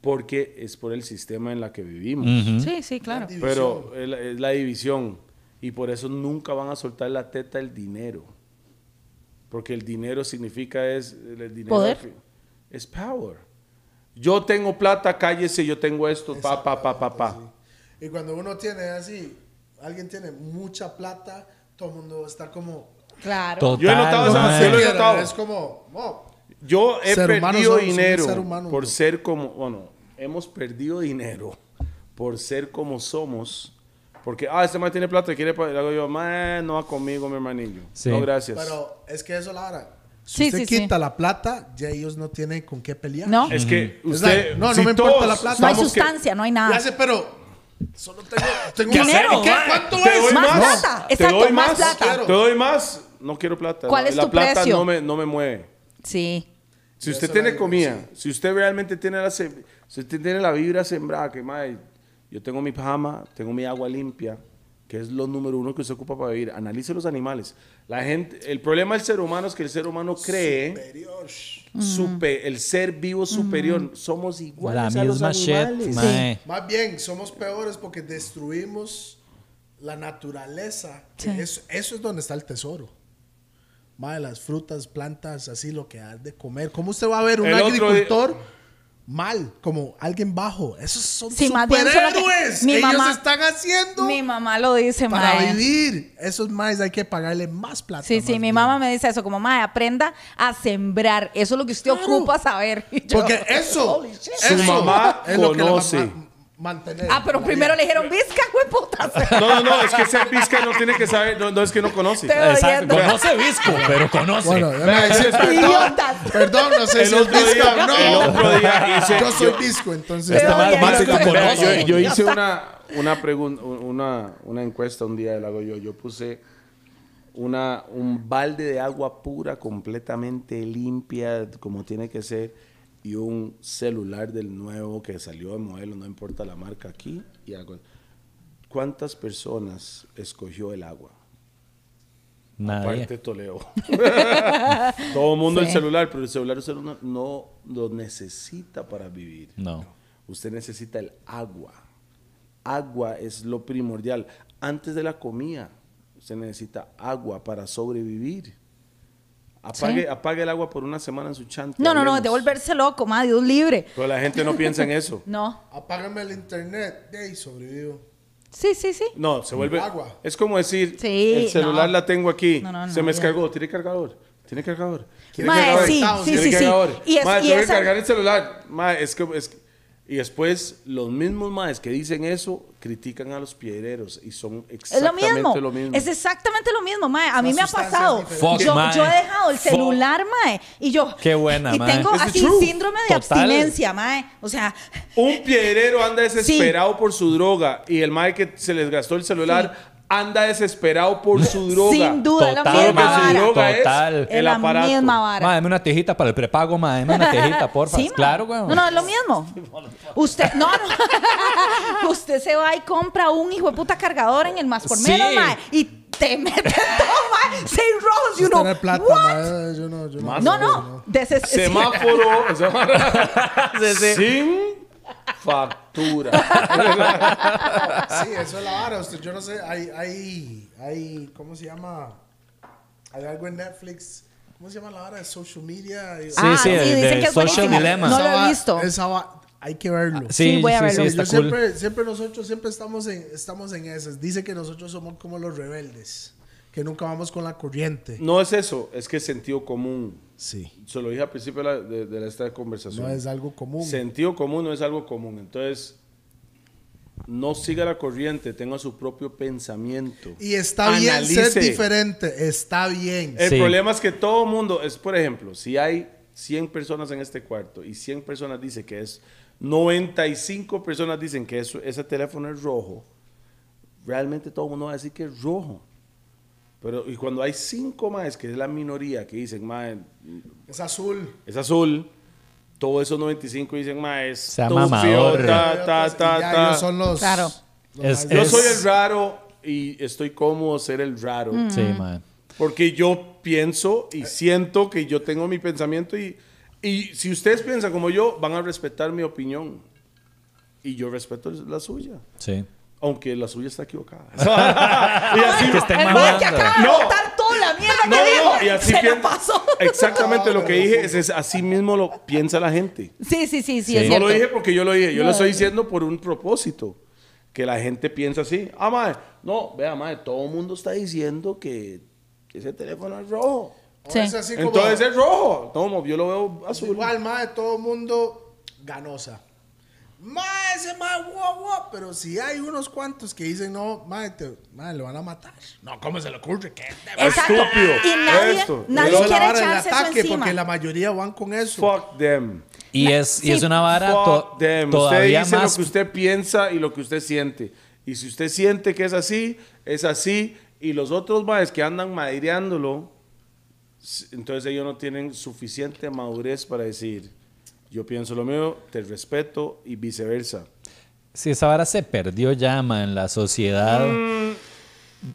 Speaker 4: Porque es por el sistema en la que vivimos.
Speaker 2: Sí, sí, claro.
Speaker 4: Pero es la, es la división. Y por eso nunca van a soltar la teta el dinero. Porque el dinero significa es el dinero
Speaker 2: Poder.
Speaker 4: que- Es power. Yo tengo plata, cállese, yo tengo esto, pa, pa, pa, pa, pa.
Speaker 3: pues Y cuando uno tiene así, alguien tiene mucha plata, todo el mundo está como.
Speaker 2: Claro.
Speaker 1: Total,
Speaker 4: Yo he notado esa-
Speaker 1: mae.
Speaker 4: yo Ah, lo he
Speaker 3: "Quiero",
Speaker 4: notado.
Speaker 3: Es como. "Oh,
Speaker 4: Yo he
Speaker 3: Ser humano
Speaker 4: perdido
Speaker 3: somos, somos
Speaker 4: dinero
Speaker 3: ser humano,
Speaker 4: por
Speaker 3: bro.
Speaker 4: ser como, bueno, hemos perdido dinero por ser como somos. Porque, ah, este man tiene plata, quiere, pa-". le hago yo, man, no va conmigo, mi hermanillo.
Speaker 1: Sí.
Speaker 4: No, gracias.
Speaker 3: Pero es que eso es la vara.
Speaker 2: Sí,
Speaker 3: Si usted
Speaker 2: sí, sí.
Speaker 3: quita la plata, ya ellos no tienen con qué pelear.
Speaker 2: No,
Speaker 4: es que
Speaker 3: Es
Speaker 4: usted,
Speaker 3: like, no, no
Speaker 4: si
Speaker 3: me importa
Speaker 4: todos
Speaker 3: la plata.
Speaker 2: no hay
Speaker 4: estamos que-
Speaker 2: sustancia, no hay nada.
Speaker 3: Ya sé, pero. Solo tengo. tengo
Speaker 2: ¿Qué
Speaker 3: una-
Speaker 2: hacer?
Speaker 3: ¿Qué?
Speaker 2: Mae,
Speaker 3: ¿Cuánto
Speaker 4: Te
Speaker 3: es?
Speaker 2: Más
Speaker 4: doy más.
Speaker 2: plata. Exacto,
Speaker 4: te doy
Speaker 2: más
Speaker 4: más,
Speaker 2: plata.
Speaker 4: Te doy más. No quiero plata.
Speaker 2: ¿Cuál
Speaker 4: No,
Speaker 2: es
Speaker 4: la
Speaker 2: tu
Speaker 4: plata
Speaker 2: precio?
Speaker 4: No, me, no me mueve.
Speaker 2: Sí.
Speaker 4: Si
Speaker 3: Yo
Speaker 4: usted
Speaker 3: se
Speaker 4: tiene
Speaker 3: la digo,
Speaker 4: comida, si usted realmente tiene la, sem- si usted tiene la vibra sembrada, que mae, yo tengo mi pijama, tengo mi agua limpia, que es lo número uno que usted ocupa para vivir. Analice los animales. La gente, el problema del ser humano es que el ser humano cree
Speaker 3: Superior.
Speaker 4: supe- el ser vivo superior. Somos iguales
Speaker 1: La
Speaker 4: a los
Speaker 1: misma shit,
Speaker 4: animales.
Speaker 1: mae.
Speaker 3: Más bien, somos peores porque destruimos la naturaleza.
Speaker 2: Sí.
Speaker 3: Eso, eso es donde está el tesoro. Mae, las frutas, plantas, así lo que has de comer. ¿Cómo usted va a ver un
Speaker 4: El otro día-
Speaker 3: agricultor mal, como alguien bajo? Esos son
Speaker 2: Sí, más bien solo que-
Speaker 3: superhéroes.
Speaker 2: mi
Speaker 3: Ellos
Speaker 2: mamá-
Speaker 3: están haciendo
Speaker 2: Mi mamá lo dice,
Speaker 3: para
Speaker 2: mae.
Speaker 3: vivir. Esos maes hay que pagarle más plata.
Speaker 2: Sí, sí,
Speaker 3: más
Speaker 2: mi
Speaker 3: bien.
Speaker 2: mamá me dice eso, como, mae, aprenda a sembrar. Eso es lo que usted
Speaker 3: Claro.
Speaker 2: ocupa saber. Y yo-
Speaker 3: Porque eso,
Speaker 4: Su
Speaker 3: eso
Speaker 4: mamá
Speaker 3: es lo que la
Speaker 4: conoce.
Speaker 3: mamá mantener.
Speaker 2: Ah, pero
Speaker 3: la
Speaker 2: primero
Speaker 3: vida.
Speaker 2: le dijeron, visca, güey, putas.
Speaker 4: No, no, no, es que ese pizca no tiene que saber, no, no, es que no conoce.
Speaker 2: Te-
Speaker 1: Exacto.
Speaker 2: Oyendo.
Speaker 1: Conoce Visco, pero conoce.
Speaker 3: Bueno, ya me decías, perdón,
Speaker 2: Idiotas.
Speaker 3: perdón, no sé
Speaker 4: El
Speaker 3: si es
Speaker 4: otro
Speaker 3: disco
Speaker 4: día-
Speaker 3: o no.
Speaker 4: el otro día hice-
Speaker 3: yo soy
Speaker 4: yo-
Speaker 3: disco, entonces.
Speaker 2: Este
Speaker 3: Estaba-
Speaker 2: man-
Speaker 1: Más
Speaker 2: Oye,
Speaker 1: que
Speaker 2: yo-
Speaker 4: Vea,
Speaker 1: conoce.
Speaker 4: yo, yo hice una, una, pregun- una, una encuesta un día, la hago yo. Yo puse una, un balde de agua pura, completamente limpia, como tiene que ser, y un celular del nuevo que salió de modelo, no importa la marca aquí. Y hago- ¿Cuántas personas escogió el agua?
Speaker 1: Nadie.
Speaker 4: Parte Toledo. Todo el mundo el
Speaker 2: Sí.
Speaker 4: celular, pero el celular usted no, no lo necesita para vivir.
Speaker 1: No.
Speaker 4: Usted necesita el agua. Agua es lo primordial. Antes de la comida, usted necesita agua para sobrevivir. Apague,
Speaker 2: Sí.
Speaker 4: apague el agua por una semana en su chante.
Speaker 2: No, no, no,
Speaker 4: hablemos.
Speaker 2: de volverse loco, mae, Dios libre.
Speaker 4: Pero la gente no piensa en eso.
Speaker 2: No.
Speaker 3: Apágame el internet, de ahí sobrevivo.
Speaker 2: Sí, sí, sí.
Speaker 4: No, se vuelve.
Speaker 3: Agua.
Speaker 4: Es como decir,
Speaker 2: Sí,
Speaker 4: el celular
Speaker 2: no.
Speaker 4: la tengo aquí.
Speaker 2: No, no, no,
Speaker 4: se
Speaker 2: ya.
Speaker 4: me descargó. Tiene cargador. Tiene cargador. Tiene
Speaker 2: Mae,
Speaker 4: cargador.
Speaker 2: sí, sí,
Speaker 4: Tiene
Speaker 2: sí, sí.
Speaker 4: cargador.
Speaker 2: Y es-
Speaker 4: Mae,
Speaker 2: y
Speaker 4: tengo que
Speaker 2: esa-
Speaker 4: cargar el celular. Mae, es que, es que- Y después, los mismos maes que dicen eso critican a los piedreros y son
Speaker 2: Es lo
Speaker 4: exactamente
Speaker 2: mismo.
Speaker 4: lo mismo.
Speaker 2: Es exactamente lo mismo, mae. A mí
Speaker 3: Las
Speaker 2: me ha
Speaker 3: sustancias
Speaker 2: pasado.
Speaker 3: diferentes.
Speaker 1: Fuck,
Speaker 2: yo,
Speaker 1: mae.
Speaker 2: yo he dejado el
Speaker 1: Fuck.
Speaker 2: celular, mae. Y yo.
Speaker 1: Qué buena,
Speaker 2: Y
Speaker 1: mae.
Speaker 2: tengo
Speaker 1: It's the
Speaker 2: así
Speaker 1: truth.
Speaker 2: síndrome de
Speaker 1: Total.
Speaker 2: abstinencia, mae. O sea,
Speaker 4: Un piedrero anda desesperado por su droga y el mae que se les gastó el celular anda desesperado por su droga.
Speaker 2: sin duda, es la
Speaker 1: Total,
Speaker 2: misma
Speaker 4: Porque
Speaker 1: mae.
Speaker 4: su
Speaker 2: vara.
Speaker 4: droga
Speaker 1: Total.
Speaker 4: es
Speaker 2: Es
Speaker 4: el
Speaker 2: la
Speaker 4: aparato.
Speaker 2: misma vara.
Speaker 1: Ma, deme una tejita para el prepago, ma, deme una tejita, porfa.
Speaker 2: Sí, ma.
Speaker 1: claro, güey.
Speaker 2: No, no, es lo mismo. Usted, no, no. Usted se va y compra un hijo de puta cargador en el más por menos,
Speaker 1: Sí.
Speaker 2: mae, y te meten todo, mae. Seis rojos y uno.
Speaker 3: Tener plata,
Speaker 2: "What?"
Speaker 3: mae, yo no, yo no.
Speaker 2: No, no. deses- Ah,
Speaker 4: Semáforo. o sea, sin factura.
Speaker 3: Sí, eso es la vara. Usted, yo no sé, hay, hay, hay, ¿cómo se llama? Hay algo en Netflix. ¿Cómo se llama la vara? Social media.
Speaker 1: Sí,
Speaker 2: Ah,
Speaker 1: sí,
Speaker 2: sí,
Speaker 1: de-
Speaker 2: dicen
Speaker 1: de
Speaker 2: que es
Speaker 1: Social
Speaker 2: buenísimo.
Speaker 1: Dilemma.
Speaker 2: No lo
Speaker 3: Esa va-
Speaker 2: he visto.
Speaker 3: esa va- hay que verlo.
Speaker 1: Sí,
Speaker 2: Sí, voy a
Speaker 1: sí, sí,
Speaker 2: verlo.
Speaker 1: está
Speaker 3: Yo
Speaker 1: cool.
Speaker 3: siempre, siempre nosotros siempre estamos en, estamos en esas. Dice que nosotros somos como los rebeldes. que nunca vamos con la corriente.
Speaker 4: No es eso, es que es sentido común.
Speaker 3: Sí.
Speaker 4: Se lo dije al principio de, la- de- de esta conversación.
Speaker 3: No es algo común.
Speaker 4: Sentido común no es algo común. Entonces, no siga la corriente, tenga su propio pensamiento.
Speaker 3: Y está bien
Speaker 4: Analice.
Speaker 3: ser diferente. Está bien.
Speaker 4: El
Speaker 1: Sí.
Speaker 4: problema es que todo mundo, es por ejemplo, si hay 100 personas en este cuarto y 100 personas dicen que es, 95 personas dicen que eso, ese teléfono es rojo, realmente todo el mundo va a decir que es rojo. Pero y cuando hay 5 más, que es la minoría, que dicen, más
Speaker 3: Es azul.
Speaker 4: es azul, todos esos 95 dicen, más es
Speaker 1: Sea
Speaker 4: tucio,
Speaker 1: mamador".
Speaker 4: ta, ta, ta,
Speaker 3: Y pues, ya
Speaker 4: ta".
Speaker 3: ellos son los.
Speaker 2: Claro.
Speaker 3: los
Speaker 1: Es-
Speaker 3: más-
Speaker 4: Yo
Speaker 1: es-
Speaker 4: soy el raro y estoy cómodo ser el raro.
Speaker 2: Mm.
Speaker 1: Sí, mae.
Speaker 4: Porque yo pienso y siento que yo tengo mi pensamiento y, y si ustedes piensan como yo, van a respetar mi opinión. Y yo respeto la suya.
Speaker 1: Sí.
Speaker 4: Aunque la suya está equivocada. y así
Speaker 1: Que esté
Speaker 2: El mae que
Speaker 1: mamando.
Speaker 2: acaba de
Speaker 4: No.
Speaker 2: botar toda la mierda
Speaker 4: No,
Speaker 2: que
Speaker 4: no,
Speaker 2: dijo.
Speaker 4: y así
Speaker 2: se la
Speaker 4: pienso-
Speaker 2: pasó.
Speaker 4: Exactamente lo que dije, es, es así mismo lo piensa la gente.
Speaker 2: Sí, sí, sí, sí,
Speaker 1: Sí.
Speaker 2: es
Speaker 4: No
Speaker 2: cierto.
Speaker 4: lo dije porque yo lo dije, yo
Speaker 2: No,
Speaker 4: lo estoy
Speaker 2: no.
Speaker 4: diciendo por un propósito. Que la gente piensa así. Ah, madre, no, vea, madre, todo el mundo está diciendo que ese teléfono es rojo.
Speaker 3: o
Speaker 2: Sí.
Speaker 3: es así como-
Speaker 4: Entonces es rojo. No, yo lo veo azul.
Speaker 3: Igual, mae, todo mundo ganosa. Mae, ese mae, wow, wow. Pero si hay unos cuantos que dicen, no, mae, te, mae, lo van a matar. No, ¿cómo se le ocurre? ¿Qué te va a
Speaker 2: Exacto.
Speaker 4: Estúpido.
Speaker 2: Y nadie,
Speaker 4: Esto.
Speaker 2: nadie
Speaker 3: Pero la
Speaker 2: quiere
Speaker 3: vara del
Speaker 2: echarse eso
Speaker 3: ataque,
Speaker 2: encima.
Speaker 3: Porque la mayoría van con eso.
Speaker 4: Fuck them.
Speaker 1: Y es, y es una vara to-
Speaker 4: Fuck them. Usted
Speaker 1: todavía
Speaker 4: dice
Speaker 1: más.
Speaker 4: lo que usted piensa y lo que usted siente. Y si usted siente que es así, es así. Y los otros maes que andan madreándolo, s- entonces ellos no tienen suficiente madurez para decir, yo pienso lo mío, te respeto y viceversa.
Speaker 1: Sí, esa vara se perdió ya, mae, en la sociedad.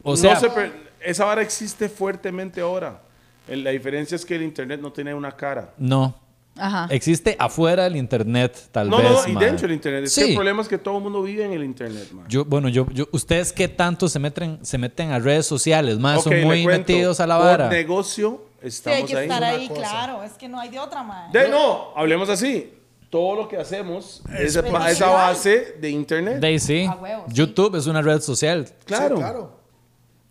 Speaker 1: o sea,
Speaker 4: Mm, No se per- esa vara existe fuertemente ahora. El- La diferencia es que el internet no tiene una cara.
Speaker 1: no.
Speaker 2: Ajá.
Speaker 1: Existe afuera del internet, tal
Speaker 4: No,
Speaker 1: vez.
Speaker 4: no, y
Speaker 1: mae.
Speaker 4: dentro del internet. Es que el
Speaker 1: Sí.
Speaker 4: problema es que todo el mundo vive en el internet, man.
Speaker 1: Yo, bueno, yo, yo, ¿ustedes qué tanto se meten, se meten a redes sociales? Más
Speaker 4: Ok, le
Speaker 1: son muy
Speaker 4: cuento.
Speaker 1: metidos a la
Speaker 4: Por
Speaker 1: vara.
Speaker 4: negocio,
Speaker 2: Sí,
Speaker 4: estamos
Speaker 2: hay que
Speaker 4: ahí.
Speaker 2: estar ahí,
Speaker 3: cosa.
Speaker 2: claro. Es que no hay de otra, mae.
Speaker 4: De, no, hablemos así. Todo lo que hacemos es,
Speaker 2: Es
Speaker 4: pa- esa
Speaker 2: publicidad.
Speaker 4: base de internet.
Speaker 1: De ahí sí.
Speaker 2: A huevo, sí.
Speaker 1: YouTube es una red social.
Speaker 4: claro.
Speaker 3: Sí, claro.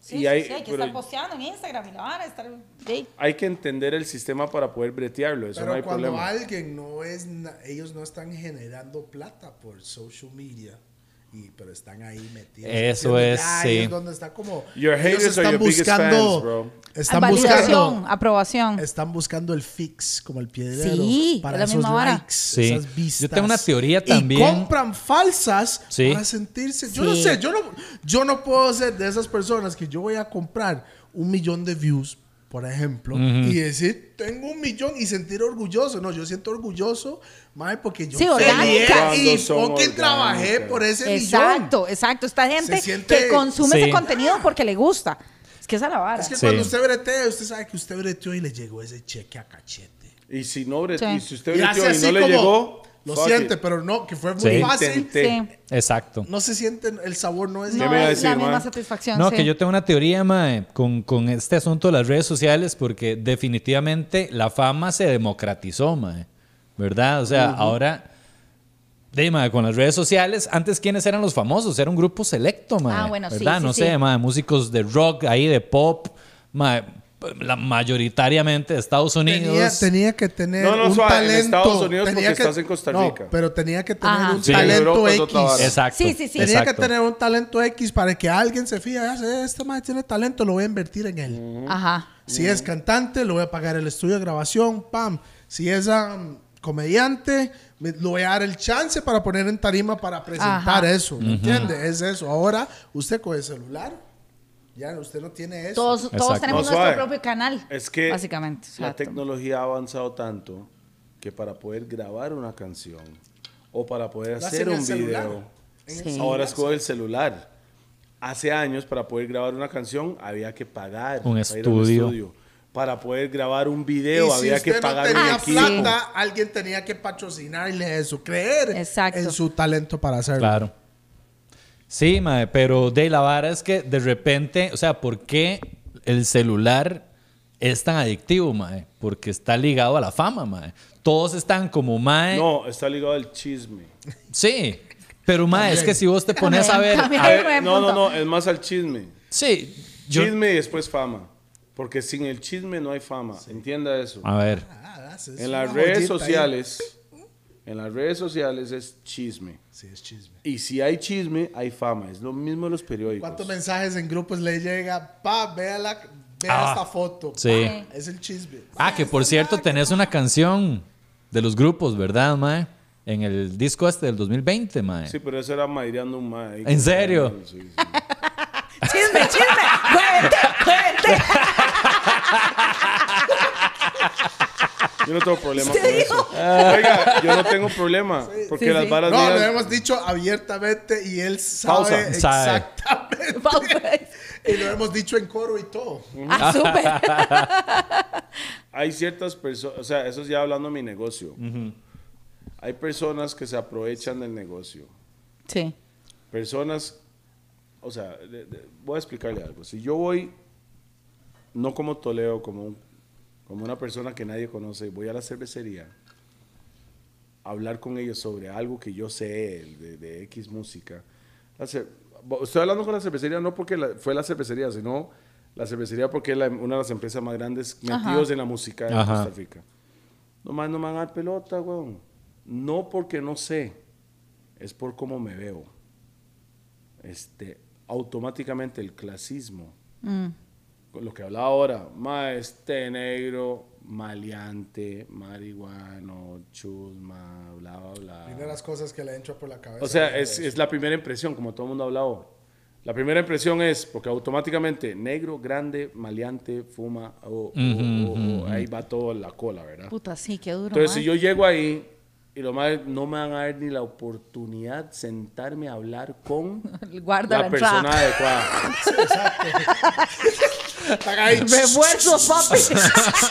Speaker 2: Sí,
Speaker 4: y
Speaker 2: sí,
Speaker 4: hay,
Speaker 2: sí, hay que
Speaker 4: pero
Speaker 2: estar posteando en Instagram y la vara, estar... Sí.
Speaker 4: hay que entender el sistema para poder bretearlo. Eso
Speaker 3: Pero
Speaker 4: no hay
Speaker 3: cuando
Speaker 4: problema.
Speaker 3: alguien no es, na- ellos no están generando plata por social media. Y, pero están ahí metidos.
Speaker 1: Eso
Speaker 3: ¿entiendes?
Speaker 1: es,
Speaker 3: Ya, ahí
Speaker 1: sí.
Speaker 3: es donde está como.
Speaker 4: Your
Speaker 3: ellos
Speaker 4: haters are your biggest fans, bro.
Speaker 3: Están
Speaker 2: Validación,
Speaker 3: buscando.
Speaker 2: aprobación.
Speaker 3: Están buscando el fix como el piedrero
Speaker 2: Sí,
Speaker 3: para
Speaker 2: es la
Speaker 3: esos
Speaker 2: misma vara.
Speaker 3: likes,
Speaker 1: Sí.
Speaker 3: esas vistas.
Speaker 1: Yo tengo una teoría también.
Speaker 3: Y compran falsas
Speaker 1: Sí.
Speaker 3: para sentirse. Yo no
Speaker 2: Sí.
Speaker 3: sé, yo no, yo no puedo ser de esas personas que yo voy a comprar un millón de views, por ejemplo, y decir tengo un millón y sentir orgulloso. No, yo siento orgulloso, madre, porque yo
Speaker 2: Sí,
Speaker 3: peleé
Speaker 2: orgánica.
Speaker 4: Cuando
Speaker 3: y
Speaker 4: son
Speaker 3: porque
Speaker 4: orgánicas.
Speaker 3: trabajé por ese
Speaker 2: Exacto, exacto. Esta gente
Speaker 3: siente-
Speaker 2: que consume
Speaker 1: Sí.
Speaker 2: ese contenido porque le gusta. Es que esa es la vara.
Speaker 3: millón. Es que
Speaker 1: Sí.
Speaker 3: cuando usted bretea, usted sabe que usted breteó y le llegó ese cheque a cachete.
Speaker 4: Y si no bre-
Speaker 2: Sí.
Speaker 4: y si usted
Speaker 3: Y
Speaker 4: breteó
Speaker 3: hace
Speaker 4: y
Speaker 3: así
Speaker 4: no le
Speaker 3: como,
Speaker 4: llegó,
Speaker 3: Lo
Speaker 4: fuck
Speaker 3: siente,
Speaker 4: it.
Speaker 3: pero no, que fue muy
Speaker 1: Sí.
Speaker 3: fácil.
Speaker 4: Intenté.
Speaker 2: Sí.
Speaker 1: Exacto.
Speaker 3: No se siente, el sabor no es
Speaker 4: ¿Qué
Speaker 2: No
Speaker 4: me iba a
Speaker 2: es
Speaker 4: decir,
Speaker 2: la misma
Speaker 4: man?
Speaker 2: satisfacción.
Speaker 1: No,
Speaker 2: sí.
Speaker 1: que yo tengo una teoría, mae, con, con este asunto de las redes sociales, porque definitivamente la fama se democratizó, mae. ¿Verdad? O sea, ahora. De, mae, con las redes sociales, antes quiénes eran los famosos, era un grupo selecto, mae.
Speaker 2: Ah, bueno, sí,
Speaker 1: ¿verdad?
Speaker 2: sí,
Speaker 1: no
Speaker 2: sí.
Speaker 1: sé, mae, músicos de rock, ahí de pop, mae, la- mayoritariamente de Estados
Speaker 3: Tenía,
Speaker 1: Unidos.
Speaker 3: tenía que tener
Speaker 4: No, no,
Speaker 3: un
Speaker 4: suave, en
Speaker 3: talento.
Speaker 4: Estados Unidos
Speaker 3: tenía
Speaker 4: porque estás en Costa Rica.
Speaker 3: No, pero tenía que tener
Speaker 2: Ajá.
Speaker 3: un
Speaker 4: Sí, en
Speaker 3: talento
Speaker 4: Europa es
Speaker 3: X.
Speaker 4: otra vara.
Speaker 1: Exacto.
Speaker 2: Sí, sí, sí.
Speaker 3: Tenía
Speaker 1: exacto.
Speaker 3: que tener un talento X para que alguien se fije, "Ah, este man tiene talento, lo voy a invertir en
Speaker 4: Mm.
Speaker 3: él.
Speaker 2: Ajá.
Speaker 3: Si
Speaker 2: Mm.
Speaker 3: es cantante, lo voy a pagar el estudio de grabación, pam. Si es um, comediante, me- lo voy a dar el chance para poner en tarima para presentar
Speaker 2: Ajá.
Speaker 3: eso. ¿Me entiende? Es eso. Ahora, usted con el celular, ya usted no tiene eso.
Speaker 2: Todos,
Speaker 1: Exacto.
Speaker 2: todos tenemos
Speaker 4: No,
Speaker 2: nuestro
Speaker 4: suave.
Speaker 2: propio canal.
Speaker 4: Es que
Speaker 2: Básicamente.
Speaker 4: la
Speaker 2: exacto.
Speaker 4: tecnología ha avanzado tanto que para poder grabar una canción o para poder
Speaker 3: Lo
Speaker 4: hacer
Speaker 3: hacen en
Speaker 4: un
Speaker 3: el celular.
Speaker 4: video,
Speaker 3: En el
Speaker 2: Sí.
Speaker 4: ahora es con el celular. Hace años para poder grabar una canción había que pagar
Speaker 1: Un
Speaker 4: para ir a
Speaker 1: estudio.
Speaker 4: Para poder grabar un
Speaker 3: Y
Speaker 4: video había
Speaker 3: si
Speaker 4: que
Speaker 3: usted
Speaker 4: pagar
Speaker 3: no tenía
Speaker 4: un equipo.
Speaker 3: plata, alguien tenía que patrocinarle eso, creer
Speaker 2: Exacto.
Speaker 3: en su talento para hacerlo.
Speaker 1: Claro. Sí, mae, pero de la vara es que de repente, o sea, ¿por qué el celular es tan adictivo, mae? Porque está ligado a la fama, mae. Todos están como mae.
Speaker 4: No, está ligado al chisme.
Speaker 1: Sí, pero mae, es que si vos te pones a ver,
Speaker 2: También.
Speaker 1: a-
Speaker 2: Ay,
Speaker 4: Eh,
Speaker 2: buen
Speaker 4: no, no,
Speaker 2: punto.
Speaker 4: no, es más al chisme.
Speaker 1: sí, Yo-
Speaker 4: Chisme y después fama. Porque sin el chisme no hay fama. Entienda eso.
Speaker 1: A ver.
Speaker 3: Ah, that's- es
Speaker 4: en las
Speaker 3: una
Speaker 4: redes
Speaker 3: joyita ahí.
Speaker 4: sociales, en las redes sociales es chisme.
Speaker 3: Sí, es chisme.
Speaker 4: Y si hay chisme, hay fama. Es lo mismo en los periódicos.
Speaker 3: ¿Cuántos mensajes en grupos le llega? Pa, vea, la, vea
Speaker 1: Ah,
Speaker 3: esta foto.
Speaker 1: Sí.
Speaker 2: Ok.
Speaker 3: Es el chisme.
Speaker 1: Ah, que por cierto, tenés una canción de los grupos, ¿verdad, Mae? En el disco este del 2020, Mae.
Speaker 4: Sí, pero eso era maireando un ma. ahí.
Speaker 1: ¿En serio?
Speaker 4: Sí, sí.
Speaker 2: Chisme, chisme. Cuente, cuente.
Speaker 4: Yo no tengo problema
Speaker 2: Te
Speaker 4: con
Speaker 2: digo.
Speaker 4: eso. Oiga, yo no tengo problema. Porque
Speaker 2: Sí,
Speaker 4: las
Speaker 2: sí.
Speaker 4: varas
Speaker 3: No,
Speaker 4: mías-
Speaker 3: lo hemos dicho abiertamente y él
Speaker 1: Pausa.
Speaker 3: sabe
Speaker 1: Sabe.
Speaker 3: exactamente.
Speaker 2: Pausa.
Speaker 3: Y lo hemos dicho en coro y todo.
Speaker 2: pues. Ah, súper.
Speaker 4: hay ciertas personas, o sea, eso es ya hablando de mi negocio. Hay personas que se aprovechan del negocio.
Speaker 2: Sí.
Speaker 4: Personas, o sea, de- de- voy a explicarle algo. Si yo voy, no como Toledo, como, un- como una persona que nadie conoce, voy a la cervecería a hablar con ellos sobre algo que yo sé de, de X música. La cer- bo- Estoy hablando con la cervecería no porque la- fue la cervecería, sino la cervecería porque es la- una de las empresas más grandes
Speaker 2: Ajá.
Speaker 4: metidos en la música de
Speaker 1: Ajá.
Speaker 4: Costa Rica. Nomás no me van a dar pelota, weón. No porque no sé, es por cómo me veo. Este, automáticamente el clasismo, con lo que hablaba ahora, ma este negro, maleante, marihuano, chusma, bla, bla, bla.
Speaker 3: Una de las cosas que le entra por la cabeza.
Speaker 4: O sea, es, es la primera impresión, como todo el mundo ha hablado. La primera impresión es, porque automáticamente, negro, grande, maleante, fuma, oh, oh, oh, oh, ahí va toda la cola, ¿verdad?
Speaker 2: Puta, sí, qué duro.
Speaker 4: Entonces,
Speaker 2: ma.
Speaker 4: si yo llego ahí y lo más no me van a dar ni la oportunidad de sentarme a hablar con
Speaker 2: Guarda la,
Speaker 4: la persona
Speaker 2: entrada.
Speaker 4: adecuada.
Speaker 3: Están ahí,
Speaker 2: Refuerzos, papi.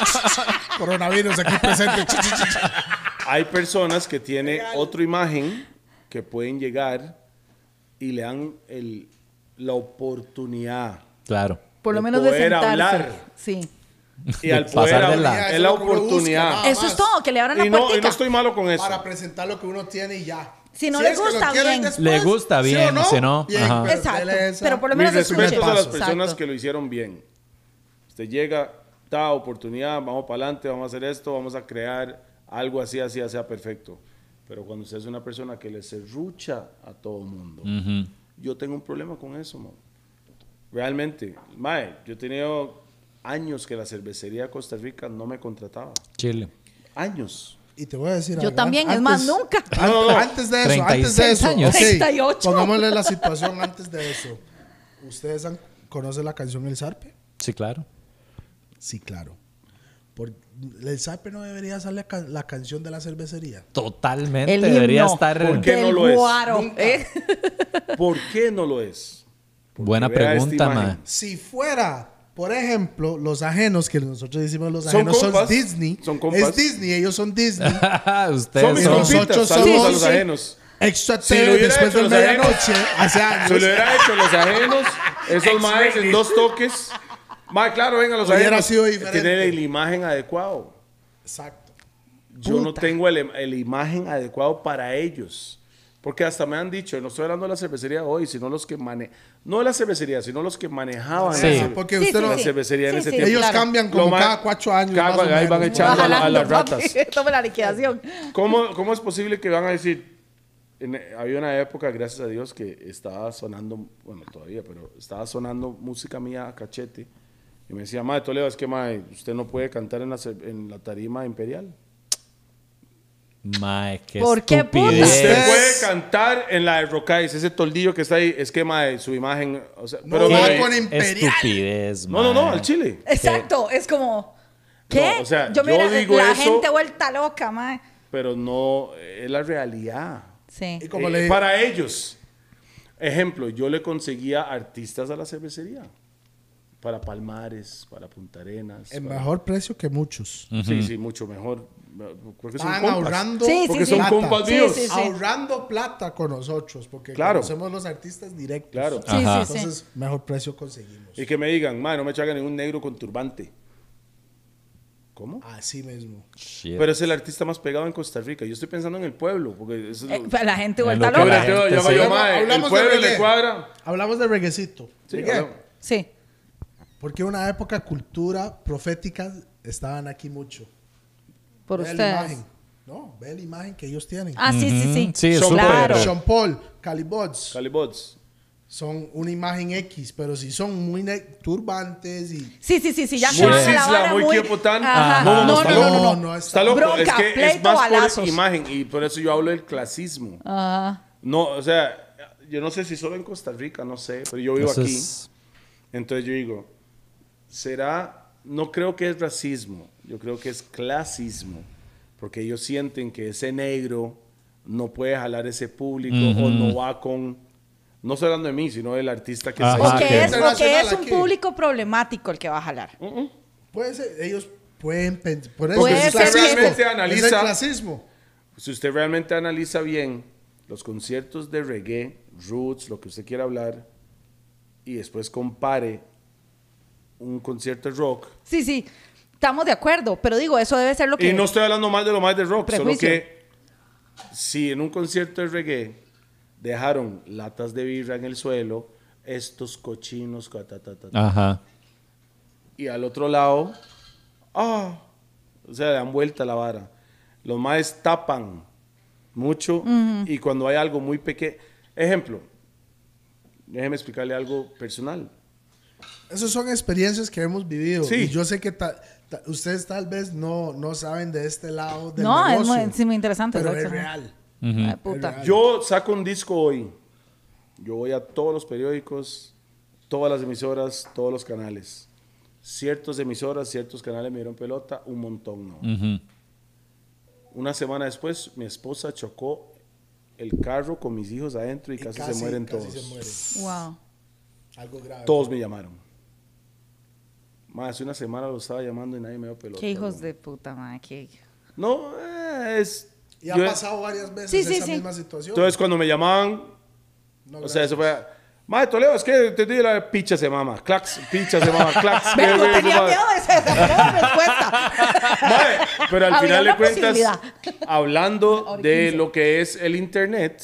Speaker 3: Coronavirus aquí presente. Ch, ch, ch, ch.
Speaker 4: Hay personas que tienen otra imagen que pueden llegar y le dan el- la oportunidad.
Speaker 1: Claro.
Speaker 2: Por lo
Speaker 4: De
Speaker 2: menos de
Speaker 4: poder
Speaker 2: sentarse.
Speaker 4: hablar.
Speaker 2: Sí.
Speaker 4: Y al
Speaker 1: De
Speaker 4: poder
Speaker 1: pasar de
Speaker 4: hablar,
Speaker 1: la-
Speaker 4: es la
Speaker 3: Eso no lo busca,
Speaker 4: oportunidad.
Speaker 3: nada
Speaker 2: Eso es
Speaker 3: más.
Speaker 2: todo, que le abran la
Speaker 4: Y no, y
Speaker 2: puertica.
Speaker 4: no estoy malo con eso.
Speaker 3: Para presentar lo que uno tiene y ya.
Speaker 2: Si no le
Speaker 3: es que lo
Speaker 2: gusta,
Speaker 3: quieren
Speaker 2: bien.
Speaker 1: Le gusta
Speaker 3: ¿sí o
Speaker 1: bien, si no, ajá.
Speaker 3: pero
Speaker 2: Exacto,
Speaker 3: dele esa-
Speaker 2: pero por lo
Speaker 4: Mis
Speaker 2: menos escuchen.
Speaker 4: respetos a las
Speaker 2: Exacto.
Speaker 4: personas que lo hicieron bien. Usted llega, ta oportunidad, vamos para adelante, vamos a hacer esto, vamos a crear algo así, así, así, perfecto. Pero cuando usted es una persona que le serrucha a todo mundo, yo tengo un problema con eso, mo. Realmente, mae, yo he tenido años que la cervecería de Costa Rica no me contrataba.
Speaker 1: Chile.
Speaker 4: Años.
Speaker 3: Y te voy a decir
Speaker 2: Yo también, es más, nunca.
Speaker 3: An-
Speaker 4: Ah, No, no, no.
Speaker 3: Antes de eso, antes
Speaker 1: 36
Speaker 3: de eso.
Speaker 1: años.
Speaker 3: ok,
Speaker 2: 38.
Speaker 3: Pongámosle la situación antes de eso. ¿Ustedes han- conocen la canción El Zarpe?
Speaker 1: Sí, claro.
Speaker 3: Sí, claro. Por, el Zarpe no debería ser la, ca- la canción de la cervecería.
Speaker 1: Totalmente.
Speaker 2: El
Speaker 1: Debería
Speaker 2: himno
Speaker 1: estar.
Speaker 4: ¿Por qué?
Speaker 2: del
Speaker 4: no lo es?
Speaker 2: guaro, ¿eh?
Speaker 4: ¿Por qué no lo es? Porque
Speaker 1: Buena
Speaker 4: vea esta
Speaker 1: pregunta,
Speaker 4: imagen.
Speaker 1: Mae.
Speaker 3: Si fuera, por ejemplo, los ajenos, que nosotros decimos los
Speaker 4: Son
Speaker 3: ajenos son,
Speaker 4: compas.
Speaker 3: Disney.
Speaker 4: Son compas.
Speaker 3: Es Disney, ellos son Disney.
Speaker 4: Son
Speaker 1: Ustedes son.
Speaker 4: mis
Speaker 3: Pero
Speaker 4: compitas,
Speaker 3: nosotros
Speaker 4: saludos
Speaker 3: somos-
Speaker 4: a los
Speaker 3: sí, sí.
Speaker 4: ajenos.
Speaker 3: Extra
Speaker 4: Si lo
Speaker 3: TV
Speaker 4: hubiera
Speaker 3: después
Speaker 4: hecho
Speaker 3: de
Speaker 4: los ajenos.
Speaker 3: medianoche. Hace
Speaker 4: Se
Speaker 3: años.
Speaker 4: lo hubiera hecho los ajenos, esos maes en dos toques. Mae, claro, venga, los
Speaker 3: Hubiera
Speaker 4: ajenos.
Speaker 3: sido diferente.
Speaker 4: Tienen la imagen adecuada.
Speaker 3: Exacto.
Speaker 4: Yo no tengo el, el imagen adecuado para ellos. Porque hasta me han dicho, no estoy hablando de la cervecería hoy, sino los que manejan. No de la cervecería, sino los que manejaban.
Speaker 1: Sí.
Speaker 4: esa-
Speaker 3: Porque
Speaker 2: Sí,
Speaker 3: usted
Speaker 2: sí,
Speaker 3: no-
Speaker 4: La cervecería en
Speaker 2: Sí,
Speaker 4: ese
Speaker 2: sí,
Speaker 4: tiempo.
Speaker 3: Ellos
Speaker 2: claro.
Speaker 3: cambian
Speaker 4: Lo
Speaker 3: como
Speaker 4: ma-
Speaker 3: cada cuatro años.
Speaker 4: Cada-
Speaker 3: más o
Speaker 4: ahí
Speaker 3: menos.
Speaker 4: van
Speaker 2: Va
Speaker 4: echando a, la- a las
Speaker 2: jalando, papi.
Speaker 4: ratas.
Speaker 2: Tome la liquidación.
Speaker 4: ¿Cómo, ¿Cómo es posible que van a decir? en- había una época, gracias a Dios, que estaba sonando, bueno, todavía, pero estaba sonando música mía a cachete. Y me decía, Mae Toledo, es que Mae, usted no puede cantar en la, cer- en la tarima imperial.
Speaker 1: Mae, qué
Speaker 2: ¿Por qué, puta?
Speaker 1: estupidez.
Speaker 4: Usted
Speaker 3: Es-
Speaker 4: puede cantar en la de Rocais, ese toldillo que está ahí, es que Mae, su imagen. O sea,
Speaker 3: No
Speaker 4: pero
Speaker 3: va
Speaker 4: Mae,
Speaker 3: con el- Imperial.
Speaker 1: Estupidez,
Speaker 4: no, no, no,
Speaker 1: mae.
Speaker 4: al chile.
Speaker 2: Exacto, es como. ¿Qué?
Speaker 4: o sea,
Speaker 2: yo me
Speaker 4: yo
Speaker 2: hubiera-
Speaker 4: digo
Speaker 2: la
Speaker 4: eso-
Speaker 2: gente vuelta loca, mae.
Speaker 4: Pero no, es la realidad.
Speaker 2: Sí.
Speaker 3: Y como
Speaker 4: Eh,
Speaker 3: le
Speaker 4: para ellos. Ejemplo, yo le conseguía artistas a la cervecería. Para Palmares, para Punta Arenas.
Speaker 3: En
Speaker 4: para-
Speaker 3: mejor precio que muchos.
Speaker 4: Sí, sí, mucho mejor. Porque son
Speaker 3: Están
Speaker 4: compas.
Speaker 3: ahorrando.
Speaker 2: Sí,
Speaker 4: Porque son
Speaker 3: plata.
Speaker 4: compas
Speaker 2: Sí,
Speaker 4: míos.
Speaker 2: sí, sí.
Speaker 3: Ahorrando plata con nosotros. Porque
Speaker 4: Claro.
Speaker 3: somos los artistas directos.
Speaker 4: Claro.
Speaker 2: Sí, sí,
Speaker 1: Ajá.
Speaker 2: sí.
Speaker 3: Entonces, mejor precio conseguimos.
Speaker 4: Y que me digan, man, no me chagan ningún negro con turbante. ¿Cómo?
Speaker 3: Así mismo.
Speaker 1: Shit.
Speaker 4: Pero es el artista más pegado en Costa Rica. Yo estoy pensando en el pueblo. Porque eso es
Speaker 2: Eh,
Speaker 4: lo-
Speaker 2: pa- la gente
Speaker 1: Es
Speaker 2: vuelta
Speaker 1: lo que
Speaker 4: Ahora
Speaker 1: la
Speaker 2: loca.
Speaker 4: yo-
Speaker 1: gente
Speaker 4: yo
Speaker 1: se-
Speaker 4: veo,
Speaker 3: Hablamos-
Speaker 4: mae, el
Speaker 3: hablamos de
Speaker 4: pueblo
Speaker 3: reggae.
Speaker 4: le cuadra.
Speaker 3: Hablamos de reguecito.
Speaker 4: Sí,
Speaker 3: Reggae.
Speaker 4: hablamos.
Speaker 2: Sí.
Speaker 3: Porque en una época cultura profética estaban aquí mucho.
Speaker 2: Por
Speaker 3: Ve la
Speaker 2: ustedes.
Speaker 3: imagen. No, ve la imagen que ellos tienen.
Speaker 2: Ah, sí, sí, sí.
Speaker 1: Ujú, sí, es
Speaker 2: Son-
Speaker 1: súper.
Speaker 2: claro.
Speaker 3: Sean Paul, Calibots,
Speaker 4: Calibots.
Speaker 3: son una imagen X, pero si son muy ne- turbantes y...
Speaker 2: Sí, sí, sí, sí, ya
Speaker 4: Muy
Speaker 2: te vas a la
Speaker 4: sisla,
Speaker 2: vara
Speaker 4: muy
Speaker 2: muy...
Speaker 4: quiepotán.
Speaker 2: Ajá.
Speaker 1: No,
Speaker 2: No, no,
Speaker 4: está
Speaker 2: no,
Speaker 4: loco.
Speaker 2: no, no.
Speaker 3: no,
Speaker 4: Está loco,
Speaker 2: Bronca,
Speaker 4: es que es
Speaker 2: pleito,
Speaker 4: más por
Speaker 2: balazos. Ah.
Speaker 4: imagen y por eso yo hablo del clasismo.
Speaker 2: Ajá.
Speaker 4: No, o sea, yo no sé si solo en Costa Rica, no sé, pero yo vivo
Speaker 1: Entonces-
Speaker 4: aquí. Entonces yo digo, será, no creo que es racismo, yo creo que es clasismo, porque ellos sienten que ese negro no puede jalar ese público o no va con, no estoy hablando de mí, sino del artista que Oh.
Speaker 1: Ajá.
Speaker 2: O
Speaker 1: Ah,
Speaker 2: que
Speaker 1: ok.
Speaker 2: es, o que es
Speaker 3: Internacional
Speaker 2: un
Speaker 3: aquí.
Speaker 2: público problemático el que va a jalar.
Speaker 3: Puede ser, ellos pueden pensar... Por eso
Speaker 2: Puede
Speaker 3: es
Speaker 2: ser
Speaker 3: clasismo,
Speaker 2: que-
Speaker 4: Realmente
Speaker 3: es el
Speaker 4: analiza-
Speaker 3: clasismo.
Speaker 4: Si usted realmente analiza bien los conciertos de reggae, roots, lo que usted quiera hablar, y después compare un concierto de rock,
Speaker 2: Sí, sí, estamos de acuerdo, pero digo, eso debe ser lo que...
Speaker 4: Y no estoy hablando mal de lo más de rock,
Speaker 2: Prejuicio.
Speaker 4: solo que si en un concierto de reggae dejaron latas de birra en el suelo, estos cochinos, ca, ta, ta, ta, ta,
Speaker 1: Ajá.
Speaker 4: y al otro lado, ah, o sea, le dan vuelta la vara. Los más tapan mucho y cuando hay algo muy pequeño, ejemplo, déjeme explicarle algo personal.
Speaker 3: Esas son experiencias que hemos vivido.
Speaker 4: Sí.
Speaker 3: Y yo sé que ta- ta- ustedes tal vez no, no saben de este lado del
Speaker 2: No, es
Speaker 3: negocio.
Speaker 2: muy- sí, muy interesante,
Speaker 3: Pero es
Speaker 2: exacto.
Speaker 3: real.
Speaker 2: Ay, puta.
Speaker 3: Real.
Speaker 4: Yo saco un disco hoy. Yo voy a todos los periódicos, todas las emisoras, todos los canales. Ciertas emisoras, ciertos canales me dieron pelota, un montón no. Una semana después, mi esposa chocó el carro con mis hijos adentro y,
Speaker 3: Y
Speaker 4: casi, se mueren
Speaker 3: casi
Speaker 4: todos.
Speaker 3: se mueren.
Speaker 2: Wow.
Speaker 3: Algo grave.
Speaker 4: Todos me llamaron. Más de una semana los estaba llamando y nadie me dio pelota.
Speaker 2: Qué hijos
Speaker 4: no.
Speaker 2: de puta, madre. qué-
Speaker 4: No, eh, es...
Speaker 3: Y ha
Speaker 4: yo-
Speaker 3: pasado varias veces
Speaker 2: Sí, sí,
Speaker 3: esa
Speaker 2: sí.
Speaker 3: misma situación.
Speaker 4: Entonces cuando me llamaban,
Speaker 3: No,
Speaker 4: O sea,
Speaker 3: gracias.
Speaker 4: eso fue. Madre Toledo, es que te di la picha se mama, clax, picha se mama, clax.
Speaker 2: Ve,
Speaker 4: que-
Speaker 2: yo
Speaker 4: que-
Speaker 2: tenía
Speaker 4: madre.
Speaker 2: miedo de esa esa respuesta.
Speaker 4: Madre, pero al
Speaker 2: Había
Speaker 4: final
Speaker 2: una
Speaker 4: de cuentas,
Speaker 2: posibilidad.
Speaker 4: hablando
Speaker 2: Ahora
Speaker 4: de
Speaker 2: 15.
Speaker 4: lo que es el internet,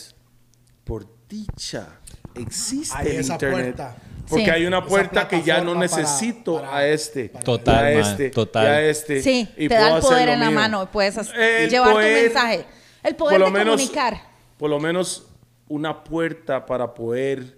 Speaker 4: por dicha existe
Speaker 3: Hay
Speaker 4: el
Speaker 3: esa
Speaker 4: internet.
Speaker 3: puerta.
Speaker 4: Porque
Speaker 2: Sí.
Speaker 4: hay una
Speaker 3: Esa
Speaker 4: puerta que ya no
Speaker 3: plataforma para-
Speaker 4: necesito
Speaker 3: para-
Speaker 4: a este,
Speaker 1: Total,
Speaker 4: y a
Speaker 1: madre,
Speaker 4: este,
Speaker 1: total.
Speaker 4: y a este.
Speaker 2: Sí,
Speaker 4: y
Speaker 2: te da
Speaker 4: puedo
Speaker 2: el
Speaker 4: hacer
Speaker 2: poder
Speaker 4: lo
Speaker 2: en la
Speaker 4: mío.
Speaker 2: mano y puedes as-
Speaker 4: El
Speaker 2: llevar tu
Speaker 4: poder-
Speaker 2: mensaje. El poder de comunicar.
Speaker 4: Por lo menos una puerta para poder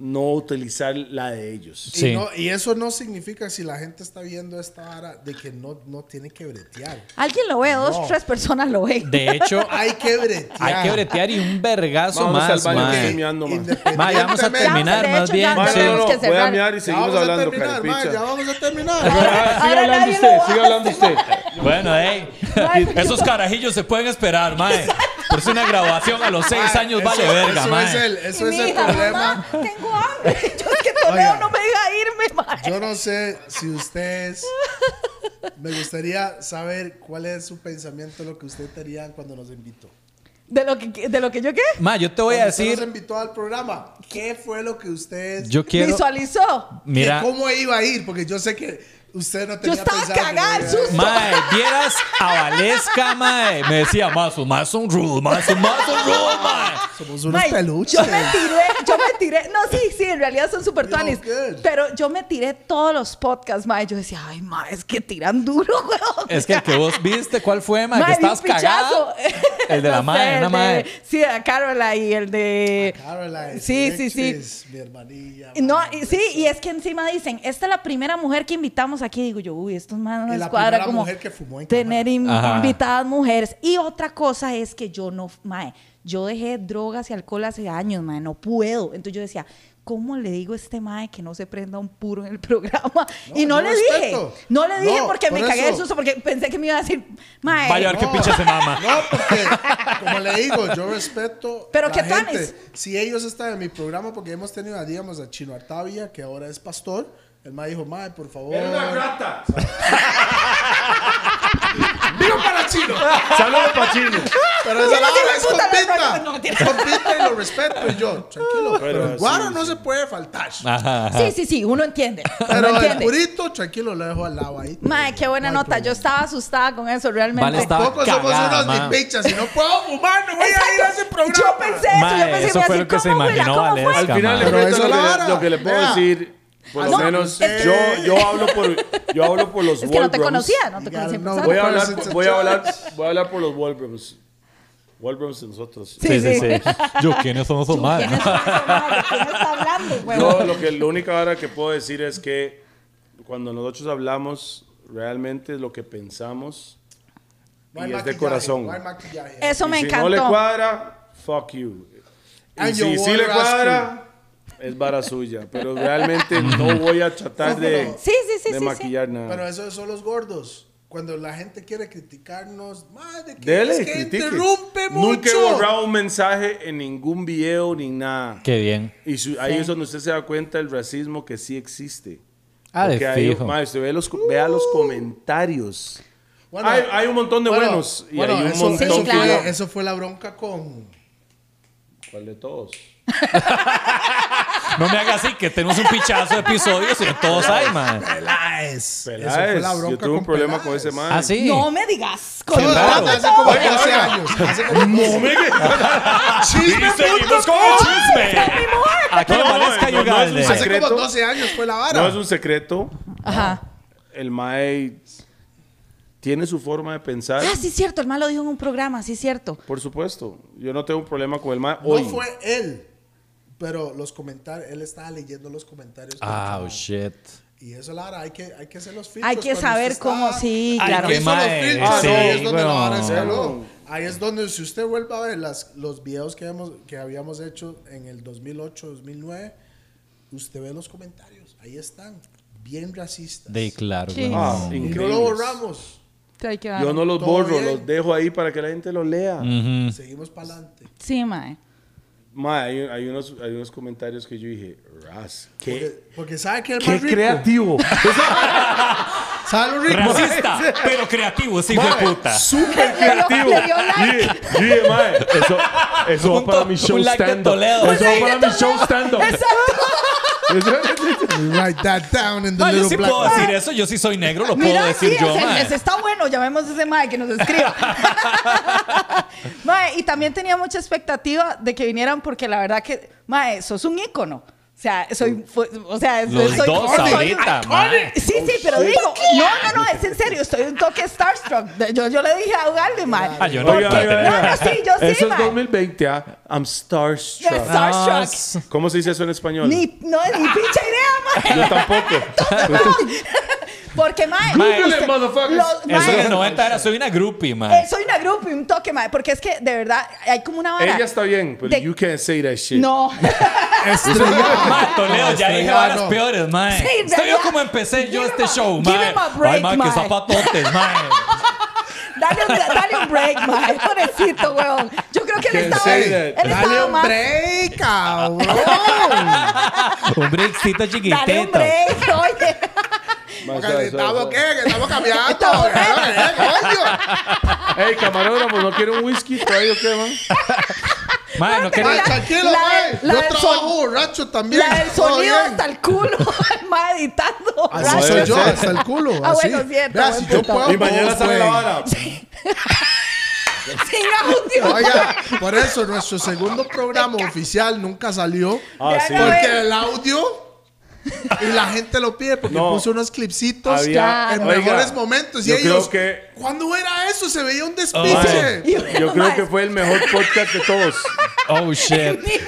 Speaker 4: no utilizar la de ellos.
Speaker 3: Y,
Speaker 1: Sí.
Speaker 3: no- y eso no significa si la gente está viendo esta vara de que no, no tiene que bretear.
Speaker 2: Alguien lo ve, dos,
Speaker 3: No.
Speaker 2: tres personas lo ven.
Speaker 1: De hecho,
Speaker 3: Hay que bretear.
Speaker 1: hay que bretear y un vergazo
Speaker 4: Vamos al
Speaker 1: más,
Speaker 4: baño,
Speaker 1: mae.
Speaker 4: que- meando, ma.
Speaker 3: Independientemente-
Speaker 1: Mae, ya vamos a terminar
Speaker 2: de
Speaker 1: más
Speaker 2: hecho, ya
Speaker 1: bien.
Speaker 2: no
Speaker 4: Mae,
Speaker 1: sí.
Speaker 4: no, no,
Speaker 2: que
Speaker 4: voy a
Speaker 2: cerrar.
Speaker 4: mear y
Speaker 3: Ya
Speaker 4: seguimos
Speaker 3: vamos a
Speaker 4: hablando,
Speaker 3: terminar, mae,
Speaker 4: carepicha.
Speaker 3: ya vamos a terminar.
Speaker 4: Ah, sigue
Speaker 2: Ahora
Speaker 4: hablando
Speaker 2: nadie
Speaker 4: usted,
Speaker 2: lo hace.
Speaker 4: sigue hablando usted.
Speaker 1: Bueno, hey,
Speaker 2: Mae,
Speaker 1: esos carajillos se pueden esperar, mae. Por si una grabación a los seis
Speaker 3: Mae,
Speaker 1: años
Speaker 3: eso-
Speaker 1: vale verga,
Speaker 3: eso es
Speaker 1: mae.
Speaker 3: el,
Speaker 2: Y
Speaker 3: eso
Speaker 2: mi
Speaker 3: es el
Speaker 2: hija,
Speaker 3: problema.
Speaker 2: mamá, tengo hambre. Yo es que Toledo
Speaker 3: Oiga.
Speaker 2: no me deja irme, madre.
Speaker 3: Yo no sé si ustedes. Me gustaría saber cuál es su pensamiento, lo que ustedes harían cuando nos invitó.
Speaker 2: ¿De lo que, de lo que yo qué?
Speaker 1: Mae, yo te voy a
Speaker 3: Cuando usted Nos
Speaker 1: decir,
Speaker 3: invitó al programa. ¿Qué fue lo que ustedes.
Speaker 1: yo quiero,
Speaker 2: Visualizó.
Speaker 3: que
Speaker 1: mira,
Speaker 3: ¿Cómo iba a ir? Porque yo sé que usted no
Speaker 2: Yo
Speaker 3: tenía
Speaker 2: estaba
Speaker 3: pensado que
Speaker 2: cagada
Speaker 3: no
Speaker 2: al
Speaker 3: iba a
Speaker 2: susto.
Speaker 1: mae, vieras a Valesca, mae. Me decía, mae, sus más son rudos, mae, sus más son rudos, mae.
Speaker 3: ir. Somos unos
Speaker 2: Mae,
Speaker 3: peluches.
Speaker 2: Yo me tiré, yo me tiré. No, sí, sí, en realidad son super
Speaker 3: Yo,
Speaker 2: tuanis.
Speaker 3: good.
Speaker 2: Pero yo me tiré todos los podcasts, mae. Yo decía, ay, mae, es que tiran duro, weón.
Speaker 1: Es que el que vos viste, ¿cuál fue, mae? Que
Speaker 2: Mae, vi un
Speaker 1: estabas cagado.
Speaker 2: pichazo.
Speaker 1: El de la
Speaker 2: No sé,
Speaker 1: mae,
Speaker 2: el
Speaker 1: una
Speaker 2: de-
Speaker 1: mae.
Speaker 2: Sí, a Carola y el de.
Speaker 3: Caroline.
Speaker 2: Sí, sí, sí.
Speaker 3: Electris, Mi hermanilla.
Speaker 2: Y No,
Speaker 3: mae.
Speaker 2: y sí, y es que encima dicen, esta es la primera mujer que invitamos aquí. Digo yo, uy, esto es más
Speaker 3: Y
Speaker 2: una
Speaker 3: la
Speaker 2: escuadra
Speaker 3: primera
Speaker 2: como
Speaker 3: mujer que fumó en
Speaker 2: tener
Speaker 3: cámara.
Speaker 2: in-
Speaker 1: Ajá.
Speaker 2: invitadas mujeres. Y otra cosa es que yo no, mae, yo dejé drogas y alcohol hace años, mae, no puedo. Entonces yo decía, ¿cómo le digo a este mae que no se prenda un puro en el programa? y no
Speaker 3: yo
Speaker 2: le
Speaker 3: respeto.
Speaker 2: dije, no le dije
Speaker 3: No,
Speaker 2: porque me
Speaker 3: por
Speaker 2: cagué de
Speaker 3: eso.
Speaker 2: susto, porque pensé que me iba a decir, mae,
Speaker 1: Vaya, que
Speaker 3: No.
Speaker 1: pinche se mama.
Speaker 3: No, porque, como le digo, yo respeto.
Speaker 2: Pero
Speaker 3: la
Speaker 2: qué
Speaker 3: gente.
Speaker 2: tanes.
Speaker 3: Si ellos están en mi programa, porque hemos tenido, a, digamos, a Chino Artavia, que ahora es pastor. El mae dijo, mae, por favor.
Speaker 4: rata.
Speaker 3: ¡Viva para Chino!
Speaker 4: Saludos, Pachino.
Speaker 3: Pero esa
Speaker 2: Yo no
Speaker 3: la
Speaker 2: soy
Speaker 3: hora es
Speaker 2: puta,
Speaker 3: compita.
Speaker 2: no, no, mentira.
Speaker 3: Compita y lo respeto. Y yo, tranquilo. Pero,
Speaker 4: Pero
Speaker 3: el guaro
Speaker 4: sí,
Speaker 3: no
Speaker 4: sí.
Speaker 3: se puede faltar.
Speaker 1: Ajá, ajá.
Speaker 2: sí, sí, sí, uno entiende. uno
Speaker 3: Pero el
Speaker 2: Ah, entiende.
Speaker 3: purito, tranquilo, lo dejo al lado ahí.
Speaker 2: Mae, qué buena
Speaker 3: No hay
Speaker 2: nota. Yo estaba asustada con eso realmente.
Speaker 1: Vale, estaba
Speaker 3: Tampoco somos
Speaker 1: cagada,
Speaker 3: unos
Speaker 1: ma.
Speaker 3: ni pichas. Si no puedo fumar, no voy a ir a ese programa.
Speaker 2: Yo pensé eso,
Speaker 1: Mae,
Speaker 2: yo pensé
Speaker 1: eso
Speaker 2: me
Speaker 1: fue
Speaker 2: iba a
Speaker 1: lo que se
Speaker 2: decir, "¿Cómo, güey?
Speaker 1: imaginó
Speaker 2: ¿Cómo fue?"
Speaker 1: Valesca,
Speaker 4: Al final
Speaker 1: mae.
Speaker 4: le
Speaker 3: Pero
Speaker 4: cuento lo
Speaker 3: eso es Ah, la
Speaker 4: que,
Speaker 3: vara.
Speaker 4: lo que le puedo
Speaker 3: Vea.
Speaker 4: decir. Por lo
Speaker 2: No,
Speaker 4: menos
Speaker 3: Eh.
Speaker 2: es
Speaker 4: yo, yo, hablo por, yo hablo por los
Speaker 2: Es que no te
Speaker 4: Wolverhampton.
Speaker 2: conocía, no te
Speaker 3: Ya,
Speaker 2: conocía en
Speaker 3: no,
Speaker 2: persona.
Speaker 4: Voy a, hablar,
Speaker 3: Person
Speaker 4: voy, a hablar, voy a hablar por los Wolverhamptons. Wolverhamptons de nosotros.
Speaker 2: Sí, sí.
Speaker 1: Yo, ¿quiénes son esos
Speaker 2: ¿Quién
Speaker 1: más?
Speaker 2: es esa persona? ¿De quién está hablando, huevón?
Speaker 4: No, lo que la única hora que puedo decir es que cuando nosotros hablamos realmente es lo que pensamos
Speaker 3: No hay
Speaker 4: y es de
Speaker 3: maquillaje,
Speaker 4: corazón.
Speaker 3: No hay maquillaje.
Speaker 2: Eso
Speaker 4: Y
Speaker 2: me
Speaker 4: si
Speaker 2: encantó.
Speaker 4: no le cuadra, fuck you. Y
Speaker 3: And
Speaker 4: si
Speaker 3: you
Speaker 4: sí le
Speaker 3: won't ask
Speaker 4: cuadra, es vara suya. Pero realmente no voy a tratar de,
Speaker 2: Sí, sí, sí,
Speaker 4: de
Speaker 2: sí,
Speaker 4: maquillar nada.
Speaker 3: Pero eso son los gordos. Cuando la gente quiere criticarnos, madre, que
Speaker 4: Dele,
Speaker 3: es que
Speaker 4: critique.
Speaker 3: interrumpe mucho.
Speaker 4: Nunca he borrado un mensaje en ningún video ni nada.
Speaker 1: Qué bien.
Speaker 4: Y su- ahí es donde usted se da cuenta del racismo que sí existe.
Speaker 1: Ah, de
Speaker 4: Porque ahí,
Speaker 1: fijo.
Speaker 4: mae, usted ve los, vea los comentarios.
Speaker 3: Bueno,
Speaker 4: hay, hay un montón de
Speaker 3: bueno,
Speaker 4: buenos y
Speaker 3: bueno,
Speaker 4: hay un
Speaker 3: eso,
Speaker 4: montón
Speaker 3: eso
Speaker 4: que
Speaker 2: claro.
Speaker 4: no.
Speaker 3: fue, eso fue la bronca con...
Speaker 4: ¿Cuál de todos?
Speaker 1: No me hagas así, que tenemos un pichazo de episodios y de todos hay, man.
Speaker 3: Peláez.
Speaker 4: Peláez.
Speaker 3: Eso fue la bronca
Speaker 4: Yo tuve un
Speaker 3: con
Speaker 4: problema con
Speaker 3: Peláez.
Speaker 4: ese man.
Speaker 1: Ah, sí.
Speaker 2: No me digas. con-
Speaker 3: Eso fue
Speaker 1: Claro.
Speaker 3: hace como 12 años. Hace como 12 años. Chisme punto com.
Speaker 1: Aquí
Speaker 4: No,
Speaker 1: no,
Speaker 4: no,
Speaker 1: parezca
Speaker 4: no, no es un
Speaker 1: Ugalde.
Speaker 3: Hace como
Speaker 4: Secreto.
Speaker 3: 12 años fue la vara.
Speaker 4: No es un secreto.
Speaker 2: Ajá.
Speaker 4: El Mae tiene su forma de pensar.
Speaker 2: Ah, sí, es cierto. El malo dijo en un programa, sí, es cierto.
Speaker 4: Por supuesto. Yo no tengo un problema con el Mae hoy.
Speaker 3: No fue él. Pero los comentarios, él estaba leyendo los comentarios. del
Speaker 1: Ah, oh,
Speaker 3: chaval.
Speaker 1: shit.
Speaker 3: Y eso, Lara, hay que, hay que hacer los filtros.
Speaker 2: Hay que
Speaker 3: cuando
Speaker 2: saber
Speaker 3: usted
Speaker 2: cómo,
Speaker 3: está-
Speaker 2: sí,
Speaker 1: Ay,
Speaker 2: claro.
Speaker 3: Ahí
Speaker 1: qué
Speaker 3: son los
Speaker 1: mae,
Speaker 3: filtros,
Speaker 4: sí,
Speaker 3: ahí es donde la
Speaker 1: weón.
Speaker 3: vara se habló. Ahí es donde, si usted vuelve a ver las, los videos que, hemos, que habíamos hecho en el 2008, 2009, usted ve los comentarios. Ahí están, bien racistas.
Speaker 1: De claro,
Speaker 2: Sí.
Speaker 1: weón.
Speaker 4: Ah,
Speaker 3: y no
Speaker 4: increíbles.
Speaker 3: lo borramos.
Speaker 2: Sí, hay que
Speaker 4: Yo
Speaker 2: dar-
Speaker 4: no los
Speaker 3: Todo
Speaker 4: borro,
Speaker 3: bien.
Speaker 4: los dejo ahí para que la gente los lea.
Speaker 1: Mm.
Speaker 3: Seguimos para adelante.
Speaker 2: Sí, mae.
Speaker 4: Mae, hay, hay unos, hay unos comentarios que yo dije, Raz, qué,
Speaker 3: Porque, porque sabe que el
Speaker 4: qué
Speaker 3: más rico.
Speaker 4: creativo.
Speaker 3: ¿Sabe lo rico?
Speaker 1: Racista, pero creativo, sí, hijo de puta.
Speaker 4: Súper creativo.
Speaker 2: le dio like.
Speaker 4: Y- y, mae, eso, eso va
Speaker 1: Un
Speaker 4: para
Speaker 1: to-
Speaker 4: mi show
Speaker 1: un like de
Speaker 4: stand-up.
Speaker 1: Toledo.
Speaker 4: eso va para mi show stand-up. Eso-
Speaker 3: Write that down in the
Speaker 1: No, yo
Speaker 3: little
Speaker 1: sí
Speaker 3: black
Speaker 1: puedo
Speaker 3: book.
Speaker 1: decir eso, yo sí soy negro, lo puedo
Speaker 2: Mira,
Speaker 1: decir
Speaker 2: sí,
Speaker 1: yo,
Speaker 2: ese-
Speaker 1: man.
Speaker 2: ese está bueno. Llamemos a ese mae que nos escriba. mae, y también tenía mucha expectativa de que vinieran porque la verdad que, mae, sos un ícono. O sea, soy, fue- o sea,
Speaker 1: Los
Speaker 2: soy,
Speaker 1: dos
Speaker 2: soy-
Speaker 1: ahorita, mae.
Speaker 2: Sí, sí, pero digo, no, no, no, es en serio, estoy un toque starstruck. De- Yo, yo le dije a Ugalde, mae.
Speaker 1: Ah, yo no.
Speaker 4: Oiga,
Speaker 1: Porque-
Speaker 4: oiga, oiga.
Speaker 2: No, no, sí, yo sí,
Speaker 4: Eso es
Speaker 2: mae.
Speaker 4: 2020, ah. I'm
Speaker 2: Yo,
Speaker 4: starstruck.
Speaker 2: starstruck.
Speaker 4: ¿Cómo se dice eso en español?
Speaker 2: Ni, no, ni pinche idea, mae.
Speaker 4: Yo tampoco.
Speaker 2: Porque, mae,
Speaker 1: Mae,
Speaker 2: usted-
Speaker 4: motherfuckers.
Speaker 2: los-
Speaker 1: Eso en
Speaker 2: mae,
Speaker 1: el 90 era, soy una groupie, man.
Speaker 2: Eh, soy una grupo y un toque, madre. Porque es que, de verdad, hay como una vara.
Speaker 4: Ella está bien, pero
Speaker 2: De-
Speaker 4: you can't say that shit.
Speaker 2: No.
Speaker 3: Estrellado.
Speaker 1: Ma, Toledo, ya dije
Speaker 3: estrellado,
Speaker 1: varas
Speaker 3: no.
Speaker 1: peores, mae.
Speaker 2: Sí,
Speaker 1: Estoy
Speaker 2: ¿verdad?
Speaker 1: yo como empecé yo
Speaker 2: Give
Speaker 1: este
Speaker 2: him a-
Speaker 1: show,
Speaker 2: give
Speaker 1: mae.
Speaker 2: him a break,
Speaker 1: Ay, mae,
Speaker 2: mae.
Speaker 1: que zapatotes, mae.
Speaker 2: Dale, un- dale un break, madre. Pobrecito, weón. Yo creo que él
Speaker 4: Can't
Speaker 2: estaba.
Speaker 4: say
Speaker 2: Él
Speaker 4: that.
Speaker 3: Dale
Speaker 2: estaba
Speaker 3: un
Speaker 2: más.
Speaker 3: break, cabrón.
Speaker 1: Un breakcito
Speaker 2: Dale un
Speaker 1: chiquitito.
Speaker 2: break, oye.
Speaker 4: Más
Speaker 3: Porque si
Speaker 4: suave,
Speaker 3: estamos,
Speaker 4: suave,
Speaker 3: ¿qué?
Speaker 4: suave.
Speaker 3: Que estamos cambiando. ¿verdad? ¿Qué
Speaker 4: Ey, camarógrafo, ¿no quiere un whisky todavía o qué, man?
Speaker 1: Mae, no
Speaker 3: coño?
Speaker 1: quería.
Speaker 3: Ay, Ah, tranquilo,
Speaker 2: la
Speaker 3: güey.
Speaker 2: del- la
Speaker 3: Yo
Speaker 2: del
Speaker 3: trabajo
Speaker 2: son-
Speaker 3: borracho también.
Speaker 2: La del
Speaker 3: Todo
Speaker 2: sonido
Speaker 3: bien.
Speaker 2: hasta el culo, madre, editando.
Speaker 3: Así
Speaker 4: Debe
Speaker 3: soy yo,
Speaker 4: ser.
Speaker 3: hasta el culo.
Speaker 2: Ah,
Speaker 3: así.
Speaker 2: bueno, cierto,
Speaker 3: Vea,
Speaker 2: buen
Speaker 3: si yo
Speaker 2: punto.
Speaker 3: puedo. pues,
Speaker 4: Y mañana
Speaker 3: todos
Speaker 4: sale la
Speaker 3: pueden.
Speaker 4: vara.
Speaker 2: Sin audio.
Speaker 3: Oiga, por eso nuestro segundo programa oficial nunca salió.
Speaker 4: Ah, sí.
Speaker 2: A ver.
Speaker 3: Porque el audio. Y la gente lo pide porque
Speaker 4: No.
Speaker 3: puso unos clipsitos
Speaker 4: Había-
Speaker 3: en
Speaker 4: Oiga,
Speaker 3: mejores momentos. Y
Speaker 4: yo creo
Speaker 3: ellos,
Speaker 4: que-
Speaker 3: ¿cuándo era eso? Se veía un
Speaker 1: Ay.
Speaker 3: despiche.
Speaker 4: Yo creo que fue el mejor podcast de todos.
Speaker 1: Oh, shit.
Speaker 3: Ay,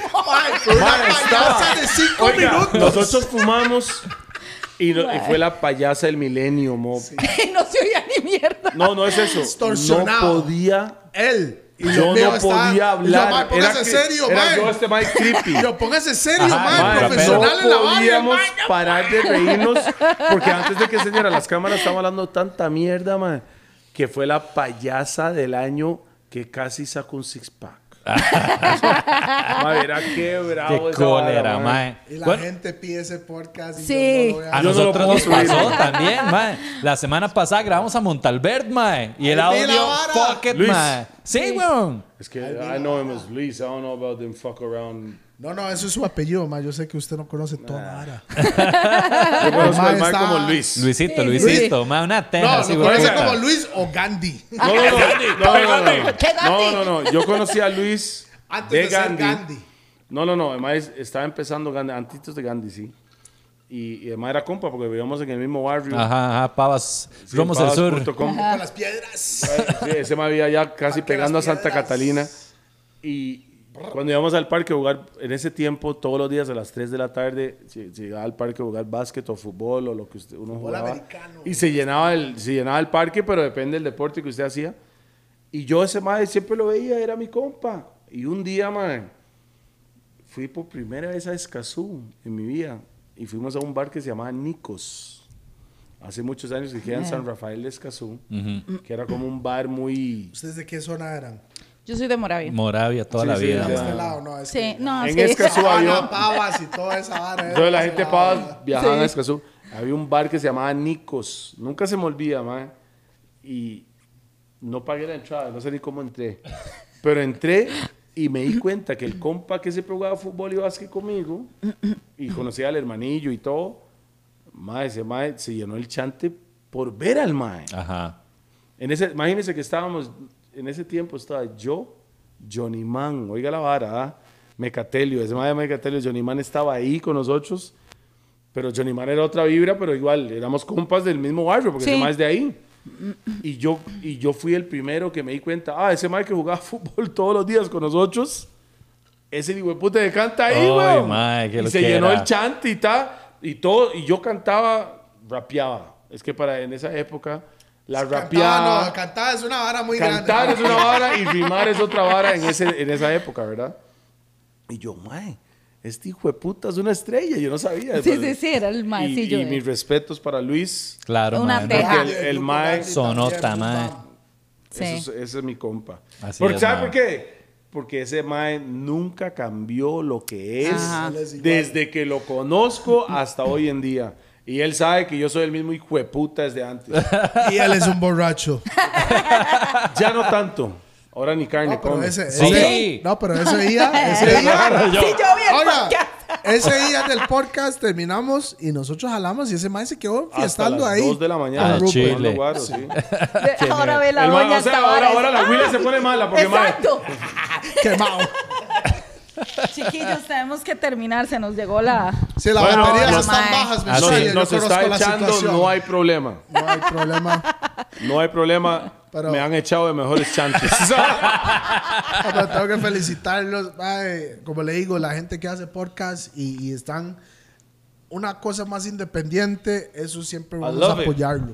Speaker 3: fue una
Speaker 4: Madre,
Speaker 3: payasa de cinco
Speaker 4: Oiga,
Speaker 3: minutos.
Speaker 4: nosotros fumamos y, no- y fue la payasa del milenio, mo.
Speaker 2: no se oía ni mierda.
Speaker 4: No, no es eso. No
Speaker 3: Distorsionado.
Speaker 4: podía.
Speaker 3: Él. Y los
Speaker 4: Yo
Speaker 3: míos
Speaker 4: no
Speaker 3: estaban-
Speaker 4: podía
Speaker 3: Yo, mae,
Speaker 4: hablar.
Speaker 3: póngase
Speaker 4: que-
Speaker 3: serio,
Speaker 4: era
Speaker 3: mae.
Speaker 4: yo este Mike creepy.
Speaker 3: Yo, póngase serio,
Speaker 1: Ajá,
Speaker 3: mae,
Speaker 1: mae,
Speaker 3: Profesional en la
Speaker 4: no
Speaker 3: vaina,
Speaker 4: podíamos
Speaker 3: mae.
Speaker 4: parar de reírnos porque antes de que enseñara las cámaras estábamos hablando tanta mierda, man, que fue la payasa del año que casi sacó un six pack. Madre, era qué bravo
Speaker 1: Qué
Speaker 4: esa vara,
Speaker 1: cólera,
Speaker 4: man.
Speaker 1: mae.
Speaker 3: Y la
Speaker 1: Bueno,
Speaker 3: gente pide ese podcast y
Speaker 2: Sí.
Speaker 3: yo no lo voy
Speaker 1: A
Speaker 3: a
Speaker 4: Yo Ah, no lo
Speaker 1: nosotros
Speaker 4: puedo
Speaker 1: nos
Speaker 4: subir.
Speaker 1: pasó también, mae. La semana pasada grabamos a Montalbert, mae. Y el
Speaker 3: Ahí vi la
Speaker 1: audio,
Speaker 3: vara.
Speaker 1: fuck it,
Speaker 4: Luis.
Speaker 1: mae. Sí, weón.
Speaker 4: Es que I know him as Luis, I don't know about them fuck around.
Speaker 3: No, no, eso es su apellido, ma. Yo sé que usted no conoce toda la vara.
Speaker 4: Yo conozco al
Speaker 3: mae
Speaker 4: mae
Speaker 3: está-
Speaker 4: como Luis.
Speaker 1: Luisito,
Speaker 2: Sí,
Speaker 1: Luisito, mae, una teja.
Speaker 3: No,
Speaker 1: así,
Speaker 3: lo
Speaker 1: weón.
Speaker 3: conoce como Luis o Ah, Gandhi.
Speaker 4: No, no, no, no, no, no, no.
Speaker 2: ¿Qué Gandhi?
Speaker 4: No, no, no. Yo conocí a Luis
Speaker 3: Antes
Speaker 4: de
Speaker 3: de ser
Speaker 4: Gandhi.
Speaker 3: Gandhi.
Speaker 4: No, no, no. Además, estaba empezando Gandhi, antitos de Gandhi, sí. Y, y además era compa porque vivíamos en el mismo barrio.
Speaker 1: Ajá, ajá, Pavas.
Speaker 4: Sí,
Speaker 1: Romos del Sur.
Speaker 4: pavas.com.
Speaker 3: Con las piedras.
Speaker 4: Sí, ese me había ya casi
Speaker 3: Parque
Speaker 4: pegando a
Speaker 3: Las
Speaker 4: Santa
Speaker 3: Piedras.
Speaker 4: Catalina. Y cuando íbamos al parque a jugar, en ese tiempo, todos los días a las 3 de la tarde, lle- llegaba al parque a jugar básquet o fútbol o lo que usted, uno jugaba.
Speaker 3: americano.
Speaker 4: Y se llenaba, el, se llenaba el parque, pero depende del deporte que usted hacía. Y yo ese mae siempre lo veía, era mi compa. Y un día, mae, fui por primera vez a Escazú en mi vida. Y fuimos a un bar que se llamaba Nicos. Hace muchos años que queda en San Rafael de Escazú. Que era como un bar muy...
Speaker 3: ¿Ustedes de qué zona eran?
Speaker 2: Yo soy de Moravia.
Speaker 1: Moravia toda
Speaker 4: Sí,
Speaker 1: la
Speaker 4: sí,
Speaker 1: vida.
Speaker 4: ya.
Speaker 3: De
Speaker 1: man.
Speaker 3: este lado, no. Es
Speaker 2: sí,
Speaker 3: que-
Speaker 2: no,
Speaker 4: En este
Speaker 2: sí.
Speaker 4: Escazú había...
Speaker 3: Habana, pavas y toda esa vara. ¿eh?
Speaker 4: Entonces la gente
Speaker 3: Esa vara.
Speaker 4: pavas viajaban
Speaker 2: Sí.
Speaker 4: a Escazú. Había un bar que se llamaba Nicos. Nunca se me olvida, man. Y no pagué la entrada, no sé ni cómo entré. Pero entré y me di cuenta que el compa que siempre jugaba fútbol y básquet conmigo, y conocía al hermanillo y todo, mae, ese mae se llenó el chante por ver al mae.
Speaker 1: Ajá.
Speaker 4: En ese, imagínense que estábamos, en ese tiempo estaba yo, Johnny Man, oiga la vara, ¿ah? Mecatelio, ese madre de Mecatelio, Johnny Man estaba ahí con nosotros, pero Johnny Man era otra vibra, pero igual, éramos compas del mismo barrio, porque
Speaker 2: Sí.
Speaker 4: ese mae es de ahí. Y yo, y yo fui el primero que me di cuenta, ah, ese mae que jugaba fútbol todos los días con nosotros, ese hijo de puta que canta ahí,
Speaker 1: Ay,
Speaker 4: weón.
Speaker 1: mae, qué
Speaker 4: y se
Speaker 1: loquera.
Speaker 4: llenó el chante y tal, y todo, y yo cantaba, rapeaba. Es que para en esa época, la
Speaker 3: Cantaba,
Speaker 4: rapeaba
Speaker 3: no, cantaba es una vara muy
Speaker 4: cantar
Speaker 3: grande.
Speaker 4: es una vara y rimar es otra vara en, ese, en esa época, ¿verdad? Y yo, mae, este hijo de puta es una estrella, yo no sabía.
Speaker 2: Sí, sí, sí, era el
Speaker 4: Y,
Speaker 2: maecillo.
Speaker 4: y mis respetos para Luis,
Speaker 1: Claro,
Speaker 2: Una
Speaker 1: man.
Speaker 2: teja.
Speaker 4: porque el,
Speaker 3: Grande,
Speaker 4: el
Speaker 3: grupo
Speaker 4: mae,
Speaker 3: grande
Speaker 1: Sonota,
Speaker 3: también,
Speaker 1: mae.
Speaker 3: Guzmán.
Speaker 2: Sí.
Speaker 4: eso es- ese es mi compa.
Speaker 1: Así
Speaker 4: porque,
Speaker 1: es,
Speaker 4: ¿Sabes
Speaker 1: mae.
Speaker 4: por qué? Porque ese mae nunca cambió lo que es
Speaker 2: Ajá.
Speaker 3: Él es igual.
Speaker 4: desde que lo conozco hasta hoy en día. Y él sabe que yo soy el mismo hijo de puta desde antes.
Speaker 3: Y él es un borracho.
Speaker 4: Ya no tanto. Ahora ni carne
Speaker 3: No, pero
Speaker 4: come.
Speaker 3: ese,
Speaker 1: Sí.
Speaker 3: ese- no, pero ese día, ese día,
Speaker 2: Sí, yo vi el
Speaker 3: Oiga,
Speaker 2: podcast.
Speaker 3: ese día del podcast terminamos y nosotros jalamos y ese mae se quedó fiestando
Speaker 4: las
Speaker 3: ahí.
Speaker 4: 2 de la mañana.
Speaker 1: Ah,
Speaker 4: Rupert.
Speaker 1: Chile.
Speaker 4: Tomando guaro, sí.
Speaker 2: De- Ahora ve la
Speaker 4: El ma-
Speaker 2: doña
Speaker 4: o sea,
Speaker 2: Tavares. Ah,
Speaker 4: ahora, ahora la Willa se pone mala porque ma-
Speaker 2: Exacto.
Speaker 3: Quemado.
Speaker 2: Chiquillos, tenemos que terminar. Se nos llegó la...
Speaker 3: Si las
Speaker 4: Bueno,
Speaker 3: baterías
Speaker 4: los-
Speaker 3: están bajas,
Speaker 1: Así
Speaker 3: me
Speaker 1: es.
Speaker 4: nos,
Speaker 1: Oye,
Speaker 3: yo
Speaker 4: nos
Speaker 3: conozco
Speaker 4: está
Speaker 3: la
Speaker 4: echando,
Speaker 3: situación.
Speaker 4: no hay problema.
Speaker 3: No hay problema.
Speaker 4: No hay problema.
Speaker 3: Pero-
Speaker 4: Me han echado de mejores chances.
Speaker 3: Ah, pero tengo que felicitarlos. mae. como le digo, la gente que hace podcast y, y están una cosa más independiente, eso siempre vamos a
Speaker 4: love it.
Speaker 3: apoyarlo.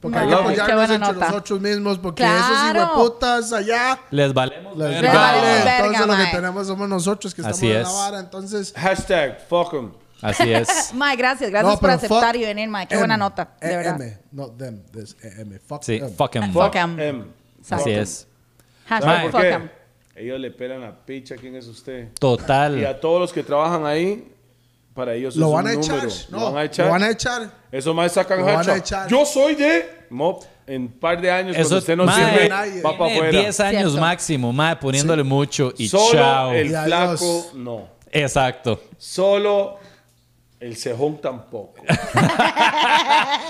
Speaker 3: Porque
Speaker 2: Mae,
Speaker 3: hay que
Speaker 4: qué
Speaker 3: apoyarnos
Speaker 2: buena
Speaker 3: entre
Speaker 2: nota.
Speaker 3: nosotros mismos, porque
Speaker 2: Claro.
Speaker 3: esos putas allá.
Speaker 1: Les valemos.
Speaker 3: les
Speaker 1: verga.
Speaker 2: vale.
Speaker 3: vale. Entonces
Speaker 2: verga,
Speaker 3: lo
Speaker 2: mae.
Speaker 3: que tenemos somos nosotros que estamos
Speaker 1: Así
Speaker 3: en
Speaker 1: es.
Speaker 3: la vara. Entonces,
Speaker 4: Hashtag, fuck 'em.
Speaker 1: Así es.
Speaker 2: Mae, gracias. Gracias
Speaker 3: No,
Speaker 2: por
Speaker 3: pero
Speaker 2: aceptar
Speaker 3: fuck
Speaker 2: y venir, mae. Qué
Speaker 3: em,
Speaker 2: buena nota, de
Speaker 3: em,
Speaker 2: verdad.
Speaker 3: no them, this em, fuck
Speaker 1: Sí,
Speaker 3: them.
Speaker 1: fuck 'em.
Speaker 2: Fuck 'em.
Speaker 4: Em.
Speaker 1: Así es.
Speaker 4: ¿Sabe
Speaker 2: Hashtag
Speaker 4: por
Speaker 2: fuck
Speaker 4: qué?
Speaker 2: 'em.
Speaker 4: Ellos le pelan la picha. ¿Quién es usted? Y
Speaker 1: Total.
Speaker 4: a todos los que trabajan ahí, para ellos
Speaker 3: Lo
Speaker 4: es
Speaker 3: van
Speaker 4: un
Speaker 3: a echar,
Speaker 4: número.
Speaker 3: no,
Speaker 4: lo van a echar.
Speaker 3: Lo van a echar.
Speaker 4: Esos más sacan
Speaker 3: Lo van a
Speaker 4: hacha.
Speaker 3: echar.
Speaker 4: Yo soy de... Mop, en un par de años,
Speaker 1: Eso
Speaker 4: cuando usted no
Speaker 1: mae,
Speaker 4: sirve,
Speaker 3: nadie.
Speaker 4: va para
Speaker 1: tiene
Speaker 4: afuera.
Speaker 1: 10 años
Speaker 2: Cierto.
Speaker 1: máximo, mae, poniéndole mucho y
Speaker 4: Solo
Speaker 1: chao.
Speaker 4: el
Speaker 3: Y adiós.
Speaker 4: flaco, no.
Speaker 1: Exacto.
Speaker 4: Solo el cejón tampoco.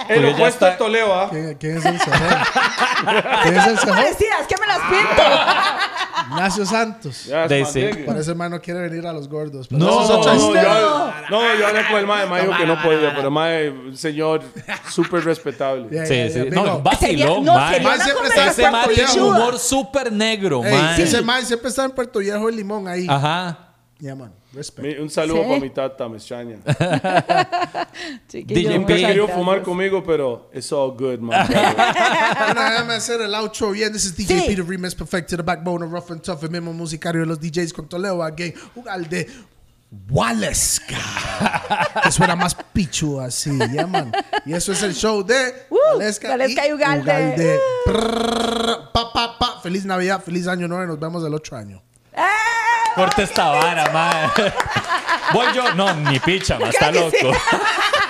Speaker 4: el
Speaker 1: ya
Speaker 4: opuesto
Speaker 1: está-
Speaker 4: de Toledo, ¿ah?
Speaker 3: ¿Quién, quién es el cejón? ¿Quién es el cejón?
Speaker 2: Parecía, es que me las pinto.
Speaker 3: Ignacio Santos.
Speaker 4: Ya es
Speaker 1: They
Speaker 4: manteca.
Speaker 1: say-
Speaker 3: Parece hermano quiere venir a los gordos. pero
Speaker 1: No,
Speaker 3: eso es otra
Speaker 4: No,
Speaker 3: historia.
Speaker 4: yo, no, yo hablé con el mae, el mae dijo que no podía, pero el mae, un señor súper respetable.
Speaker 3: Yeah,
Speaker 1: Sí,
Speaker 3: yeah,
Speaker 1: sí.
Speaker 3: yeah,
Speaker 1: No,
Speaker 3: amigo.
Speaker 1: vacilón,
Speaker 2: Sería- no,
Speaker 1: mae.
Speaker 2: sería
Speaker 3: una Siempre está
Speaker 1: Ese
Speaker 3: en
Speaker 1: mae
Speaker 3: Puerto
Speaker 1: tiene un
Speaker 3: Viejo.
Speaker 1: humor súper negro,
Speaker 3: Ey,
Speaker 1: mae.
Speaker 3: Ese man siempre está en Puerto Viejo el limón ahí.
Speaker 1: Ah. Ajá.
Speaker 3: Ya, man. Respect.
Speaker 4: Mi- Un saludo
Speaker 2: Sí.
Speaker 4: para mi tata, me extraña.
Speaker 1: DJ
Speaker 2: Chiquillos,
Speaker 4: Nunca
Speaker 1: P.
Speaker 2: muchas
Speaker 4: quería
Speaker 2: gracias.
Speaker 4: fumar conmigo, pero it's all good, man.
Speaker 3: Bueno, déjame hacer el outro bien. This is DJ
Speaker 2: Sí.
Speaker 3: Peter Remix Perfect to the Backbone of Rough and Tough, el mismo musicario de los DJs con Toledo Again. Un alde Waleska. que suena más pichu así, ya, man. Y eso es el show de
Speaker 2: Uh, Waleska y Ugalde. Uh.
Speaker 3: Prrr, pa, pa, pa. Feliz Navidad, feliz año nuevo y nos vemos el otro año.
Speaker 2: ¡Eh!
Speaker 1: Corta esta vara, mae. Voy yo. No, ni picha, mae. Está
Speaker 2: Claro que sí.
Speaker 1: loco.